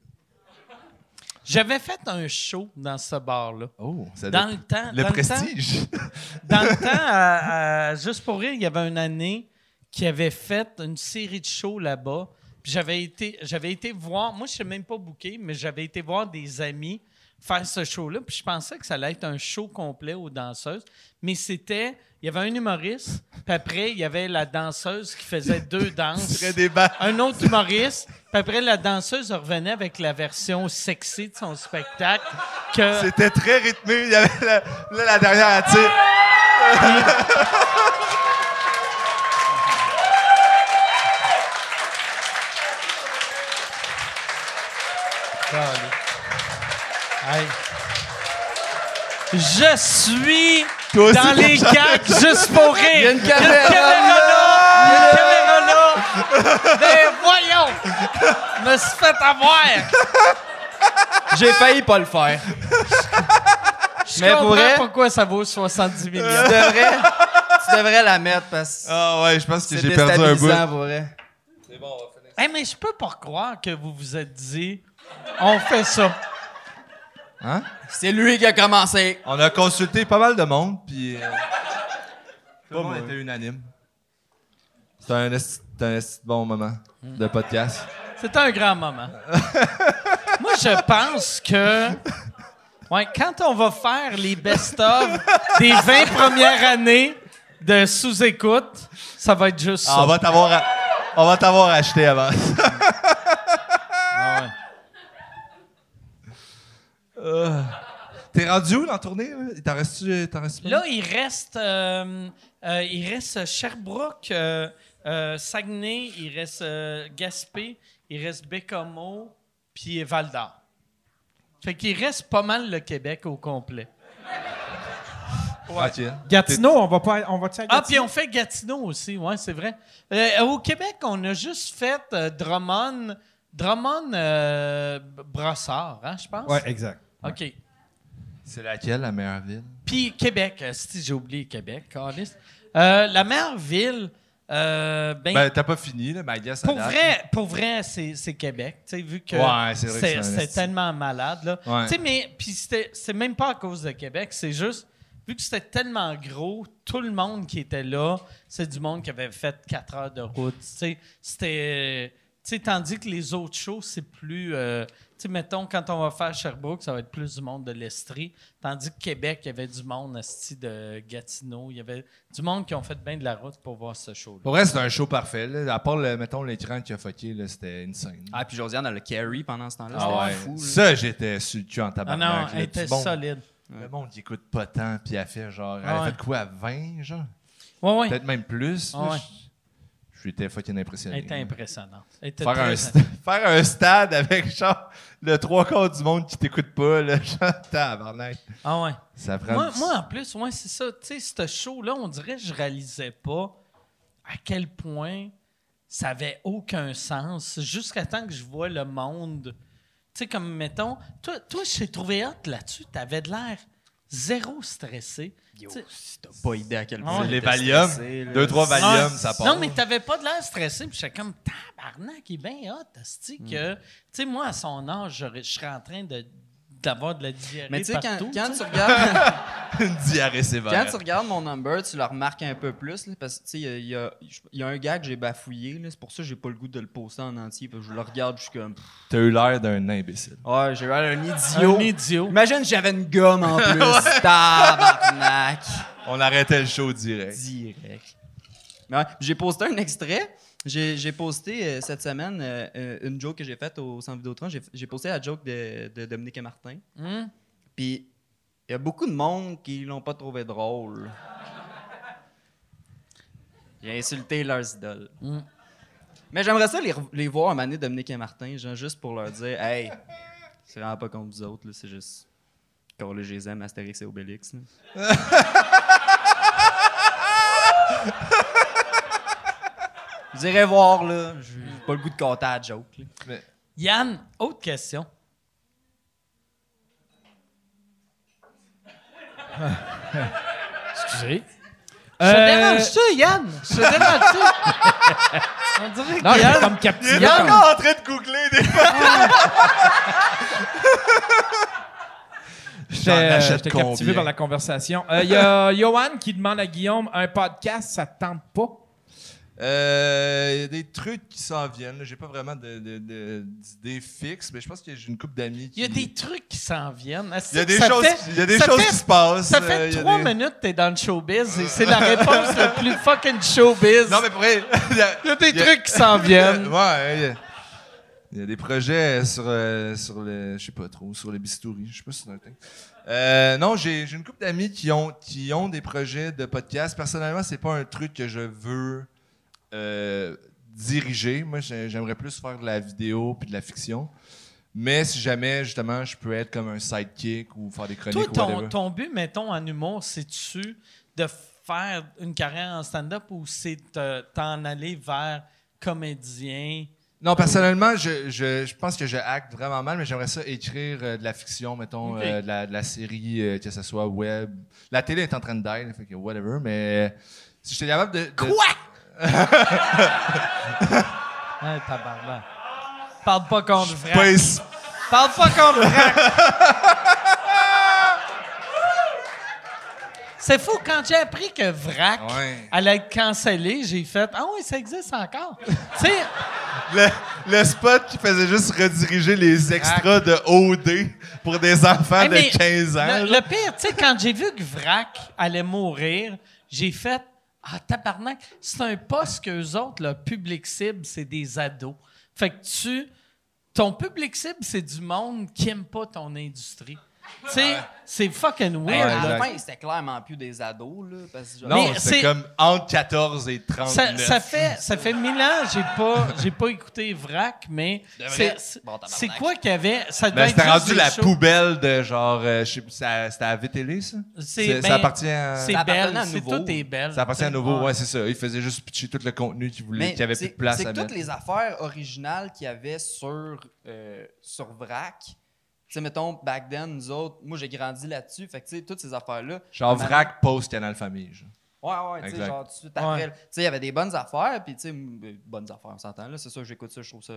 D: J'avais fait un show dans ce bar-là.
E: Oh, ça
D: Dans
E: doit-
D: le temps.
E: le
D: dans Le temps,
E: prestige. *laughs*
D: dans le temps, à- à- juste pour rire, il y avait une année qui avait fait une série de shows là-bas. Puis j'avais été, j'avais été voir, moi je sais même pas booké, mais j'avais été voir des amis faire ce show-là. Puis je pensais que ça allait être un show complet aux danseuses. Mais c'était, il y avait un humoriste, puis après il y avait la danseuse qui faisait deux
E: Tu
D: danses.
E: serais des ba-
D: un autre humoriste. Puis après, la danseuse revenait avec la version sexy de son spectacle. Que
E: C'était très rythmé. Il y avait la, là, la dernière attire.
D: je suis
E: Toi aussi,
D: dans les
E: Jean-
D: gags juste pour rire. Il y a une
E: caméra
D: là! Il y a une
F: Ah!
D: caméra là! Mais voyons! Je me suis fait avoir!
F: J'ai failli pas le faire.
D: Je
F: Mais pour
D: comprends
F: vrai-
D: pourquoi ça vaut 70
F: *laughs* tu,
D: millions.
F: devrais, tu devrais la mettre parce que
E: Ah ouais, je pense que
F: c'est
E: j'ai perdu un bout.
F: déstabilisant pour vrai.
D: Hey, Eh, mais je peux pas croire que vous vous êtes dit on fait ça.
F: C'est lui qui a commencé.
E: On a consulté pas mal de monde, puis. euh, tout le monde était unanime. C'était un, esti- c'était un esti de bon moment de podcast.
D: C'était un grand moment. Moi, je pense que. Ouais, quand on va faire les best-of des 20 premières années de sous-écoute, ça va être juste
E: Ah,
D: ça.
E: on va t'avoir, a- on va t'avoir acheté *laughs* avant.
D: Ah ouais.
E: T'es rendu où dans la tournée? là? T'en restes-tu? T'en restes
C: Mm.
D: Là, il reste, euh, euh, il reste Sherbrooke, euh, euh, Saguenay, il reste euh, Gaspé, il reste Bécomo, puis Val d'Or. Fait qu'il reste pas mal le Québec au complet.
E: Tranquille.
C: Gatineau, on va pas, on va
D: Ah, puis on fait Gatineau aussi, ouais, c'est vrai. Euh, au Québec, on a juste fait euh, Drummond, Drummond euh, Brossard, hein, je pense.
C: Ouais, exact.
D: OK.
E: C'est laquelle la meilleure ville?
D: Puis Québec, euh, si j'ai oublié Québec, câlisse. Euh, la meilleure ville, euh, ben,
E: Ben, t'as pas fini, là, ma guess. à
D: pour,
E: date.
D: vrai, pour vrai, c'est c'est Québec, tu sais, vu que
E: Ouais, c'est vrai que c'est un
D: c'était
E: esti.
D: tellement malade, là.
E: Ouais.
D: Tu sais, mais puis c'était- c'est même pas à cause de Québec, c'est juste, vu que c'était tellement gros, tout le monde qui était là, c'est du monde qui avait fait 4 heures de route, tu sais, c'était... Tu sais, tandis que les autres shows, c'est plus... euh, tu sais, mettons, quand on va faire Sherbrooke, ça va être plus du monde de l'Estrie, tandis que Québec, il y avait du monde, esti, de Gatineau, il y avait du monde qui ont fait bien de la route pour voir ce show-là.
E: Pour vrai, c'est un show parfait. là. À part, le, mettons, l'écran qui a fucké, là, c'était insane.
F: Ah, puis Josiane, elle a carry pendant ce temps-là.
D: Ah
F: c'était
D: ouais.
F: fou. là.
E: Ça, j'étais sur le cul en
D: Ah
E: tabac.
D: non, elle était solide. Ah
E: Le monde qui écoute pas tant, puis elle fait genre. Elle
D: Ouais.
E: a fait quoi à 20, genre
D: Ouais, ouais.
E: Peut-être même plus. là,
D: Ouais.
E: je- J'étais fucking impressionné.
D: Elle était impressionnante. Elle était
E: euh, Faire
D: très-
E: un, sta- *laughs* faire un stade avec genre le trois quarts du monde qui t'écoute pas, là, *laughs* genre, tabarnak.
D: Ah ouais.
E: Ça prend.
D: Moi,
E: du-
D: moi, en plus, ouais, c'est ça. Tu sais, ce show-là, on dirait que je réalisais pas à quel point ça avait aucun sens jusqu'à temps que je vois le monde. Tu sais, comme, mettons, toi, toi je t'ai trouvé hot là-dessus. T'avais de l'air zéro stressé.
F: Yo,
D: Tu sais-
F: si t'as pas idée à quel point.
E: C'est les
F: j'étais
E: Valium.
F: stressé, là.
E: Deux, trois Valium,
D: Ouais.
E: ça part.
D: Ah, Non, mais t'avais pas de l'air stressé. Puis j'étais comme, tabarnak, il est bien hot, esti,
E: Hmm.
D: que... Tu sais, moi, à son âge, j'aurais- je serais en train de d'avoir de la diarrhée
F: Mais tu sais, quand,
D: partout,
F: quand
D: tu sais.
F: tu regardes.
E: *laughs* Une diarrhée
F: Quand
E: sévère.
F: tu regardes mon number, tu le remarques un peu plus, là, parce que tu sais, il y a- il y a, il y a un gars que j'ai bafouillé, là, c'est pour ça que j'ai pas le goût de le poster en entier, parce que je le regarde, je suis comme, pff,
E: T'as eu l'air d'un imbécile.
F: ouais, j'ai l'air d'un idiot.
D: Un idiot.
F: Imagine, j'avais une gomme en plus, tabarnak,
E: On arrêtait le show direct.
F: direct. Ouais, puis j'ai posté un extrait, j'ai j'ai posté euh, cette semaine euh, euh, une joke que j'ai faite au Centre Vidéotron, j'ai j'ai posté la joke de, de Dominique et Martin,
D: Hmm?
F: puis il y a beaucoup de monde qui l'ont pas trouvé drôle. J'ai insulté leurs idoles.
D: Mm.
F: Mais j'aimerais ça les, re- les voir un moment donné, Dominique et Martin, genre juste pour leur dire Hey, c'est vraiment pas contre vous autres, là, c'est juste. Quand je les aime, Astérix et Obélix. là. Vous irez voir, là. J'ai pas le goût de compter à la joke. là.
D: Yann, autre question. Excusez. Je
C: Euh,
D: dérange-tu, Yann? Je dérange-tu?
E: *laughs*
D: On dirait que
C: Non, j'ai
D: Yann...
C: comme
E: Il
C: captivé.
E: est encore en train de googler des fois.
D: *laughs*
E: J'en
D: euh,
C: J'étais
E: achète
C: j'étais
E: combien?
C: captivé par la conversation. Euh, Il y a *laughs* Johan qui demande à Guillaume un podcast, ça te tente pas?
E: Euh, Il y a des trucs qui s'en viennent. là. J'ai pas vraiment de- de- de- d'idées fixes, mais je pense que j'ai une couple d'amis qui.
D: Il y a des trucs qui s'en viennent. Est-ce
E: Il y a
D: que
E: des
D: ça
E: choses,
D: fait-
E: il y a des
D: ça
E: choses
D: fait-
E: qui se passent.
D: Ça
E: euh, il y
D: fait
E: a
D: trois
E: des-
D: minutes que t'es dans le showbiz et
E: *laughs*
D: c'est la réponse la plus fucking showbiz.
E: Non, mais pour vrai, *laughs* il y a-
D: Il y a des
E: *laughs* il y a-
D: trucs qui s'en viennent.
E: Ouais, il y a- il y, a des projets sur, euh, sur le. Je sais pas trop, sur le bistouri. Je sais pas si c'est un thème. Euh, non, j'ai j'ai une couple d'amis qui ont, qui ont des projets de podcast. Personnellement, c'est pas un truc que je veux euh, diriger. Moi, j'ai- j'aimerais plus faire de la vidéo puis de la fiction. Mais si jamais, justement, je peux être comme un sidekick ou faire des
D: Toi,
E: chroniques ou
D: ton,
E: whatever.
D: ton but, mettons, en humour, c'est-tu de faire une carrière en stand-up ou c'est de t'en aller vers comédien?
E: Non, personnellement, je, je, je pense que je acte vraiment mal, mais j'aimerais ça écrire euh, de la fiction, mettons,
D: Ok.
E: euh, de, la, de la série, euh, que ce soit web. La télé est en train de die, fait que whatever, mais si j'étais capable de. de-
D: Ouais, Ah, tabarnak. Parle pas contre vrai.
E: Pas ici.
D: Parle pas contre vrai. C'est fou, quand j'ai appris que Vrac
E: Ouais.
D: allait être cancellé, j'ai fait Ah oui, ça existe encore. tu sais,
E: Le, le spot qui faisait juste rediriger les extras de OD pour des enfants
D: Hey, Eh, mais
E: Ah, de 15 ans.
D: Le,
E: là.
D: le pire, tu sais, quand j'ai vu que Vrac allait mourir, j'ai fait Ah, tabarnak, c'est un poste qu'eux autres, le public cible, c'est des ados. Fait que tu. Ton public cible, c'est du monde qui aime pas ton industrie. Tu sais, c'est fucking weird.
E: Ouais,
F: à
D: là.
F: la
E: exact.
F: fin, c'était clairement plus des ados. Là, parce que, genre,
E: Non,
D: mais
E: c'est
D: c'est-
E: comme entre 14 et 39.
D: Ça, ça fait, ça fait mille ans que j'ai pas, j'ai pas écouté Vrac, mais
F: De vrai?
D: c'est- c'est
F: Bon, tabarnak.
D: c'est quoi qu'il y avait? Ça devait
E: Ben,
D: être
E: c'était
D: juste
E: rendu
D: des
E: la
D: shows.
E: poubelle de genre. euh, je sais pas, ça- c'était à VTL, ça?
D: C'est-
E: C'est-
D: ben,
E: ça appartient à.
D: C'est
F: Ça appartenait
D: belle,
F: à
D: c'est
F: Nouveau.
D: tout est belle.
E: Ça appartient à nouveau,
D: Ouais.
E: ouais, c'est ça. Il faisait juste pitcher tout le contenu qu'il voulait, qu'il n'y avait
F: c'est-
E: plus de place
F: C'est
E: à
F: que toutes
E: mettre.
F: les affaires originales qu'il y avait sur, euh, sur Vrac, tu sais, mettons, back then, nous autres, moi j'ai grandi là-dessus, fait que tu sais, toutes ces affaires-là.
E: Genre
F: ma-
E: vrac post-canal famille. genre.
F: Ouais, ouais, tu sais,
E: Exact.
F: genre tout de suite après. Tu sais, il y avait des bonnes affaires, puis tu sais, m- euh, bonnes affaires, on s'entend, là, c'est sûr, j'écoute ça, je trouve ça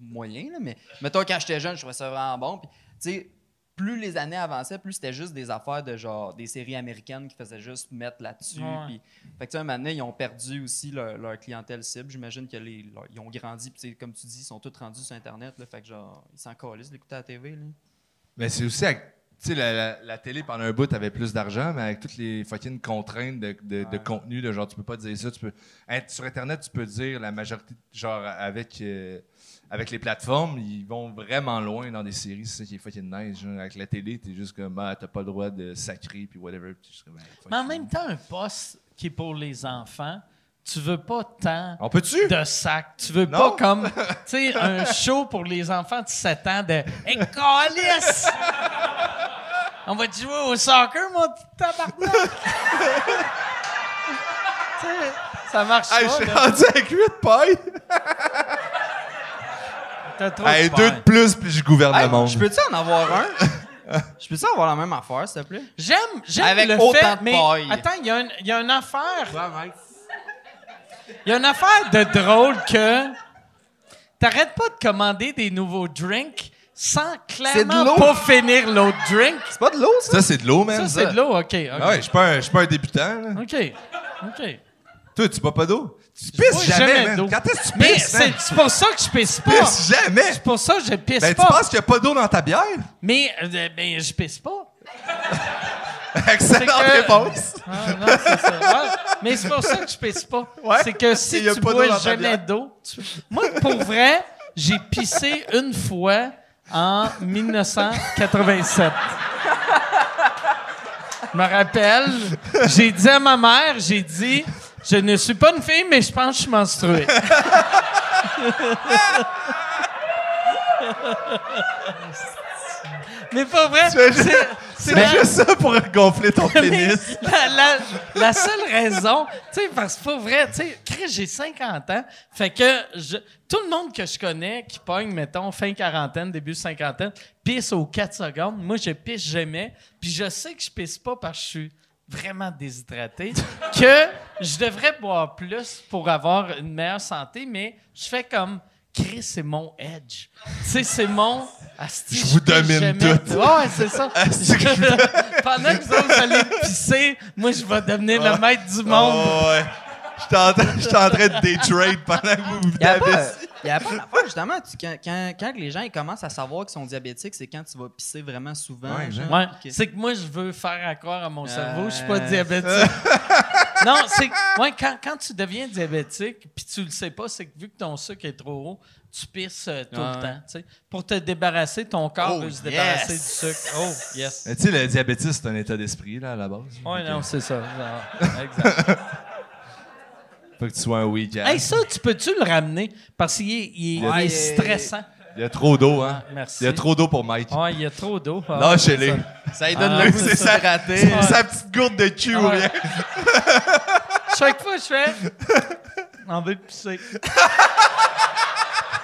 F: moyen, là, mais mettons, quand j'étais jeune, je trouvais ça vraiment bon, puis tu sais, plus les années avançaient, plus c'était juste des affaires de genre des séries américaines qui faisaient juste mettre là-dessus.
D: Ouais.
F: puis- Fait que tu sais, un moment donné, ils ont perdu aussi leur, leur clientèle cible. J'imagine que les, leur- ils ont grandi, puis tu sais, comme tu dis, ils sont tous rendus sur Internet, là, fait que genre, ils s'en calissent d'écouter à la TV, là.
E: Mais c'est aussi. avec- Tu sais, la, la- la télé pendant un bout, avait plus d'argent, mais avec toutes les fucking contraintes de, de- de contenu, de genre, tu peux pas dire ça. Tu peux, Hein, sur Internet, tu peux dire la majorité. Genre, avec, euh, avec les plateformes, ils vont vraiment loin dans des séries. C'est ça qui est fucking nice. genre. avec la télé, t'es juste comme, ah, t'as pas le droit de sacrer, puis whatever. puis t'es juste comme, Ah, fuck
D: Mais en
E: you.
D: même temps, un poste qui est pour les enfants, tu veux pas tant
E: On peut-tu?
D: de sac. Tu veux
E: Ah Non.
D: pas
E: *laughs*
D: comme, tu sais, un show pour les enfants de 7 ans de « Hey, câlisse! On va te jouer au soccer, mon petit tabarnak!
E: *laughs*
D: Tu sais, ça marche
E: Hey, je
D: pas,
E: suis
D: là.
E: rendu avec 8 pailles!
D: T'as trop
E: Hey,
D: de
E: deux de
D: peur.
E: plus, puis je gouverne
F: Hey,
E: le monde.
F: Ben, je peux-tu en avoir un?
E: *laughs*
F: Je peux-tu avoir la même affaire, s'il te plaît?
D: J'aime, j'aime
F: Avec
D: le
F: autant
D: fait,
F: de
D: mais
F: paille.
D: attends, il y, a une- il y a une affaire... Il y a une affaire de drôle que t'arrêtes pas de commander des nouveaux drinks sans
F: de
D: clairement
F: l'eau.
D: pas finir l'autre drink.
F: C'est pas de l'eau, ça?
E: Ça, c'est de l'eau, man.
D: Ça, c'est de l'eau, OK. OK.
E: Ah ouais, je suis pas, un- je suis pas un débutant. là.
D: OK. OK.
E: Toi, tu bois pas d'eau? Tu
D: bois
E: pisses jamais,
D: jamais d'eau.
E: man. Quand est-ce que tu
D: Mais
E: pisses, man?
D: c'est c'est pour ça que je pisse
E: Tu
D: pas.
E: pisses jamais!
D: C'est pour ça que je pisse
E: Ben, tu
D: pas.
E: penses qu'il n'y a pas d'eau dans ta bière?
D: Mais, euh, ben, je pisse pas.
E: Excellente
D: *laughs* C'est que-
E: réponse!
D: Ah, non, c'est ça. Ouais. Mais c'est pour ça que je pisse pas.
E: Ouais.
D: C'est que si
E: Il y a
D: tu
E: pas d'eau dans
D: bois
E: ta
D: jamais
E: bière.
D: d'eau, tu- moi pour vrai, j'ai pissé une fois en 1987. Je me rappelle, j'ai dit à ma mère, j'ai dit, je ne suis pas une fille, mais je pense que je suis menstruée. mais pas vrai.
E: Tu fais juste-
D: c'est-
E: C'est
D: la-
E: juste ça pour gonfler ton
D: mais
E: pénis.
D: *laughs* La, la- la seule raison, tu sais, parce que pour vrai, tu sais, Chris, j'ai 50 ans, fait que je- tout le monde que je connais qui pogne, mettons, fin quarantaine, début cinquantaine, pisse aux 4 secondes. Moi, je pisse jamais, puis je sais que je pisse pas parce que je suis vraiment déshydraté, *laughs* que je devrais boire plus pour avoir une meilleure santé, mais je fais comme... Chris, c'est mon edge. Tu sais, c'est mon... Asti,
E: Je vous
D: pisse
E: domine
D: jamais.
E: toutes.
D: Ouais, c'est ça.
E: Asti Ah, que
D: Pendant que vous autres allez pisser, moi, je vais devenir
E: Ah.
D: le maître du monde.
E: Oh, ouais. J'étais en train- j'étais en train de détrade pendant que vous vous
F: *laughs* Il y a pas,
E: tapez.
F: y a pas d'affaire, justement. Tu- quand, quand- quand les gens ils commencent à savoir qu'ils sont diabétiques, c'est quand tu vas pisser vraiment souvent.
E: Ouais,
F: genre,
D: Ouais,
F: puis que-
D: c'est que moi, je veux faire à croire à mon cerveau, je suis pas
E: *laughs*
F: Euh.
D: diabétique. non, c'est que ouais, quand, quand tu deviens diabétique, puis tu le sais pas, c'est que vu que ton sucre est trop haut, tu pisses euh, tout
F: Ouais.
D: le temps. tu sais. Pour te débarrasser, ton corps
E: Oh,
D: veut se
E: yes!
D: débarrasser du sucre. Oh, yes.
E: Mais Tu sais, le diabétisme, c'est un état d'esprit, là, à la base.
D: Ouais,
E: Fait
D: non,
E: que-
D: c'est ça. Non, exact.
E: Faut que tu sois un week-end.
D: hey, ça, tu peux-tu le ramener? Parce qu'il est, il est-
E: Ouais,
D: il est
E: il est-
D: stressant.
E: Il y a trop d'eau, hein?
D: Ah, merci.
E: Il y a trop d'eau pour Mike.
D: Ouais, il y a trop d'eau. Ah,
E: Lâchez-les.
F: Ça lui
D: Ah,
F: donne le goût de
E: c'est ça.
F: s'hydrater.
E: C'est sa petite gourde de cul ou
D: Ah, ouais.
E: rien.
D: Chaque fois, je fais. *laughs* On veut pisser. *laughs*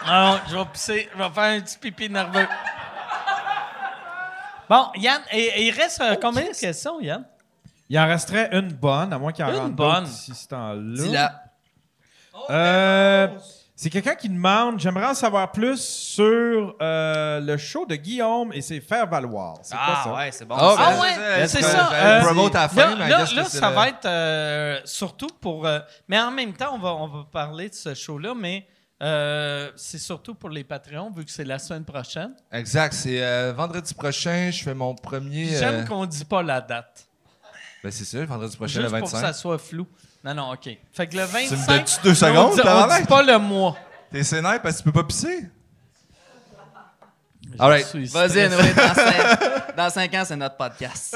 D: Non, je vais pisser. Je vais faire un petit pipi nerveux. Bon, Yann, et- et il reste euh, combien de questions, Yann?
C: Il en resterait une bonne, à moins qu'il y en
D: Une
C: rentre
D: bonne.
C: d'autres d'ici ce temps-là.
F: Dis-la.
C: Euh, c'est quelqu'un qui demande J'aimerais en savoir plus sur euh, le show de Guillaume et ses faire valoir. C'est quoi ça
F: ouais, c'est bon.
E: Ah,
D: Ah
E: ben,
D: ouais, c'est
E: c'est
D: ça.
E: ça.
D: euh,
E: Promote à la fin,
D: là,
E: mais I
D: là-
E: guess que
D: là,
E: c'est
D: ça
E: le-
D: va être euh, surtout pour. euh, mais en même temps, on va, on va parler de ce show-là, mais euh, c'est surtout pour les Patreons, vu que c'est la semaine prochaine.
E: Exact. C'est euh, vendredi prochain, je fais mon premier.
D: J'aime
E: euh,
D: qu'on ne dit pas la date.
E: Ben, c'est sûr, vendredi prochain,
D: Juste
E: le
D: pour que ça
E: 25.
D: soit flou. Non, non, OK. Fait que le
E: Tu me
D: 25,
E: donnes-tu deux
D: on
E: secondes,
D: dit, on dit
E: tabarnak?
D: pas le mois.
E: T'es sénère parce que tu peux pas pisser?
D: Je
E: All right.
D: suis
F: Vas-y,
D: stressé.
F: Noé, dans *laughs* cinq- dans 5 ans, c'est notre *laughs* podcast.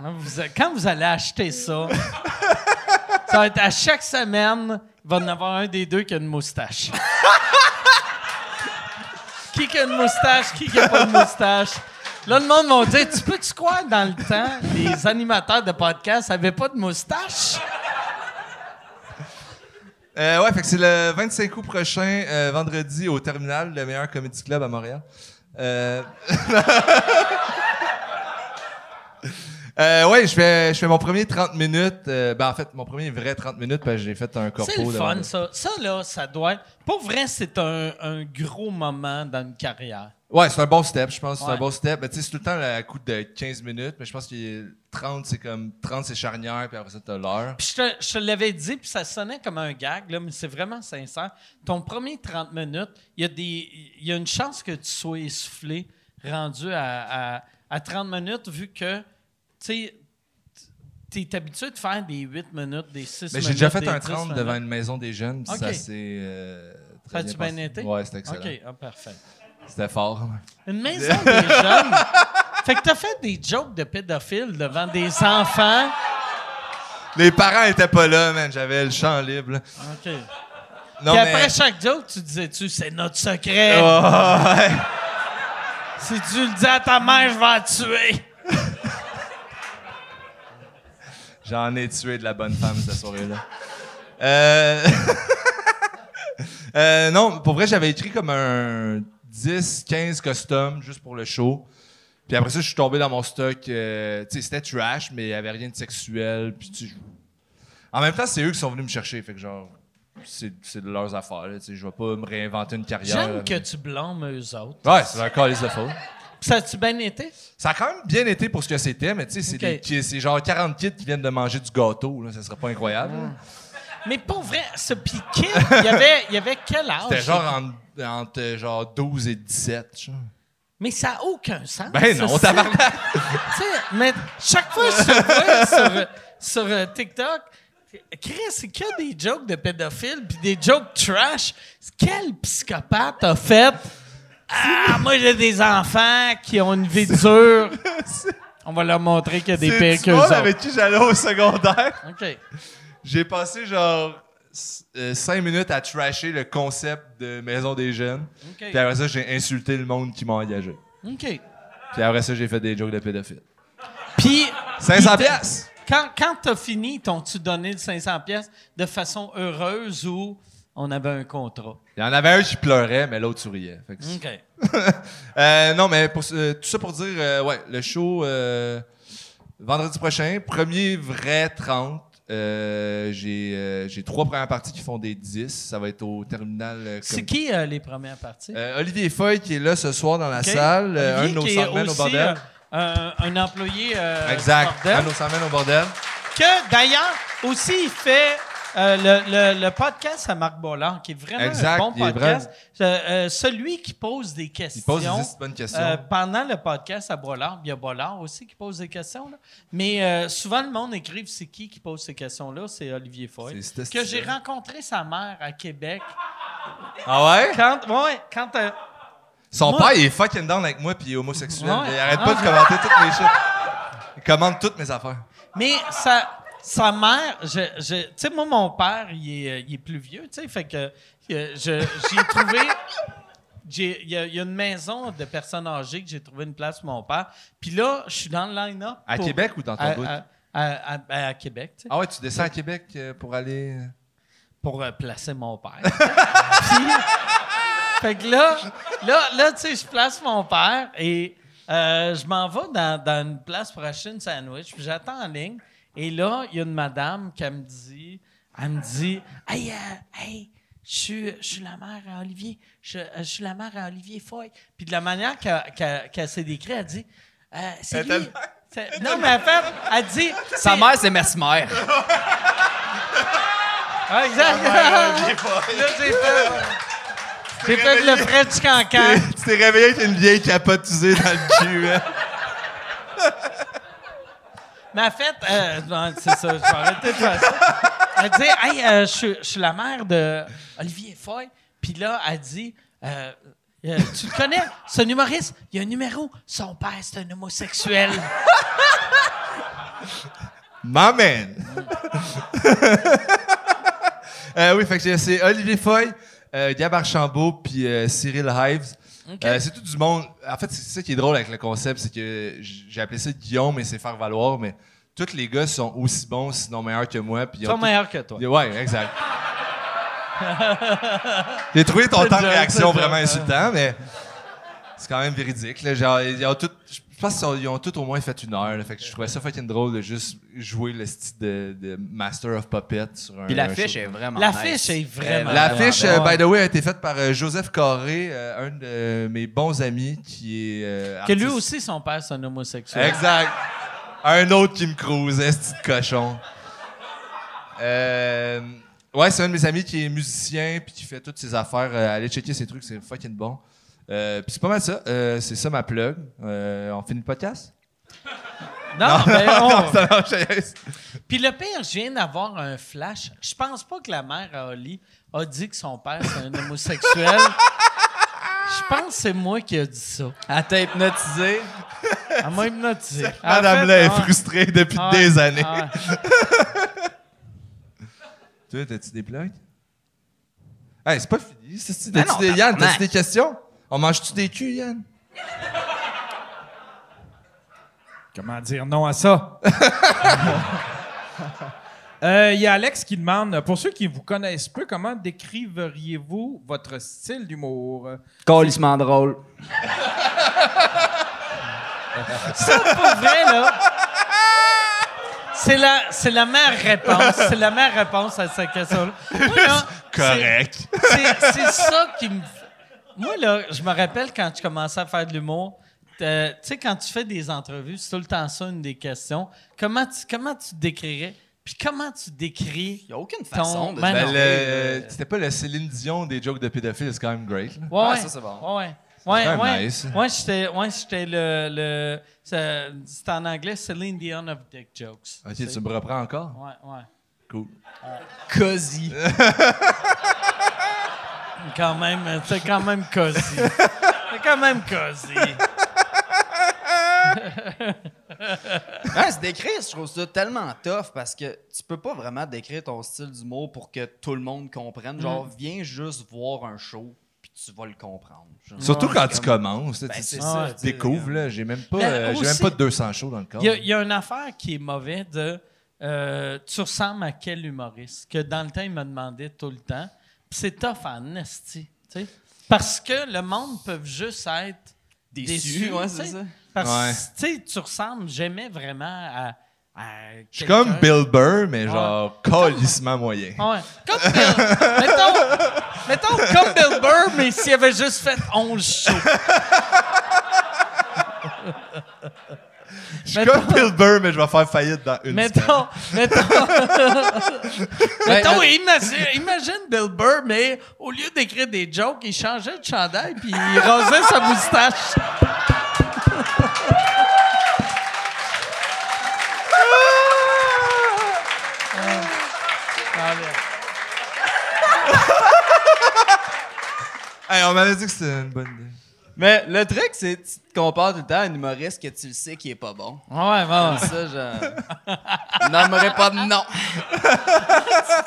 D: Quand vous, quand vous allez acheter ça, *laughs* ça va être à chaque semaine, il va y en avoir un des deux qui a une moustache. *laughs* qui qui a une moustache, qui qui a pas de moustache. Là, le monde va dire, tu peux-tu croire dans le temps, les animateurs de podcast n'avaient pas de moustache?
E: Euh, ouais, fait que c'est le 25 août prochain, euh, vendredi, au Terminal, le meilleur comedy club à Montréal. Euh... *laughs* Euh, ouais, je fais, je fais mon premier 30 minutes. euh, ben, en fait, mon premier vrai 30 minutes, parce que j'ai fait un corpo.
D: C'est le
E: devant-
D: fun, ça. Ça, là, ça doit être... Pour vrai, c'est un, un gros moment dans une carrière.
E: Ouais, c'est un bon step, je pense. C'est
D: Ouais.
E: un bon step. Ben, tu sais, c'est tout le temps à coup de 15 minutes, mais je pense que 30, c'est comme 30, c'est charnière, puis après ça, t'as l'heure.
D: Puis je te, je te l'avais dit, puis ça sonnait comme un gag, là, mais c'est vraiment sincère. Ton premier 30 minutes, il y, a des- il y a une chance que tu sois essoufflé rendu à, à- à 30 minutes, vu que, tu sais, tu es habitué de faire des 8 minutes, des 6
E: Mais
D: minutes.
E: Ben, j'ai déjà fait
D: des
E: un
D: 10
E: 30
D: minutes.
E: devant une maison des jeunes, puis
D: Ok.
E: ça s'est. euh,
D: Ça
E: très
D: a-tu bien
E: passé.
D: été?
E: Ouais, c'était excellent.
D: OK, ah, parfait.
E: C'était fort.
D: Une maison des
E: *laughs*
D: jeunes. Fait que t'as fait des jokes de pédophiles devant des enfants.
E: Les parents étaient pas là, man. J'avais le champ libre. là.
D: OK. puis
E: Non, mais-
D: après chaque joke, tu disais-tu, c'est notre secret.
E: Oh, ouais.
D: Si tu le dis à ta mère, je vais la tuer.
E: J'en ai tué de la bonne femme cette soirée-là. Euh, *laughs* euh, non, pour vrai, j'avais écrit comme un 10, 15 costumes juste pour le show. Puis après ça, je suis tombé dans mon stock. euh, tu sais, c'était trash, mais il n'y avait rien de sexuel. Puis tu- En même temps, c'est eux qui sont venus me chercher. Fait que genre, c'est c'est de leurs affaires. là, tu sais, Je vais pas me réinventer une carrière.
D: J'aime
E: là,
D: que
E: mais-
D: tu blâmes eux autres.
E: Ouais, c'est leur calice de faute.
D: Ça a-tu bien été?
E: Ça a quand même bien été pour ce que c'était, mais tu sais, c'est
D: Ok.
E: des kids- c'est genre 40 kids qui viennent de manger du gâteau. Là, ça serait pas incroyable. là.
D: Ah. Mais pour vrai, ce piquet, il y avait, il y avait quel âge?
E: C'était genre entre, entre, euh, genre 12 et 17. genre.
D: Mais ça n'a aucun sens.
E: Ben non,
D: ça,
E: tabarnak!
D: *laughs* Tu sais, mais chaque fois que je te vois sur, euh, sur euh, TikTok, Chris, c'est que des jokes de pédophiles puis des jokes trash. Quel psychopathe a fait? Ah, moi, j'ai des enfants qui ont une vie dure.
E: *laughs*
D: On va leur montrer qu'il y a des
E: C'est
D: pires
E: du
D: qu'eux
E: monde
D: autres.
E: avec qui j'allais au secondaire. *laughs*
D: OK.
E: J'ai passé genre 5 minutes à trasher le concept de maison des jeunes.
D: OK.
E: Puis après ça, j'ai insulté le monde qui m'a engagé.
D: OK.
E: Puis après ça, j'ai fait des jokes de pédophile.
D: Puis...
E: 500
D: puis t'as-
E: piastres!
D: Quand, quand t'as fini, t'ont-tu donné le 500 pièces de façon heureuse ou on avait un contrat?
E: Il y en avait un qui pleurait, mais l'autre souriait. Fait que c'est-
D: OK.
E: Euh, non, mais pour, ce- euh, tout ça pour dire, euh, ouais, le show euh, vendredi prochain, premier vrai 30. Euh, j'ai euh, j'ai trois premières parties qui font des 10. Ça va être au terminal. euh,
D: C'est
E: Com-
D: qui euh, les premières parties?
E: Euh, Olivier Feuille qui est là ce soir dans la
D: OK.
E: salle, euh,
D: Olivier,
E: un de nos
D: qui est
E: sandmen au
D: aussi,
E: bordel.
D: euh, un- un employé euh,
E: exact,
D: du bordel.
E: un de nos sandmen au bordel.
D: Que d'ailleurs, aussi, il fait euh, le, le- le podcast à Marc Bollard, qui est vraiment
E: Exact,
D: un bon
E: il est
D: podcast. Euh, euh, celui qui pose des questions.
E: Il pose des 10 bonnes questions.
D: Euh, pendant le podcast à Bollard, il y a Bollard aussi qui pose des questions. là. Mais euh, souvent, le monde écrive c'est qui qui pose ces questions-là C'est Olivier Foy.
E: C'est ce
D: Que j'ai
E: style-là.
D: rencontré sa mère à Québec.
E: ah ouais?
D: Quand. Ouais, quand. euh,
E: Son
D: Moi-
E: père, il est fucking down avec moi puis il est homosexuel.
D: Ouais. Ah.
E: Il arrête pas de commenter toutes mes choses. Il commente toutes mes affaires.
D: Mais sa, sa mère, je, je- tu sais, moi, mon père, il est, euh, il est plus vieux, tu sais, fait que euh, je-
E: *laughs*
D: j'ai trouvé. j'ai- Il y, a il y a une maison de personnes âgées que j'ai trouvé une place pour mon père. Puis là, je suis dans le line-up.
E: À
D: pour-
E: Québec ou dans ton
D: à,
E: bout?
D: à- à- à- à Québec, tu sais,
E: Ah ouais, tu descends à Québec euh, pour aller.
D: pour euh, placer mon père. *laughs* Puis, fait que là, là, là tu sais, je place mon père et euh, je m'en vais dans, dans une place pour acheter une sandwich. Puis j'attends en ligne. Et là, il y a une madame qui elle me dit, elle me dit, hey, euh, hey, je suis- je suis la mère à Olivier. Je, euh, je suis la mère à Olivier Foy. Puis de la manière qu'elle qu'elle- qu'elle s'est décrite, elle dit, Euh, c'est lui. C'est- Non, mais en fait, elle dit,
F: Sa
D: c'est-
F: mère, c'est Mesmer.
D: Ah, exact.
E: *laughs*
D: Là, *laughs* j'ai fait. J'ai fait le French cancan.
E: tu t'es réveillé avec une vieille capote usée dans le cul. hein?
D: Mais en fait, euh, non, c'est ça, je vais arrêter de faire ça. Elle dit Hey, euh, je suis- je suis la mère de Olivier Foy. Puis là, elle dit Euh, euh, Tu le connais, c'est un humoriste. Il y a un numéro. Son père, c'est un homosexuel.
E: My man! *laughs* Euh, oui, fait que c'est Olivier Foy, euh, Gab Archambault, puis euh, Cyril Hives. Euh, c'est tout du monde. En fait, c'est ça qui est drôle avec le concept, c'est que j- j'ai appelé ça Guillaume et c'est faire valoir, mais tous les gars sont aussi bons, sinon meilleurs que moi. Puis ils
D: Ils
E: ont
D: sont
E: tous-
D: meilleurs que toi.
E: Yeah, Ouais, exact. J'ai trouvé ton
D: C'est
E: temps de
D: dur,
E: réaction
D: c'est dur,
E: vraiment
D: hein.
E: insultant, mais c'est quand même véridique. Là. Genre, ils ont tout- je pense qu'ils ont- ils ont tous au moins fait une heure. là. Fait que je trouvais ça fucking drôle de juste jouer le style de, de Master of Puppet sur un.
F: Puis l'affiche
E: un show.
F: est vraiment
D: L'affiche
F: nice.
D: est vraiment.
E: L'affiche,
D: vraiment
E: euh,
D: belle.
E: by the way, a été faite par euh, Joseph Carré, euh, un de mes bons amis qui est. euh,
D: Que lui
E: artiste.
D: aussi, son père, c'est un homosexuel.
E: Exact. Un autre qui me crouse, esti de cochon. Euh, ouais, c'est un de mes amis qui est musicien puis qui fait toutes ses affaires. Euh, allez checker ses trucs, c'est fucking bon. Euh, puis c'est pas mal ça. Euh, c'est ça ma plug. Euh, on finit le podcast?
D: Non,
E: *laughs*
D: mais Ah, ben, on-
E: Non, ça marche, yes.
D: Puis le pire, je viens d'avoir un flash. Je pense pas que la mère à Oli a dit que son père c'est
E: *laughs*
D: un homosexuel. Je pense que c'est moi qui ai dit ça.
F: Elle t'a hypnotisé.
D: Elle m'a hypnotisé.
E: Madame
D: En fait,
E: là est
D: ah,
E: frustrée depuis
D: ah,
E: des années.
D: ah.
E: Toi, t'as-tu des plugs? Hey, c'est pas fini. c'est-tu
D: Ben
F: Mais
E: t'as-tu
F: non,
E: des- Yann,
F: tabarnak.
E: t'as-tu des questions? On mange-tu des culs, Yann?
C: Comment dire non à ça? *laughs* Euh, Il y a Alex qui demande, pour ceux qui vous connaissent peu, comment décriveriez-vous votre style d'humour?
F: Colissement drôle.
D: Ça, pour vrai, là. C'est la, c'est la meilleure réponse. C'est la meilleure réponse à cette question-là. Moi, là,
E: Correct.
D: c'est- C'est c'est ça qui me. Moi, là, je me rappelle quand je commençais à faire de l'humour. euh, tu sais, quand tu fais des entrevues, c'est tout le temps ça une des questions. Comment tu, comment tu te décrirais? Puis comment tu décris.
F: Il n'y a aucune
D: Ton-
F: façon de
D: Ben
E: Ben,
D: non.
E: le-
F: Euh,
E: C'était pas le Céline Dion des jokes de pédophiles, c'est quand même great. là.
D: Ouais,
F: Ah,
D: ouais.
F: ça, c'est bon.
D: Ouais, ouais. Ouais,
E: quand même
D: ouais.
E: nice.
D: Ouais, j'étais ouais, j'étais le. le c'est c'est en anglais, Céline Dion of Dick Jokes.
E: Ok,
D: Tu sais.
E: tu me reprends encore?
D: Ouais, ouais.
E: Cool.
F: Cosy.
D: Quand même, c'est quand même cosy. C'est quand même cosy.
F: Ben, se décrire, je trouve ça tellement tough parce que tu peux pas vraiment décrire ton style d'humour pour que tout le monde comprenne. Genre, viens juste voir un show, puis tu vas le comprendre. Genre.
E: Surtout quand tu
F: comme-
E: commences, là,
F: Ben,
E: tu,
F: c'est
E: tu
F: ça.
D: ouais,
F: tu sais,
E: découvres,
F: comme-
E: là, j'ai même pas,
D: Mais
E: euh, j'ai même
D: Ben, aussi-
E: pas 200 shows dans le corps.
D: Il y, a- il y a une affaire qui est mauvaise de euh, tu ressembles à quel humoriste que dans le temps, il me demandait tout le temps. Puis c'est tough en esti, tu sais. Parce que le monde peut juste être
F: euh, Déçu,
D: déçu.
F: ouais,
D: tu sais.
F: c'est ça.
D: Parce que tu sais, tu ressembles jamais vraiment à. à
E: Je suis comme Bill Burr, mais
D: Ouais.
E: genre colissement moyen.
D: Ouais. Comme Bill. mettons, mettons comme Bill Burr, mais s'il avait juste fait 11 shows.
E: Je suis comme Bill Burr, mais je vais faire faillite dans une semaine.
D: Mettons, mettons,
F: euh,
D: mettons imagine, imagine Bill Burr, mais au lieu d'écrire des jokes, il changeait de chandail puis il rasait sa *laughs* moustache. Ah, merde.
E: Hey, on m'avait dit que c'était une bonne idée.
F: Mais le truc, c'est que tu te compares tout le temps à un humoriste que tu le sais qui est pas bon.
D: Ouais, bon.
F: Ça, je. Nommerai pas de nom.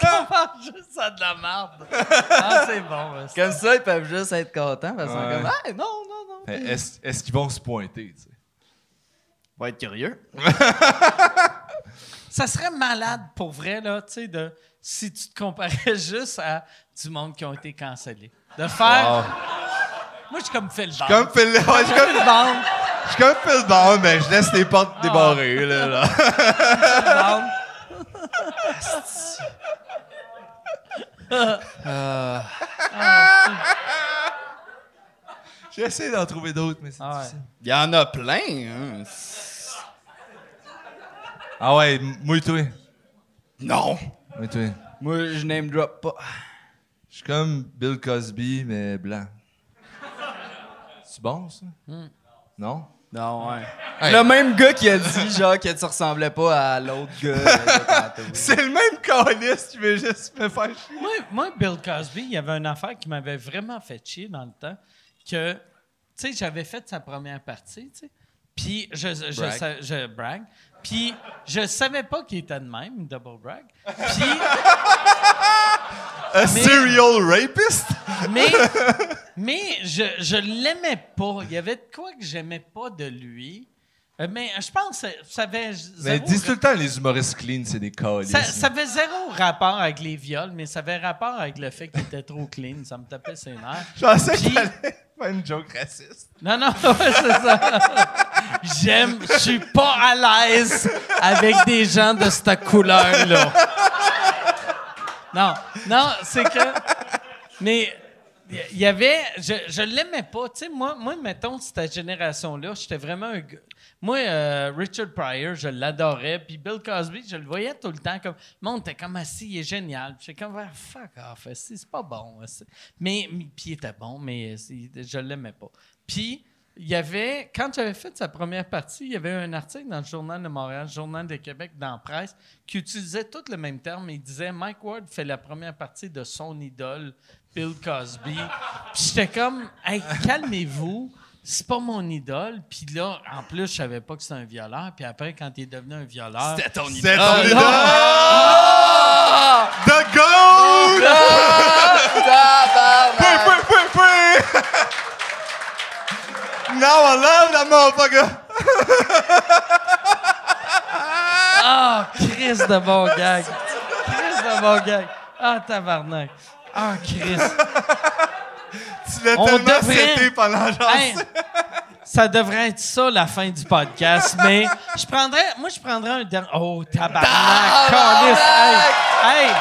D: On mange juste à de la merde. Ah, c'est bon. ouais.
F: Comme ça, ils peuvent juste être contents parce qu'ils sont
E: Ouais.
F: comme, Ah, hey, non, non, non.
E: Mais Ben, Est-ce est-ce qu'ils vont se pointer? tu sais?
F: Va être curieux.
D: Ça serait malade pour vrai, là, tu sais, de si tu te comparais *laughs* juste à du monde qui ont été cancellés. De faire. Moi, je suis comme Phil Bond.
E: Comme Phil, ouais, je, suis comme,
D: Phil Ah. Bond,
E: je suis comme Phil Burr, mais je laisse les portes débarrées. Là, là.
D: Phil Bond.
E: J'essaie d'en trouver d'autres, mais c'est
D: Ah ouais.
E: difficile.
F: Il y en a plein. hein.
E: Ah ouais, m- mouille-toi.
F: Non.
E: Mouille-toi.
F: Moi, je name drop pas.
E: Je suis comme Bill Cosby, mais blanc. C'est bon, ça?
D: Hmm.
E: Non?
F: Non, ouais.
E: Hey.
F: Le même gars qui a dit, genre, que tu ressemblais pas à l'autre gars. euh, de tantôt.
E: *laughs* C'est le même calice, tu veux juste me faire chier.
D: Moi, moi, Bill Cosby, il y avait une affaire qui m'avait vraiment fait chier dans le temps. Que, tu sais, j'avais fait sa première partie, tu sais. Puis, je, je, je,
E: Brag.
D: sa- je brag. Puis, je savais pas qu'il était de même, double brag. Puis.
E: *laughs* A serial rapist?
D: Mais, mais je, je l'aimais pas. Il y avait de quoi que j'aimais pas de lui. Euh, mais je pense que ça avait zéro,
E: Mais dis tout le temps, les humoristes clean, c'est des calices.
D: ça, ça avait zéro rapport avec les viols, mais ça avait rapport avec le fait qu'il était trop clean. Ça me tapait ses nerfs.
E: Je pensais
D: Puis-
E: qu'il allait faire une joke raciste.
D: Non, *laughs* non, ouais, c'est ça. J'aime, je suis pas à l'aise avec des gens de cette couleur-là. Non, non, c'est que. Mais il y avait. Je, je l'aimais pas. Tu sais, moi, moi, mettons, cette génération-là, j'étais vraiment un gars. Moi, euh, Richard Pryor, je l'adorais. Puis Bill Cosby, je le voyais tout le temps comme. Mon, t'es comme assis, il est génial. Puis j'étais comme, Ah, fuck off, esti, c'est pas bon. esti. Mais, mais- puis il était bon, mais euh, c'est- je l'aimais pas. Puis. Il y avait, quand j'avais fait sa première partie, il y avait un article dans le Journal de Montréal, le Journal de Québec, dans la presse, qui utilisait tout le même terme. Il disait Mike Ward fait la première partie de son idole, Bill Cosby. Puis j'étais comme, hey, calmez-vous, c'est pas mon idole. Puis là, en plus, je savais pas que c'était un violeur. Puis après, quand il est devenu un violeur.
F: C'était ton
E: C'est
F: idée.
E: ton idole! The goat!
D: Ah!
E: Pui, pui, pui, pui! Now I love that motherfucker!
D: Ah, Chris de bon gag! Chris de bon gag! Ah, tabarnak! Ah, Chris!
E: Tu l'as
D: On
E: tellement
D: devrait-
E: traité pendant genre...
D: Hey, Ça devrait être ça la fin du podcast, mais je prendrais, moi je prendrais un dernier. Oh tabarnak, câlisse, hey, hey,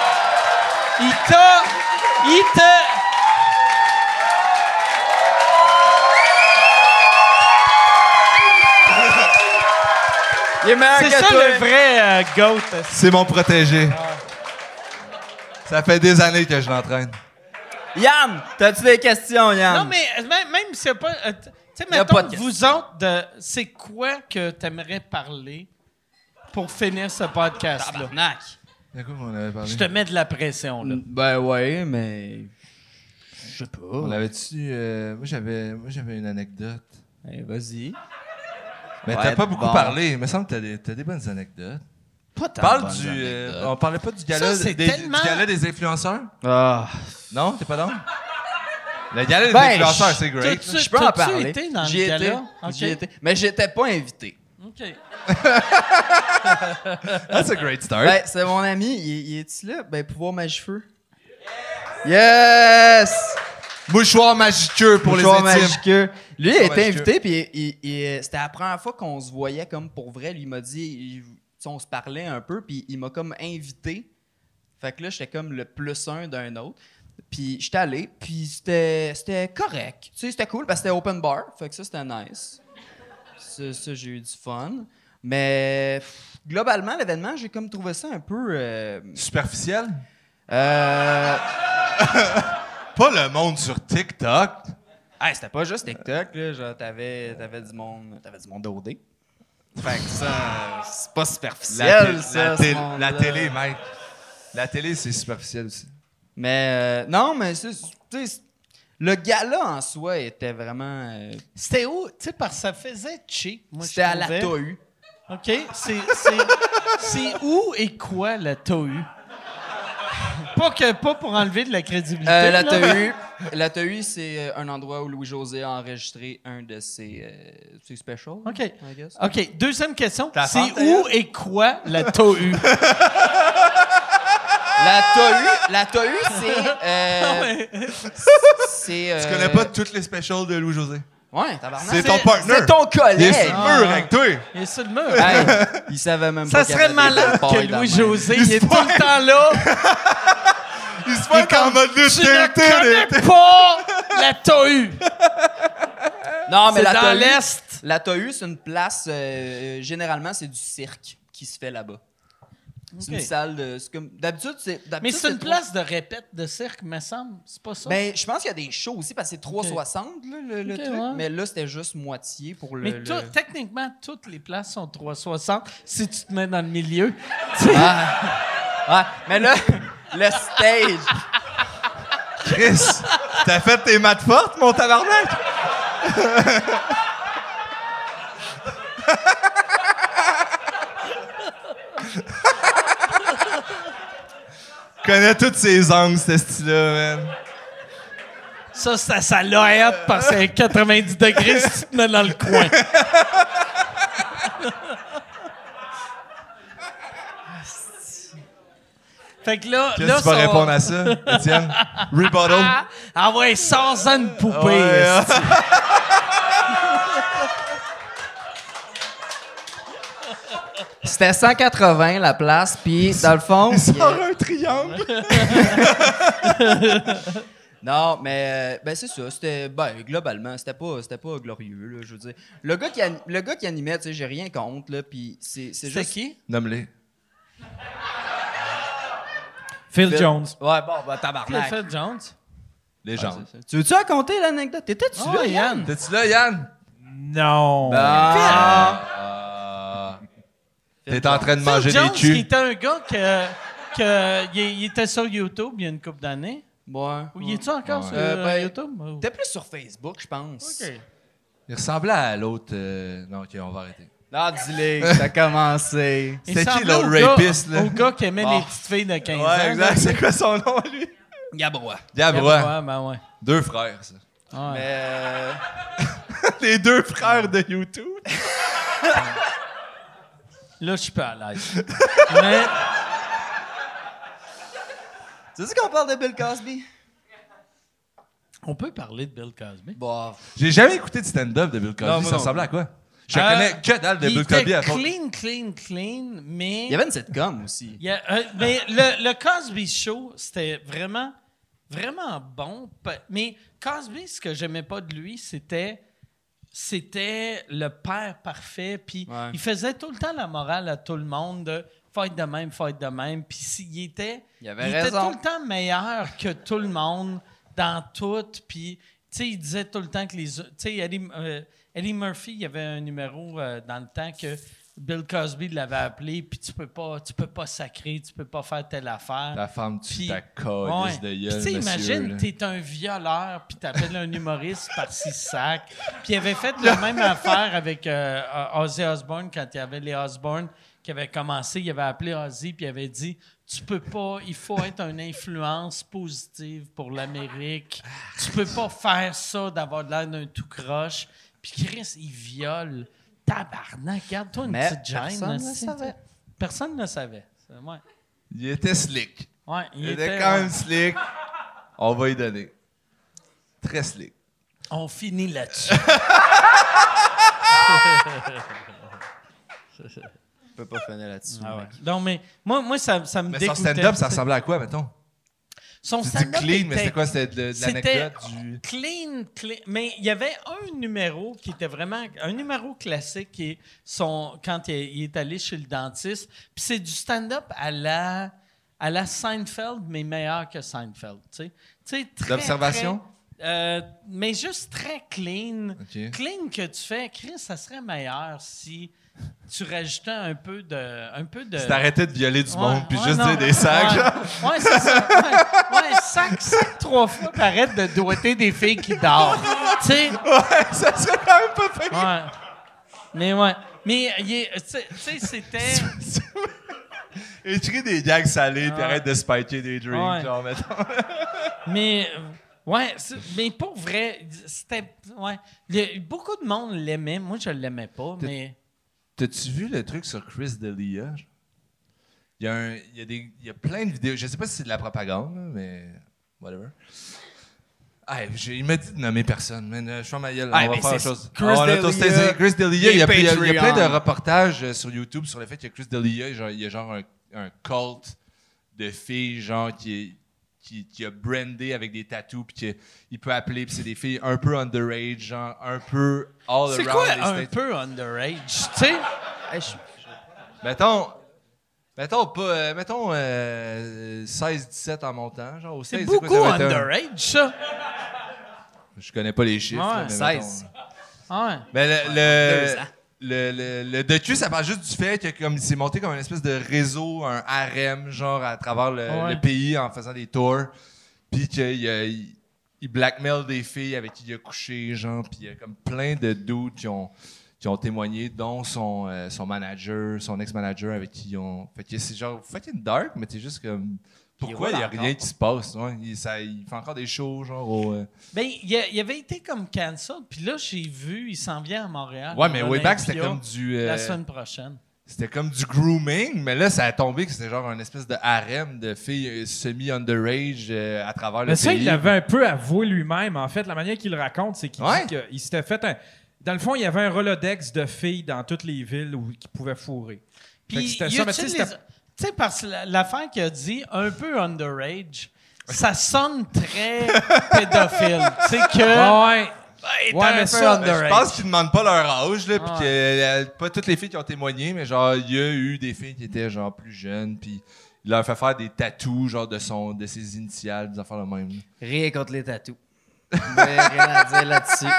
D: il t'a, il t'a.
F: Il est meilleur
D: C'est
F: que
D: ça
F: toi.
D: le vrai euh, goat.
E: C'est mon protégé. Ça fait des années que je l'entraîne.
F: Yann, t'as-tu des questions, Yann?
D: Non mais euh, même, même s'il y a pas, euh, t- tu sais
F: Il y a pas
D: mettons
F: de question.
D: vous autres, de- c'est quoi que t'aimerais parler pour finir ce podcast là?
F: Tabarnak.
E: De quoi on avait parlé?
D: Je te mets de la pression là.
F: Ben ouais, mais. Je sais
E: On
F: pas.
E: avait-tu... euh, moi, j'avais, moi, j'avais une anecdote.
F: Eh, vas-y.
E: Mais
F: Ouais,
E: t'as pas beaucoup
F: bon.
E: parlé. Il me semble que t'as des, t'as des bonnes anecdotes.
F: Pas
E: Parle du, euh, on parlait pas du gala,
D: Ça, c'est
E: des,
D: tellement-
E: du gala des influenceurs?
F: Ah.
E: Non? T'es pas dans? Le gala des
F: Ben,
E: influenceurs,
F: je-
E: c'est great.
D: T'as-tu-
F: Je peux en
D: t'as-tu
F: parler.
D: été dans le
F: J'y étais.
D: gala?
F: J'y
D: Ok.
F: étais. Mais j'étais pas invité.
D: Ok.
E: That's a great start.
F: Ben, c'est mon ami. Il, il est-tu là? Ben, pouvoir mes cheveux. Yes!
E: Mouchoir magiqueux pour
F: Bonsoir,
E: les intimes.
F: Magiqueux. Lui, il
E: Bonsoir,
F: était
E: Magiqueux.
F: invité, puis il- il- il- c'était la première fois qu'on se voyait comme pour vrai. Lui, il m'a dit, il- tu sais, on se parlait un peu, puis il m'a comme invité. Fait que là, j'étais comme le plus un d'un autre. Puis j'étais allé, puis c'était c'était correct. Tu sais, c'était cool parce que c'était open bar. Fait que ça, c'était nice. Ça, ça, j'ai eu du fun. Mais pff, globalement, l'événement, j'ai comme trouvé ça un peu. euh,
E: Superficiel?
F: euh,
E: Pas le monde sur TikTok.
F: Ah, c'était pas
E: Euh,
F: juste TikTok, là. Genre, t'avais, t'avais du monde. T'avais du monde OD. Fait que ça, c'est pas
E: La,
F: superficiel,
E: té-
F: ça.
E: la
F: ce
E: té-
F: monde-là.
E: la télé, mec. La télé, c'est superficiel aussi.
F: Mais euh, non, mais c'est. tu sais, c'est- Le gala en soi était vraiment. euh,
D: C'était où? Tu sais, parce que ça faisait cheap. Moi, je
F: c'était à la
D: trouvais.
F: TOU.
D: OK. C'est, c'est, c'est où et quoi la TOU? Pas, que, pas pour enlever de la crédibilité.
F: Euh,
D: là.
F: la TOU. la TOU, c'est euh, un endroit où Louis-José a enregistré un de ses, euh, ses specials.
D: OK.
F: I guess. Ah!
D: OK. Deuxième question.
E: Ta
D: C'est
E: femme,
D: où et quoi la TOU?
F: Euh,
D: *laughs*
F: La TOU, la TOU, c'est.
D: *laughs* Ah
F: euh, c'est.
E: Tu
F: euh,
E: connais pas toutes les specials de Louis-José.
F: Ouais, tabarnak.
E: C'est ton partner.
F: C'est ton collègue.
E: Il est sur le mur avec toi.
D: Il est sur le mur.
F: Hey, il savait même
D: Ça
F: pas qu'il y
D: serait
F: avait des
D: malade
F: boys
D: que
F: dans le
D: Louis-José
E: même.
D: il est tout le temps là.
E: Il se fait en mode lutte.
D: Je ne connais pas la TOU.
F: même. Non, Ah, mais
D: C'est
F: la
D: dans
F: Tohu-
D: l'Est.
F: La Tohu, c'est une place, euh, euh, généralement, c'est du cirque qui se fait là-bas. C'est
D: Ok.
F: une salle de. c'est comme- D'habitude, c'est. d'habitude,
D: Mais c'est une
F: trois-
D: place de répète de cirque, me semble. C'est pas ça?
F: Ben, je pense qu'il y a des shows aussi parce que c'est 360, là, le, le
D: Ok,
F: truc.
D: ouais.
F: Mais là, c'était juste moitié pour le.
D: Mais
F: le-
D: tout- techniquement, toutes les places sont 360 si tu te mets dans le milieu.
F: Ah. Ah, Mais là, *laughs* le stage.
E: Chris, t'as fait tes maths fortes, mon tabarnak? Connais tous ses angles, ce style-là, man.
D: Ça, ça, ça loète parce que c'est 90 degrés si tu te mets dans le coin. *laughs* fait que là,
E: Qu'est-ce
D: là
E: que tu vas répondre à ça, Étienne? Rebuttal?
D: Ah ouais, sans en une poupée.
E: Ouais, hein.
D: esti.
F: C'était 180 la place, puis dans le fond.
E: Il
F: il y a-
E: sort un triangle.
F: Non, mais euh, ben c'est ça. C'était ben, globalement, c'était pas, c'était pas glorieux. là, je veux dire, le gars qui, ani- le gars qui animait, tu sais, j'ai rien contre là. Puis c'est, c'est
D: C'est
F: juste.
D: qui?
E: Nomme-les.
C: Phil Jones.
F: Ouais, bon, ben tabarnak.
D: Clifford Jones.
E: Les gens.
F: Ouais, c'est ça. Tu veux-tu raconter l'anecdote? T'étais-tu
D: Oh,
F: là,
D: Yann?
F: Yann?
E: T'es-tu là, Yann?
C: Non.
F: Ben, Ah,
E: Ah. T'es en train de manger
D: Phil Jones,
E: des
D: qui
E: culs.
D: était un gars que, que il, il était sur YouTube il y a une couple d'années.
F: ouais.
D: Ou il est-tu encore
E: Ouais.
D: sur
F: Euh, ben,
D: YouTube? Ou-
F: T'es plus sur Facebook, je pense.
D: Ok.
E: Il ressemblait à l'autre... euh, Non, OK, on va arrêter.
F: Ah, dis-le, que ça
D: *laughs*
F: a commencé.
D: Il
E: C'était qui,
D: ressemblait
E: l'autre
D: au gars-
E: rapiste, là?
D: Au gars qui aimait
F: Ah.
D: les petites filles de 15 ans.
E: Ouais, exact. C'est quoi son nom, lui?
F: Gabrois.
E: Gabrois.
D: Ouais, ben ouais.
E: Deux frères, ça.
D: Ouais.
F: Mais, euh,
E: *laughs* Les deux frères de YouTube.
D: Là, je suis pas à l'aise.
F: *laughs*
D: Mais
F: Tu sais qu'on parle de Bill Cosby?
D: On peut parler de Bill Cosby.
F: Bah,
E: J'ai jamais écouté de stand-up de Bill Cosby.
C: Non, moi
E: ça
C: non.
E: ressemblait à quoi? Je
D: Euh,
E: connais que dalle de
D: il
E: Bill Cosby
D: était
E: à fond.
D: clean, clean, clean, mais...
F: Il y avait une sitcom aussi.
D: Il y a, euh, mais le, le Cosby Show, c'était vraiment, vraiment bon. pa- Mais Cosby, ce que j'aimais pas de lui, c'était c'était le père parfait. Puis
F: Ouais.
D: il faisait tout le temps la morale à tout le monde de fight de même, fight de même. Puis s'il était,
F: Il avait
D: il était
F: raison.
D: tout le temps meilleur que tout le monde dans tout. Puis tu sais, il disait tout le temps que les. Tu sais, Eddie, euh, Eddie Murphy, il y avait un numéro euh, dans le temps que Bill Cosby l'avait appelé, puis tu peux pas, tu peux pas sacrer, tu peux pas faire telle affaire.
E: La femme, tu
D: Puis-
E: ta
D: Ouais.
E: calisse de
D: Puis
E: gueule,
D: tu sais,
E: monsieur,
D: imagine,
E: là.
D: t'es un violeur, puis t'appelles un humoriste par six sacs. Puis il avait fait la même affaire avec euh, euh, Ozzy Osbourne quand il y avait les Osbourne qui avaient commencé. Il avait appelé Ozzy, puis il avait dit Tu peux pas, il faut être une influence positive pour l'Amérique. Tu peux pas faire ça d'avoir de l'air d'un tout croche. Puis Chris, il viole. Tabarnak, garde-toi une
F: Mais
D: petite gêne.
F: personne ne
D: aussi,
F: savait.
D: t'sais. Personne ne le savait. Ouais.
E: Il était slick.
D: Ouais,
E: Il, était, quand même slick. On va y donner. Très slick.
D: On finit là-dessus.
F: Je peux pas finir là-dessus. mec.
D: Non, mais moi, moi ça, ça me
E: Ah Mais son
D: dégoûtait.
E: stand-up, ça ressemblait à quoi, mettons?
D: Son
E: Tu dis
D: stand-up
E: clean, mais
D: était
E: c'était quoi? C'était de, de
D: C'était-
E: l'anecdote du...
D: Clean, clean. Mais il y avait un numéro qui était vraiment... Un numéro classique qui est son, quand il est, il est allé chez le dentiste. Puis c'est du stand-up à la, à la Seinfeld, mais meilleur que Seinfeld. tu sais. Tu sais, très,
E: D'observation?
D: très, euh, mais juste très clean.
E: Ok.
D: Clean que tu fais, Chris, ça serait meilleur si tu rajoutais un peu de... Un peu de
E: C'est arrêter de violer du
D: Ouais,
E: monde puis
D: ouais,
E: juste
D: non.
E: dire des sacs.
D: Ouais,
E: genre. *laughs*
D: Ouais, c'est ça. Ouais, ouais, sac, sac trois fois, puis arrête de doiter des filles qui dorment. tu sais,
E: Ouais, ça serait quand même pas fait.
D: ouais. Mais ouais. Mais, il est- tu sais- tu sais, c'était.
E: Écris des gags salés puis
D: Ah.
E: arrête de spiker des drinks,
D: Ouais.
E: genre, mettons.
D: Mais, euh, ouais, c'est- mais pour vrai, c'était. Ouais. Le- beaucoup de monde l'aimait. Moi, je l'aimais pas,
E: T'es-
D: mais.
E: T'as-tu vu le truc sur Chris D'Elia? Il y, a un- il y a des, il y a plein de vidéos. Je sais pas si c'est de la propagande, là, mais whatever. Ah, j'ai- il m'a dit de nommer personne, mais je suis en ma gueule, on
F: Ah,
E: va
F: mais
E: faire autre
F: c'est
E: chose.
F: Chris
E: Ah, on a
F: D'Elia,
E: toasté- c'est Chris D'Elia, il y, a,
F: les
E: il y a- il y a plein
F: Patreons.
E: de reportages euh, sur YouTube sur le fait que Chris D'Elia, genre, il y a genre un, un cult de filles, genre, qui, est- qui, qui a brandé avec des tattoos, puis que- il peut appeler, puis c'est des filles un peu underage, genre, un peu all
D: C'est
E: around.
D: quoi
E: les
D: un
E: States.
D: peu underage? Tu sais?
F: Hey, je-
E: Mettons. Mettons, pas, euh, mettons euh, 16-17 en montant, genre au 16.
D: C'est
E: quoi,
D: beaucoup
E: ça va être un-
D: underage, ça.
E: Je connais pas les chiffres.
D: Ouais,
E: là, mais
F: 16.
E: mettons-
D: Ouais.
E: Mais le,
F: Deux ans.
E: le, le, le, le docu, ça parle juste du fait que comme il s'est monté comme une espèce de réseau, un harem, genre à travers le,
D: Ouais.
E: le pays en faisant des tours. Puis qu'il euh, il, il blackmail des filles avec qui il a couché, genre. Puis il y a comme plein de dudes qui ont, qui ont témoigné, dont son, euh, son manager, son ex-manager avec qui ils ont. Fait que c'est genre fucking dark, mais c'est juste comme. Pourquoi il
F: roule
E: n'y a
F: encore.
E: rien qui se passe? ouais. Il, ça- il fait encore des shows, genre. au, euh,
D: Ben, il, a- il avait été comme cancel, puis là, j'ai vu, il s'en vient à Montréal.
E: Ouais, mais
D: à
E: Wayback, c'était
D: l'Olympia
E: comme du. euh,
D: La semaine prochaine.
E: C'était comme du grooming, mais là, ça a tombé que c'était genre une espèce de harem de filles euh, semi-underage euh, à travers le
C: Mais ça,
E: pays.
C: il l'avait un peu avoué lui-même. En fait, la manière qu'il le raconte, c'est qu'il
E: Ouais.
C: dit qu'il s'était fait un. Dans le fond, il y avait un Rolodex de filles dans toutes les villes où il pouvait fourrer. Fait que
D: Puis,
C: c'était
D: il
C: ça, mais tu sais,
D: utilise-
C: c'était-
D: tu sais, parce que la- l'affaire qu'il a dit, un peu underage, ça sonne
C: *laughs*
D: très pédophile. Tu sais que.
C: Ah Ouais.
D: Hey,
C: ouais,
D: t'es un
C: mais
D: peu
C: ça,
E: Euh, Je
D: underage.
E: pense qu'ils demandent pas leur âge, là, puis
D: Ouais.
E: que euh, pas toutes les filles qui ont témoigné, mais genre, il y a eu des filles qui étaient genre plus jeunes, puis il leur fait faire des tatous, genre de, son, de ses initiales, des affaires le même.
F: Rien contre les tatous. Mais rien à dire là-dessus.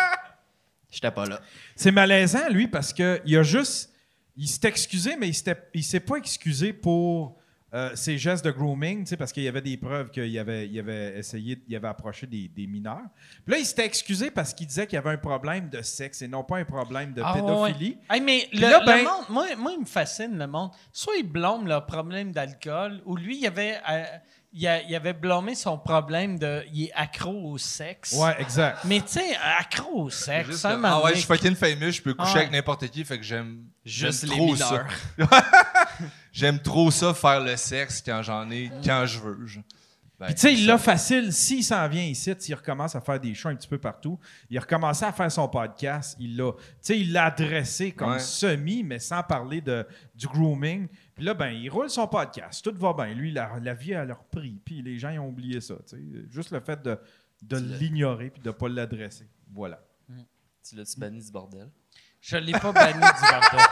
F: J'étais pas là.
C: C'est malaisant, lui, parce que il a juste. Il s'est excusé, mais il s'était- il s'est pas excusé pour euh, ses gestes de grooming, tu sais, parce qu'il y avait des preuves qu'il avait, il avait essayé, il avait approché des, des mineurs. Puis là, il s'était excusé parce qu'il disait qu'il y avait un problème de sexe et non pas un problème de
D: Ah, ouais,
C: pédophilie.
D: ouais. Hey, mais le,
C: là,
D: le
C: ben-
D: monde, moi, moi, il me fascine le monde. Soit il blâme leur problème d'alcool, ou lui, il avait, euh, il, a- il avait blâmé son problème de. Il est accro au sexe.
C: Ouais, exact.
D: Mais tu sais, accro au sexe,
E: Juste
D: ça
E: comme,
D: un
E: ah
D: moment
E: ouais, je
D: donné,
E: suis fucking fameux, je peux coucher
D: Ouais.
E: avec n'importe qui, fait que j'aime
F: Juste
E: j'aime
F: les
E: trop
F: mineurs.
E: ça. *laughs* J'aime trop ça, faire le sexe quand j'en ai, quand je veux. genre. Ben,
C: Puis tu sais,
E: c'est
C: il l'a
E: ça.
C: facile. S'il s'en vient ici, s'il recommence à faire des shows un petit peu partout, il a recommencé à faire son podcast, il l'a, tu sais, il l'a adressé comme
E: Ouais.
C: semi, mais sans parler de, du grooming. Puis là, ben, il roule son podcast, tout va bien. Lui, la, la vie, elle a repris, puis les gens, ils ont oublié ça, tu sais. Juste le fait de, de l'ignorer puis de ne pas l'adresser. Voilà.
F: Tu l'as-tu banni du bordel?
D: Je l'ai pas banni du bordel.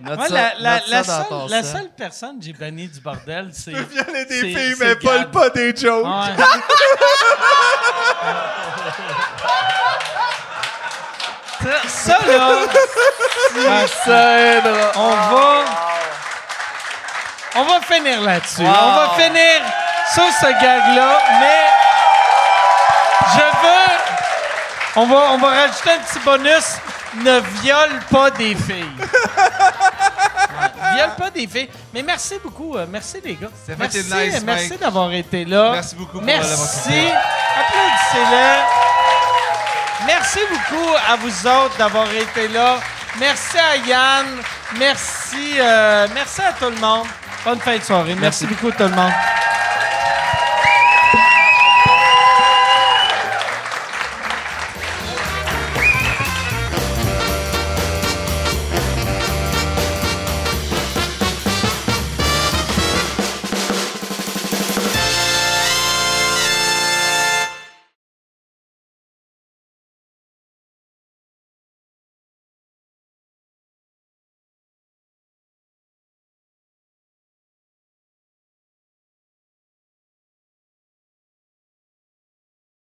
F: Note
D: Moi,
F: ça-
D: la, la-
F: note
D: la
F: ça dans
D: seule,
F: ton
D: la
F: sang.
D: seule personne que j'ai bannie du bordel, c'est.
E: Il violait des
D: c'est-
E: filles,
D: c'est
E: mais pas
D: Gab.
E: le pas des jokes.
D: Ouais. ça, ça, là, on
F: Ah.
D: va. On va finir là-dessus. On va finir sur ce gag-là, mais je veux. On va, on va rajouter un petit bonus. Ne viole pas des
E: *laughs*
D: filles. Ouais, viole pas des filles. Mais merci beaucoup. euh, merci, les gars.
E: Ça fait
D: merci,
E: été nice,
D: merci
E: Mike.
D: d'avoir été là.
E: Merci beaucoup pour l'avoir
D: Merci.
E: écouté.
D: Applaudissez-le. Merci beaucoup à vous autres d'avoir été là. Merci à Yann. Merci, euh, merci à tout le monde. Bonne fin de soirée. Merci beaucoup, tout le monde.